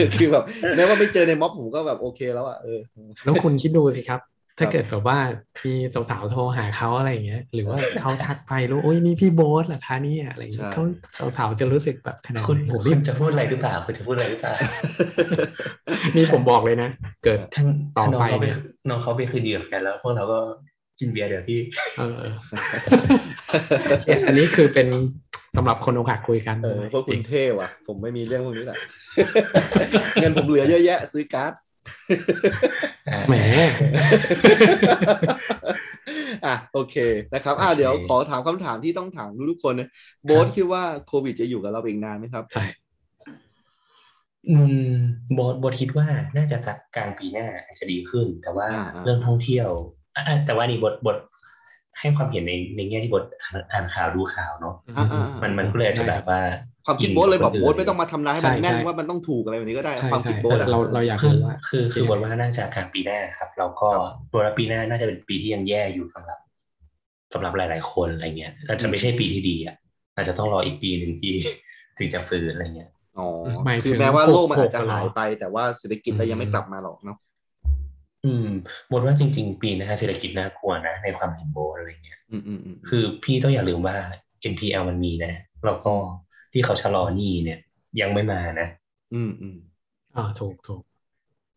S2: อคือแบบแม้ว่าไม่เจอในม็อบผมก็แบบโอเคแล้วอะเออ
S3: แล้วคุณคิดดูสิครับ
S2: ค
S3: ถ้า
S2: รับ
S3: เกิดแบบว่ามีสาวๆโทรหาเขาอะไรอย่างเงี้ย หรือว่าเขาทักไปรู้โอ้ยนี่พี่โบ๊ทเหรอคะเนี่ยอะไรอย่างเงี้ยเขาสาวๆจะรู้สึกแบบขนาด
S4: คุณ
S3: ไหนโอ้
S4: คุ
S3: นี่
S4: ณจะพูดอะไรหรือเปล่าคุณจะพูดอะไรหรือเปล่า
S3: นี่ผมบอกเลยนะ เกิด
S4: ท่าน
S3: ต่อ
S4: น้อง
S3: ไป
S4: เขาไป
S3: เนี่ย
S4: น้องเขาไปคืนเดียวกันแล้วพวกเราก็กินเบียร์เดี๋ยวพี่
S3: เออ เนี่ยอันนี้คือเป็นสำหรับคนโอกาสคุยกัน
S2: เออพวก
S3: จ
S2: คุ
S3: ริ
S2: ณ
S3: ง
S2: เท่ว่ะ ผมไม่มีเรื่องพวกนี้แหละ เงินผมเหลือเยอะแยะ ซื้อการ์ด
S3: แหม
S2: อ่ะโอเคนะครับอ่ะ
S4: โอเค
S2: เดี๋ยวขอถามคำถามที่ต้องถามทุกๆคนนะโบ๊ทคิดว่าโควิดจะอยู่กับเราอีกนานไหมครับ
S3: ใช่
S4: อืมโบทโบทคิดว่าน่าจะสักกลางปีหน้าอาจจะดีขึ้น แต่ว่า
S2: อ่าอ่า
S4: เรื่องท่องเที่ยวอ่ะอ่ะแต่ว่านี่บทบทให้ความเห็นในในแง่ที่บทอ่านข่าวดูข่าวเนาะ
S2: อ่ะอ่ะ
S4: มัน
S2: อ่ะ
S4: มันก็เลยอาจจะแบบว่า
S2: ความคิดโบ๊ทเลยแบบ
S4: คนอื่น
S2: โบ๊ทไม่ต้องมาทำนายให้มัน
S3: ใช่
S2: แม่น
S3: ใช่
S2: ว่ามันต้องถูกอะไรแบบนี้ก็ได้
S3: ใช่
S2: ความ
S3: ใช่
S2: คิดโบ๊ทอะ
S3: เราเราอยาก
S4: คือ
S3: รู้ว่า
S4: คือ
S3: โอเค
S4: คือบทว่าน่าจะกลางปีหน้าครับ แล้วก็
S2: ครับ
S4: บทว่าปีหน้าน่าจะเป็นปีที่ยังแย่อยู่สำหรับสำหรับหลาย ๆ คนอะไรเงี้ยอาจจะไม่ใช่ปีที่ดีอ่ะอาจจะต้องรออีกปีหนึ่งที่ ถึงจะฟื้นอะไรเงี้ย
S2: อ๋อ
S3: หมายถึง
S2: คือแม้ว่าโลกมัน
S3: โควิ
S2: อา
S3: ด
S2: จจะหายไป แต่ว่าเศรษฐกิจเรายังไม่กลับมาหรอกเนาะ
S4: อืมบทว่าจริง ๆ ปีหน้าเศรษฐกิจน่ากลัวนะ ในความเห็นโบทอะไรเงี้ย
S2: อืมอืมอืม
S4: คือพี่ต้องอย่าลืมว่า NPL มันมีนะ แล้วก็ที่เขาชะลอหนี้เนี่ย ยังไม่มานะ
S2: อืมอืม
S3: อ่าถูกถูก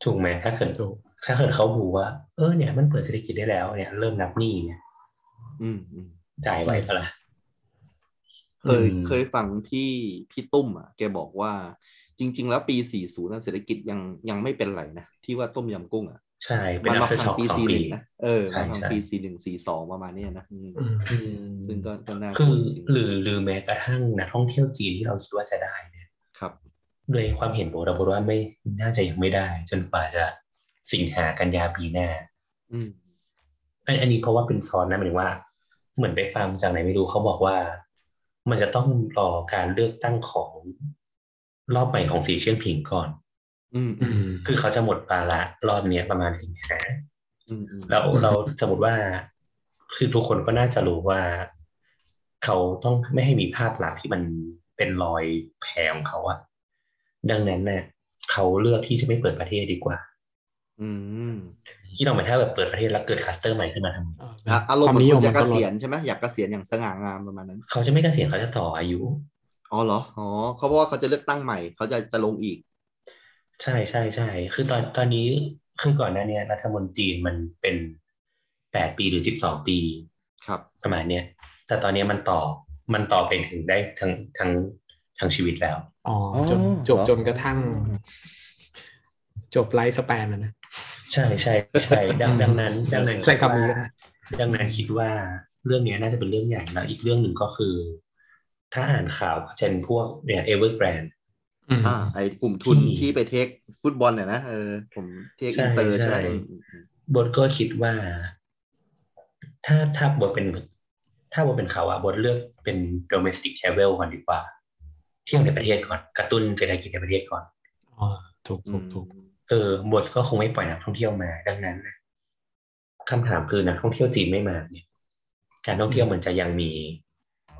S4: ถูกไหมถ้าเกิด
S3: ถูก
S4: ถ้าเกิดเขาบูว่า เออเนี่ยมันเปิดเศรษฐกิจได้แล้วเนี่ย เริ่มนับหนี้เนี่ย
S2: อืมอืม
S4: จ่ายไว้เปะล่า
S2: เคย
S4: อืม
S2: เคยฟังพี่พี่ตุ้มอ่ะแกบอกว่า จริง ๆ แล้วปี 40นะเศรษฐกิจยังยังไม่เป็นไรนะที่ว่าต้มยำกุ้งอ่ะ
S4: ใช่เป็น
S2: มัมา
S4: after
S2: ทาง
S4: shock
S2: ปี
S4: สอง
S2: สี่ห
S4: ปี
S2: นึ่งนะเออ
S4: ใช่
S2: มาทาง
S4: ใช่
S2: ปีสี่หนึ่งสี่สองประมาณเนี้ยนะอืม
S3: อืม
S4: อืม
S2: ซึ่งก็ก็น่าก
S4: คื
S2: ลั
S4: อ
S2: วจริง
S4: หรือหรือแม้กระทั่งนักท่องเที่ยวจีนที่เราคิดว่าจะได้เนี่ย
S2: ครับ
S4: ด้วยความเห็นผมเราบอกว่าไม่น่าจะยังไม่ได้ จนกว่าจะสิงหากันยาปีหน้า
S2: อืม
S4: ไอยอันนี้เพราะว่าเป็นซ้อนนะหมายถึงว่า เหมือนไปฟังจากไหนไม่รู้เขาบอกว่า มันจะต้องรอการเลือกตั้งของรอบใหม่ของสีเชียงผิงก่อน
S2: อืมอืม
S4: คือเขาจะหมดวาระรอบเนี้ยประมาณสิงหา
S2: อืมอืม
S4: เราเราสมมติว่า คือทุกคนก็น่าจะรู้ว่า เขาต้องไม่ให้มีภาพลักษณ์ที่มันเป็นรอยแผลของเขาอะดังนั้นเนี่ยเขาเลือกที่จะไม่เปิดประเทศดีกว่า
S2: อืม
S4: คิดออกไหมถ้าแบบเปิดประเทศแล้วเกิดคลัสเตอร์ใหม่ขึ้นมาทำไง
S2: อ่ะอารมณ์เหมือน
S3: นิ
S2: คนจะเก
S3: ลด
S2: ษียณใช่ไหมอยากเกษียณอย่างสง่างามประมาณนั้น
S4: เขาจะไม่เกษียณเขาจะต่ออายุ
S2: อ๋อเหรอ อ๋อเขาบอกว่าเขาจะเลือกตั้งใหม่ เขาจะจะลงอีก
S4: ใช่ใช่ใช่ คือตอนตอนนี้คือก่อนหน้าเนี้ยรัฐมนตรีจีนมันเป็นแปดปีหรือสิบสองปี
S2: ครับ
S4: ประมาณเนี้ย แต่ตอนเนี้ยมันต่อมันต่อเป็นถึงได้ทั้งทั้งทั้งชีวิตแล้ว
S3: อ๋อ
S2: อ๋อ
S3: จนจบ
S2: เหรอ
S3: จนกระทั่ง จบไลฟ์สแปนนะนะ
S4: ใช่ใช่ใช่ ดังดังนั้น ดังนั้น
S3: ใช้คำนี้
S4: ด
S3: ก็ได้
S4: ว่าดังนั้นคิดว่าเรื่องเนี้ยน่าจะเป็นเรื่องใหญ่แล้วอีกเรื่องหนึ่งก็คือ ถ้าอ่านข่าวเช่นพวกเนี่ยเอเวอร์แกรน
S3: อืม
S2: อ่า ไอ้กลุ่มทุน
S4: ที่
S2: ที่ไปเทคฟุตบอลเนี่ยนะ เออ ผมเทค
S4: ใช่
S2: อินเตอร์ใช่ไหม
S4: ใช่
S2: อืมอืม
S4: บดก็คิดว่า ถ้าถ้าบดเป็น ถ้าบดเป็นเขาอะบดเลือกเป็น domestic travel ก่อนดีกว่า เที่ยวในประเทศก่อนกระตุ้นเศรษฐกิจในประเทศก่อน
S3: อ๋อถูก
S2: อื
S3: ถู
S2: ม
S3: กถูก
S4: เออบดก็คงไม่ปล่อยนักท่องเที่ยวมา ดังนั้นนะคำถามคือนักท่องเที่ยวจีนไม่มาเนี่ย การท่องเที่ยวมันจะยังมี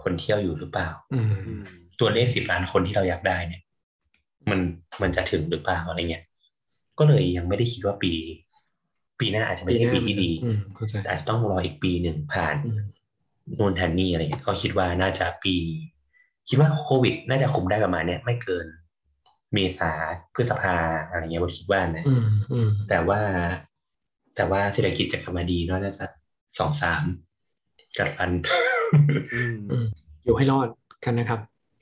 S4: คนเที่ยวอยู่หรือเปล่า
S3: อืม
S2: อืม
S4: ตัวเลขสิบล้านคนที่เราอยากได้เนี่ย มันมันจะถึงหรือเปล่าอะไรเงี้ยก็เลยยังไม่ได้คิดว่าปี ปีหน้าอาจจะไม่ใช่ปีที่ดี
S3: อืมเข้าใจ
S4: อาจจะต้องรออีกปีหนึ่งผ่าน
S3: อืม
S4: นูนแทนนี่อะไรเงี้ยก็คิดว่าน่าจะปี คิดว่าโควิด น่าจะคุมได้ประมาณเนี้ยไม่เกิน เมษาพฤษภาอะไรเงี้ยผมคิดว่านะ
S3: อืมอืม
S4: แต่ว่า แต่ว่าเศรษฐกิจจะกลับมาดีเนาะน่าจะสองสามจัดฟัน
S2: อืม
S3: อืมอยู่ให้รอดกันนะครับ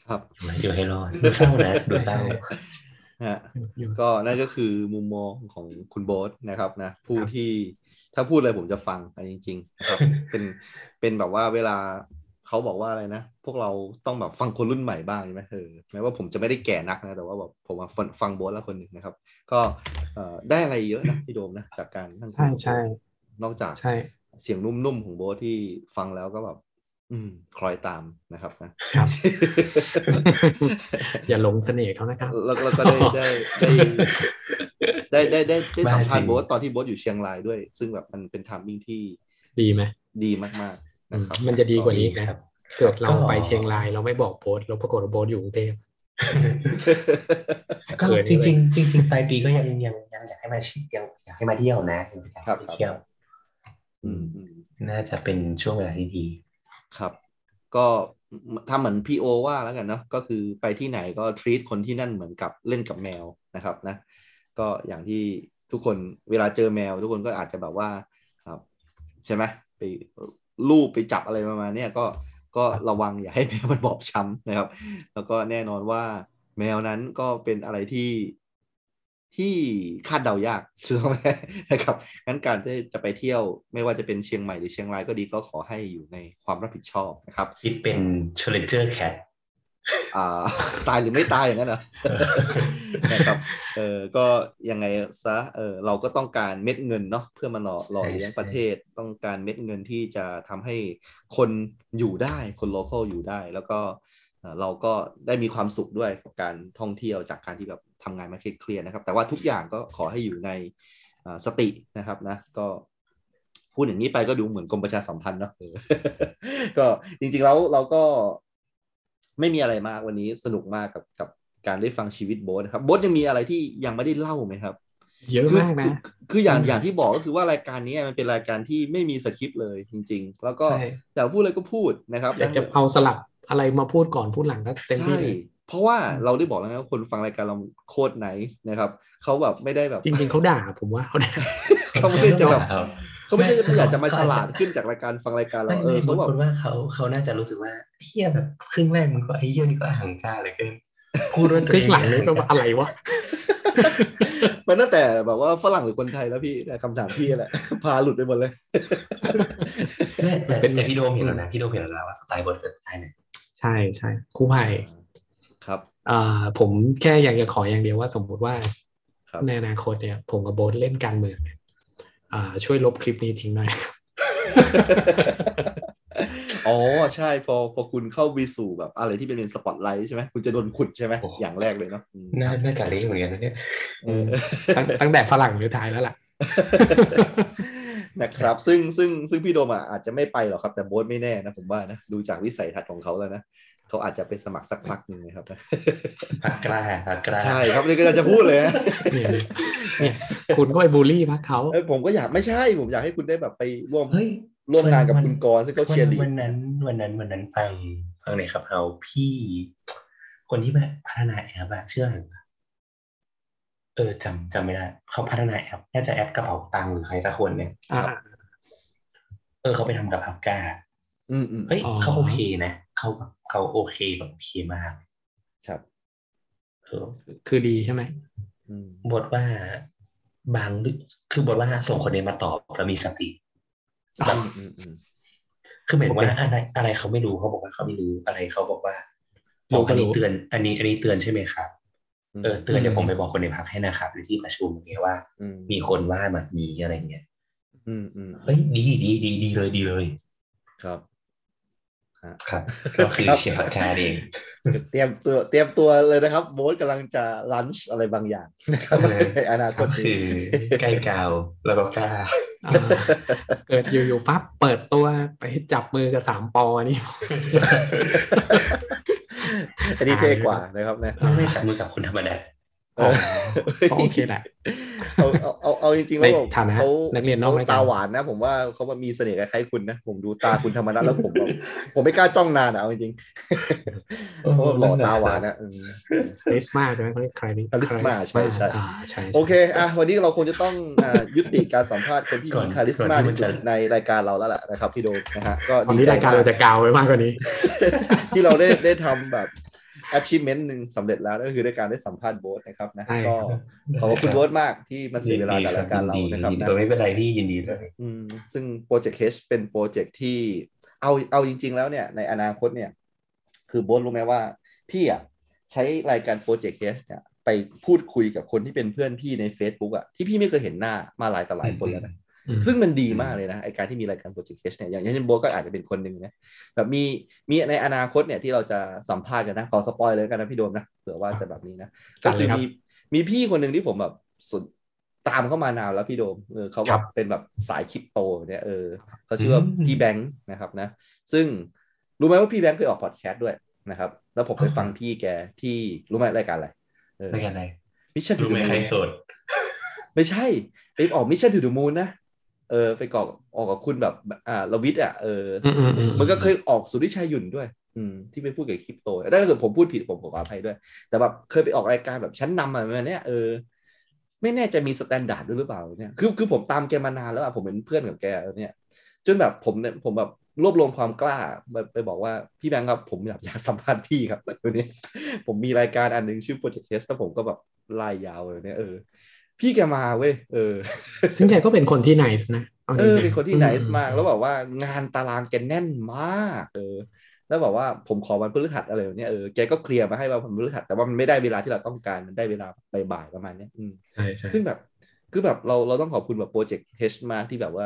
S2: ครับ
S4: อยู่ให้รอดดูเศร้านะดูเศร้า
S2: ฮะ
S3: อยู่อยู่
S2: ก็นั่นก็คือมุมมองของคุณโบ๊ทนะครับนะผู้
S3: ครับ
S2: ที่ถ้าพูดเลยผมจะฟังอันนี้จริงๆนะครับ เป็นเป็นแบบว่าเวลาเขาบอกว่าอะไรนะ พวกเราต้องแบบฟังคนรุ่นใหม่บ้างใช่ไหมเออแม้ว่าผมจะไม่ได้แก่นักนะแต่ว่าแบบผมมาฟังฟังโบ๊ทแล้วคนหนึ่งนะครับ ก็เอ่อได้อะไรเยอะนะพี่โดมนะจากการนั่งคุ
S3: ใช่
S2: ยกับ
S3: ใช่
S2: นอกจาก
S3: ใช่
S2: เสียงนุ่มๆของโบ๊ทที่ฟังแล้วก็แบบ อืมคล้อยตามนะครับนะ
S3: ครับ อย่าหลงเสน่ห์เขานะครับ
S2: แล้วแล้วก็ได้ได้ได้ได้ได้ได้ได้สัมภาษณ์
S4: บ้าจริง
S2: โบ๊ทตอนที่โบ๊ทอยู่เชียงรายด้วย ซึ่งแบบมันเป็นไทามมิ่งที่
S3: ดีไหม
S2: ดีมากๆนะครับ
S3: มันจะดีกว่านี้
S4: ดี
S3: นะครับ เกิดเรา
S4: ก็
S3: ไปเชียงรายเราไม่บอกโพสต์เราปรากฏว่าโพสต์อยู่กรุงเทพ
S4: ก็
S3: เขิน
S4: จ
S3: เล
S4: ริง
S3: ย
S4: ๆจริงๆปลายปีก็ยังยังยังอยากให้มาชิยังอยากให้มาเที่ยวนะยังอยากให้ไปเที่ยว
S2: อืมอืม
S4: น่าจะเป็นช่วงเวลาที่ดี
S2: ครับ ก็ทำเหมือนพี่โอว่าแล้วกันเนาะก็คือไปที่ไหนก็ทรีตคนที่นั่นเหมือนกับเล่นกับแมวนะครับนะ ก็อย่างที่ทุกคนเวลาเจอแมว ทุกคนก็อาจจะแบบว่าครับใช่ไหมไปลูบไปจับอะไรประมาณเนี้ยก็ก็ระวังอย่าให้แมวมันบอบช้ำนะครับ แล้วก็แน่นอนว่าแมวนั้นก็เป็นอะไรที่ที่คาดเดายากใช่ไหมนะครับงั้นการที่จะไปเที่ยวไม่ว่าจะเป็นเชียงใหม่หรือเชียงรายก็ดีก็ขอให้อยู่ในความรับผิดชอบนะครับ
S4: คิดเป็น challenger cat
S2: อ่า ตายหรือไม่ตายอย่างนั้น เหรอ นะครับ เออก็ยังไงซะ เออเราก็ต้องการเม็ดเงินเนาะเพื่อมาหล่อหล่อ
S4: ใช่
S2: เลี้ยง
S4: ใช่
S2: ประเทศ ต้องการเม็ดเงินที่จะทำให้คนอยู่ได้ คนโลเคอลอยู่ได้ แล้วก็เอ่อเราก็ได้มีความสุขด้วยกับการท่องเที่ยวจากการที่แบบทำงานมาเครียดๆนะครับ แต่ว่าทุกอย่างก็ขอให้อยู่ในเอ่อสตินะครับนะ ก็พูดอย่างนี้ไปก็ดูเหมือนกรมประชาสัมพันธ์เนาะเออ ก็จริงๆแล้วเราก็ไม่มีอะไรมากวันนี้สนุกมากกับกับการได้ฟังชีวิตโบ๊ทนะครับโบ๊ทยังมีอะไรที่ยังไม่ได้เล่าไหมครับ
S3: เยอะ
S2: คือ
S3: มากนะ
S2: คือคืออย่าง
S3: อืม
S2: อย่างที่บอกก็คือว่ารายการนี้มันเป็นรายการที่ไม่มีสคริปต์เลยจริง ๆ แล้วก็
S3: ใช่
S2: อยากพูดอะไรก็พูดนะครับ
S3: อยากจะเอาสลับอะไรมาพูดก่อนพูดหลังก็เต็มที่
S2: ใช่
S3: เลย
S2: เพราะว่า
S3: อืม
S2: เราได้บอกแล้วนะว่าคนฟังรายการเราโคตรไนส์นะครับเขาแบบไม่ได้แบบ
S3: จริง ๆเขาด่าผมว่าเขาด่า
S2: เขาไม่ได้จะแบบ
S4: ครับ
S2: เขา ก็ไม่ได้
S4: ไม่
S2: อยากจะมาฉ
S4: เขาอาจจะ
S2: ลาดขึ้นจากรายการฟังรายการเรา
S4: ไม่
S2: เอ
S4: ไม่
S2: อ
S4: คุ
S2: เขา
S4: ณ
S2: แบบ
S4: คุณว่าเขาเขาน่าจะรู้สึกว่าเฮียแบบครึ่งแรกมันก็ไอ้เยี่ยนี่ก็อหังการเหลยเกินพูดว่าตั
S3: คว ลิ
S4: เอก ง
S3: หลังนี่ก็
S4: อหั
S3: ว่าง
S4: การ
S3: อะไรวะ
S2: มันตั้งแต่แบบว่าฝรั่งหรือคนไทยแล้วพี่แต่คำถามพี่แหละ พาหลุดไปหมดเลย
S4: เนี่ยแต่
S3: เป็น
S4: แต่พี่โดมเห็นแล้วนะพี่โดมเห็นแล้วว่าสไตล์บทเป็นสไตล์เนี่ย
S3: ใช่ใช่ครูไผ่
S2: ครับ
S3: เอ่อผมแค่อยากจะขออย่างเดียวว่าสมมุติว่า
S2: ครับ
S3: ในอนาคตเนี่ย ผมกับโบ๊ทเล่นการเมืองเนี่ยอ่าช่วยลบคลิปนี้ทิ้งหน่อย
S2: อ๋อใช่พอพอคุณเข้าไปสู่แบบอะไรที่เป็นสปอตไลท์ใช่ไหมคุณจะโดนขุดใช่ไหมอย่างแรกเลยเนาะอืม
S4: น่าน่าจะเละเหมือนกันนะเนี่ย
S2: เออ
S3: ตั้งตั้งแต่ฝรั่งหรือไทยแล้วล่ะ
S2: นะครับซึ่งซึ่งซึ่งพี่โดมอ่ะอาจจะไม่ไปหรอกครับ แต่โบ๊ทไม่แน่นะผมว่านะดูจากวิสัยทัศน์ของเขาแล้วนะเขาอาจจะไปสมัครสักพักหนึ่งนะครับ
S4: ปากกล้าปากกล้า
S2: ใช่ครับนี่ก็จะพูดเลยนะ
S3: เนี่ยเนี่ยเนี่ยคุณก็ไปบูลลี่พักเขา
S2: เอ้ยผมก็อยากไม่ใช่ผมอยากให้คุณได้แบบไปร่วม
S4: เฮ้ย
S2: ร่วมงานกับคุณกรณ์ซึ่งเขาเชียร์ลีด
S4: วันนั้นวันนั้นวันนั้นฟังฟังในครับเฮาพี่ คนที่แบบพัฒนาแอปอะเชื่อหรือเปล่าเออจำจำไม่ได้เขาพัฒนาแอปน่าจะแอปกระเป๋าตังค์หรือใครสักคนเนี่ย
S3: อ่า
S4: เออเขาไปทำกับฮับกา
S2: อืมอืม
S4: เฮ้ย
S3: อ๋อ
S4: เขาโอเคนะเขาเขาโอเคแบบโอเคมาก
S2: ครับ
S4: เออ
S3: คือดีใช่ไหม
S2: อืม
S4: บทว่าบางเรื่องคือบทว่าส่งคนนี้มาตอบแล้วมีสติ
S3: อ๋อ
S2: อืมอืมอืม
S4: คือเหมือนว่า
S3: โอเค
S4: อะไรอะไรเขาไม่รู้เขาบอกว่าเขาไม่รู้อะไรเขาบอกว่า
S3: รู้ก็
S4: อัน
S3: รู้
S4: นี้เตือน อันนี้ อันนี้เตือนใช่ไหมครับเออเตือนเดี๋ยวผมไปบอกคนในพักให้นะครับในที่ประชุมอย่างเงี้ยว่า
S2: อืม
S4: มีคนว่าแบบนี้อะไรเงี้ย
S2: อืมอืม
S4: เฮ้ยดีดีดีดีเลยดีเลย
S2: ครับ
S4: ครับก็คือเชียร์ปากกาเอง
S2: เตรียมตัวเตรียมตัวเลยนะครับโบ๊ทกำลังจะลันช์อะไรบางอย่างนะครับในอนาค
S4: ก็
S2: ต
S4: คื
S2: นี้
S4: อใกล้กาวแล้วก็กล้า
S3: อ่าเกิดอยู่ๆปั๊บเปิดตัวไปจับมือกับสามปอนี่
S2: อันนี้เท่กว่านะครับนะ
S4: ไม่ไม่จับมือกับคนธรรมดา
S2: เออ
S3: ก็โอเคแหละ
S2: เอาเอาเอาเอาจริงๆแล้ว
S3: ในฐานะ
S2: เขา
S3: นักเรียนนอ
S2: ขาร
S3: กายการ
S2: ตาหวานนะ ผมว่าเขามีเสน่ห์คล้ายๆคุณนะ ผมดูตาคุณธรรมนัฐแล้วผมแบบผมไม่กล้าจ้องนานอะเอาจริงๆเพราะว่าหล่อตาหวานนะอืม
S3: คริสมาใช่ไหมเขาเรียกใครนี่
S2: charisma ใช่ใช่
S3: อ่าใช่ใช่
S2: โอเคอ่ะวันนี้เราคงจะต้องอ่ายุติการสัมภาษณ์คนที่มีคาริสมาที่สุดในรายการเราแล้วล่ะนะครับพี่โดมนะฮะก็
S3: ตอน
S2: ดี
S3: นี้
S2: ใจ
S3: รายการ
S2: มาก
S3: เราจะกาวไว้มากกว่านี้
S2: ที่เราได้ได้ทำแบบ achievement หนึ่งสำเร็จแล้วนั่นก็คือด้วยการได้สัมภาษณ์โบ๊ทนะครับนะ
S3: ใช่ครั
S2: ก็
S3: บ
S2: ขอบคุณโบ๊ทมากที่มาเสียเวลากับรายการเรานะครับ
S4: ยิดี
S2: นะ
S4: ไม่เป็นไรพี่ยินดีเลย
S2: อืมซึ่งโปรเจกต์ H เป็นโปรเจกต์ที่เอาเอาจริง ๆ แล้วเนี่ยในอนาคตเนี่ย คือโบ๊ทรู้ไหมว่า พี่อ่ะใช้รายการโปรเจกต์ H เนี่ยไปพูดคุยกับคนที่เป็นเพื่อนพี่ใน Facebook อ่ะที่พี่ไม่เคยเห็นหน้ามาหลายต่อหลายคนแล้วนะ
S3: อืม
S2: ซึ่งมันดีมากเลยนะไอการที่มีรายการโปรเจกต์เคสเนี่ยอย่างเช่นโบทก็อาจจะเป็นคนหนึ่งนะแบบมีมีในอนาคตเนี่ยที่เราจะสัมภาษณ์กันนะขอสปอยเลยแล้วกันนะพี่โดมนะเผื่อว่าจะแบบนี้นะ
S3: จั
S2: ก็
S3: ดเล
S2: คื
S3: ย
S2: อ
S3: ครับ
S2: มีมีพี่คนหนึ่งที่ผมแบบสนตามเข้ามานานแล้วพี่โดมเออเขาแบ
S3: ครับ บ
S2: เป็นแบบสายคริปโตเนี่ยเออเขาชื่อว่าพี่แบงค์นะครับนะ ซึ่งรู้ไหมว่าพี่แบงค์เคยออกพอดแคสต์ด้วยนะครับ แล้วผมไปฟังพี่แกที่รู้ไหมรายการอะไรเออ
S4: ไม่เป็นไร
S2: มิชชั่น
S4: รู้ไหมใครโสด
S2: ไม่ใช่ไปออกมิชชั่น o ู h ด m มูนนะเออไปกอกออกกับคุณแบบอ่าลวิทย์อ่ะเออ
S3: อืมอืมอืม
S2: มันก็เคยออกสุริชัยหยุ่นด้วย อืมที่ไปพูดเกี่ยวกับคริปโตได้ถ้าเกิดผมพูดผิดผมขออภัยด้วย แต่แบบเคยไปออกรายการแบบชั้นนำอะไรประมาณเนี้ยเออไม่แน่ใจมีสแตนดาร์ดด้วยหรือเปล่าเนี่ยคือคือผมตามแกมานานแล้วอ่ะผมเป็นเพื่อนกับแกเนี่ย จนแบบผมเนี่ยผมแบบรวบรวมความกล้าไปไปบอกว่าพี่แบงค์ครับผมอยากอยากสัมภาษณ์พี่ครับ ตัวนี้ ผมมีรายการอันหนึ่งชื่อ Project Test แล้วผมก็แบบไล่ยาวเลยเนี่ยเออ พี่แกมาเว้ยเออ
S3: ซึ่งแกก็เป็นคนที่ไนส์นะาจ
S2: เอ
S3: ริง
S2: อ
S3: ๆ
S2: เป็นคนที่
S3: อื
S2: ไนส์มาก แล้วแบบว่างานตารางแกแน่นมากเออ แล้วบอกว่าผมขอวันพฤหัสอะไรแบบเนี้ยเออแกก็เคลียร์มาให้ว่าวันพฤหัสแต่ว่ามันไม่ได้เวลาที่เราต้องการมันได้เวลาบ่ายๆประมาณเนี้ยอืม
S3: ใช่ใช่
S2: ซึ่งแบบคือแบบเราเราต้องขอบคุณแบบโปรเจกต์เฮชมากที่แบบว่า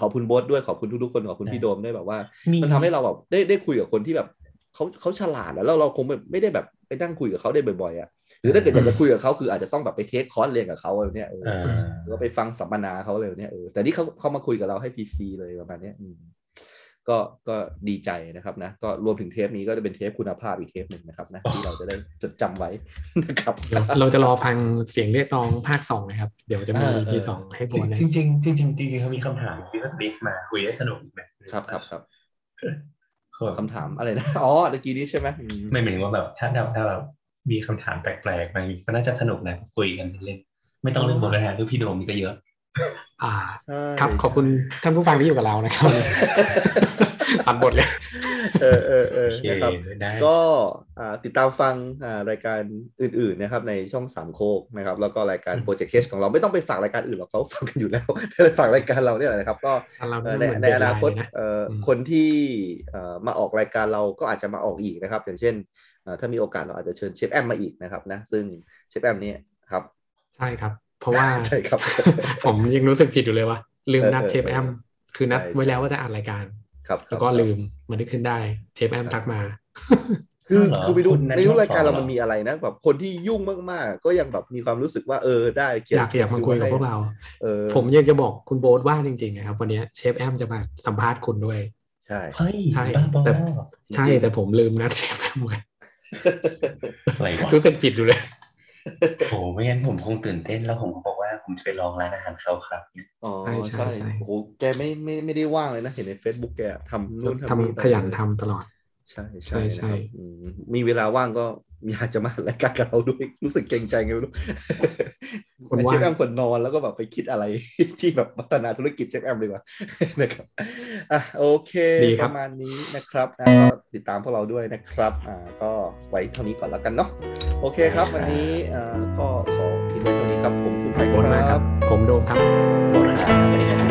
S2: ขอบคุณโบทด้วยขอบคุณทุกๆคนขอบคุณพี่โดมด้วยแบบว่า
S4: มี
S2: มันทำให้เราแบบได้ได้คุยกับคนที่แบบเขาเขาฉลาดแล้วเราเราคงไม่ไม่ได้แบบไปนั่งคุยกับเขาได้บ่อยๆอ่ะหรือถ้าเกิดอยากจะคุยกับเขาคืออาจจะต้องแบบไปเทคคอร์สเรียนกับเขาอะไรแบบเนี้ยเออ
S4: เออ
S2: หรือว่าไปฟังสัมมนาเขาอะไรแบบเนี้ยเออแต่นี่เขาเขามาคุยกับเราให้ฟรีๆเลยประมาณเนี้ยอืมก็ก็ดีใจนะครับนะ ก็รวมถึงเทปนี้ก็จะเป็นเทปคุณภาพอีกเทปหนึ่งนะครับนะที่เราจะได้จดจำไว้ นะครับ
S3: เราเราจะรอฟังเสียงเรียกร้องภาคสองนะครับ เดี๋ยวจะมี
S2: เออเออ
S3: พีสองให้โบนเลย
S4: จริงจริงๆจริงๆจริงๆจริงๆเขามีคำถามที่ว่าลิสต์มาคุยได้สนุกนะครับ
S2: ครับครับ
S4: เขาแบบ
S2: คำถามอะไรนะ อ๋อตะกี้นี้ใช่ไหมอืม
S4: ไม่หมายถึงว่าแบบถ้าเราถ้าเรามีคำถามแปลกๆมาก็น่าจะสนุกนะคุยกันเล่นๆไม่ต้องเรื่องบทแล้วนะเรื่องพี่โดมนี่ก็เยอะ
S3: อ่า ครับขอบคุณท่านผู้ฟังที่อยู่กับเรานะครับตัดบทเลย
S2: เออเออเออ
S4: โอเค
S2: นะครับ
S4: ได้
S2: ก็อ่าติดตามฟังอ่ารายการอื่นๆนะครับในช่องสามโคกนะครับแล้วก็รายการ
S4: อืม
S2: โปรเจกต์เคสของเราไม่ต้องไปฝากรายการอื่นหรอกเขาฟังกันอยู่แล้ว ฝากรายการเราเนี่ยแหละนะครับก็
S3: อันเรา
S2: เอ่อ
S3: ไม่
S2: ใน
S3: เหมือน
S2: ในอนาคต
S3: deadline เลยนะ
S2: เอ่ออ
S3: ม
S2: คนที่เอ่อมาออกรายการเราก็อาจจะมาออกอีกนะครับ อย่างเช่นเอ่อถ้ามีโอกาสเราอาจจะเชิญเชฟแอมมาอีกนะครับนะซึ่งเชฟแอมเนี่ยครับ
S3: ใช่ครับ เพราะว่า
S2: ใช่ครับ
S3: ผมยังรู้สึกผิดอยู่เลยว่า ลืมนัด
S2: เออ
S3: เชฟแอมคือนัด
S2: ใช่
S3: ไว้แล้วว่าจะอ่านรายการ
S2: ครับ
S3: แล้วก็ลืมมันนึกขึ้นได้เชฟแอมทักมา
S2: คือ
S4: เหรอ
S2: คือไม่รู้
S4: คุณนัท
S2: ไม่รู้
S4: ชอบ
S2: รายการเรา
S4: สอนเหรอ
S2: มันมีอะไรนะแบบคนที่ยุ่งมากๆ ก็ยังแบบมีความรู้สึกว่าเออได้เขี
S3: อยากอยากมาคุยกับพวกเรา
S2: เออ
S3: ผมยังจะบอกคุณโบ๊ทว่าจริงๆนะครับ วันนี้เชฟแอมจะมาสัมภาษณ์คุณด้วย
S2: ใช่
S4: เฮ้ย
S3: ใช่
S4: บ้าบอ
S3: แต่ ใช่
S2: จริงๆ
S3: แต่ผมลืมนัด เชฟแอมไว้
S4: อะไรวะ
S3: รู้สึกผิดอยู่เลย
S4: โอ้โหไม่งั้นผมคงตื่นเต้นแล้วผมก็บอกว่าผมจะไปลองร้านอาหารเขาครับ
S2: อ๋อ
S3: ใช่ใช่ใช่
S2: โอ้โหแกไม่ไม่ไม่ได้ว่างเลยนะ เห็นใน Facebook แกทำนู่น
S3: ทำ
S2: ทำนี่
S3: ขยันทำตลอด
S2: ใช่ใช่
S3: ใช่
S2: ใช่
S3: ใช่
S2: มีเวลาว่างก็อยากจะมาอัดรายการกับเราด้วย รู้สึกเกรงใจไงไม่รู้
S3: คน
S2: เช
S3: ว่า
S2: ฟแอม
S3: ง
S2: คนนอนแล้วก็แบบไปคิดอะไร ที่แบบพัฒนาธุรกิจเชฟแอมดีกว่า นะครับอ่ะโอเค
S3: ดีค
S2: ป
S3: รับ
S2: ระมาณนี้นะครับนะก็ติดตามพวกเราด้วยนะครับอ่าก็ไว้เท่านี้ก่อนแล้วกันเนาะโอเคครับ วันนี้อ่าก็ขอทิ้งไว้เท่านี้ครับผมคุณไผ่
S3: โบ๊ทมา
S2: ค
S3: ค
S2: รั
S3: รับ บ ผมโดมครับ
S4: ขอบคุณครับสวัสดีครับ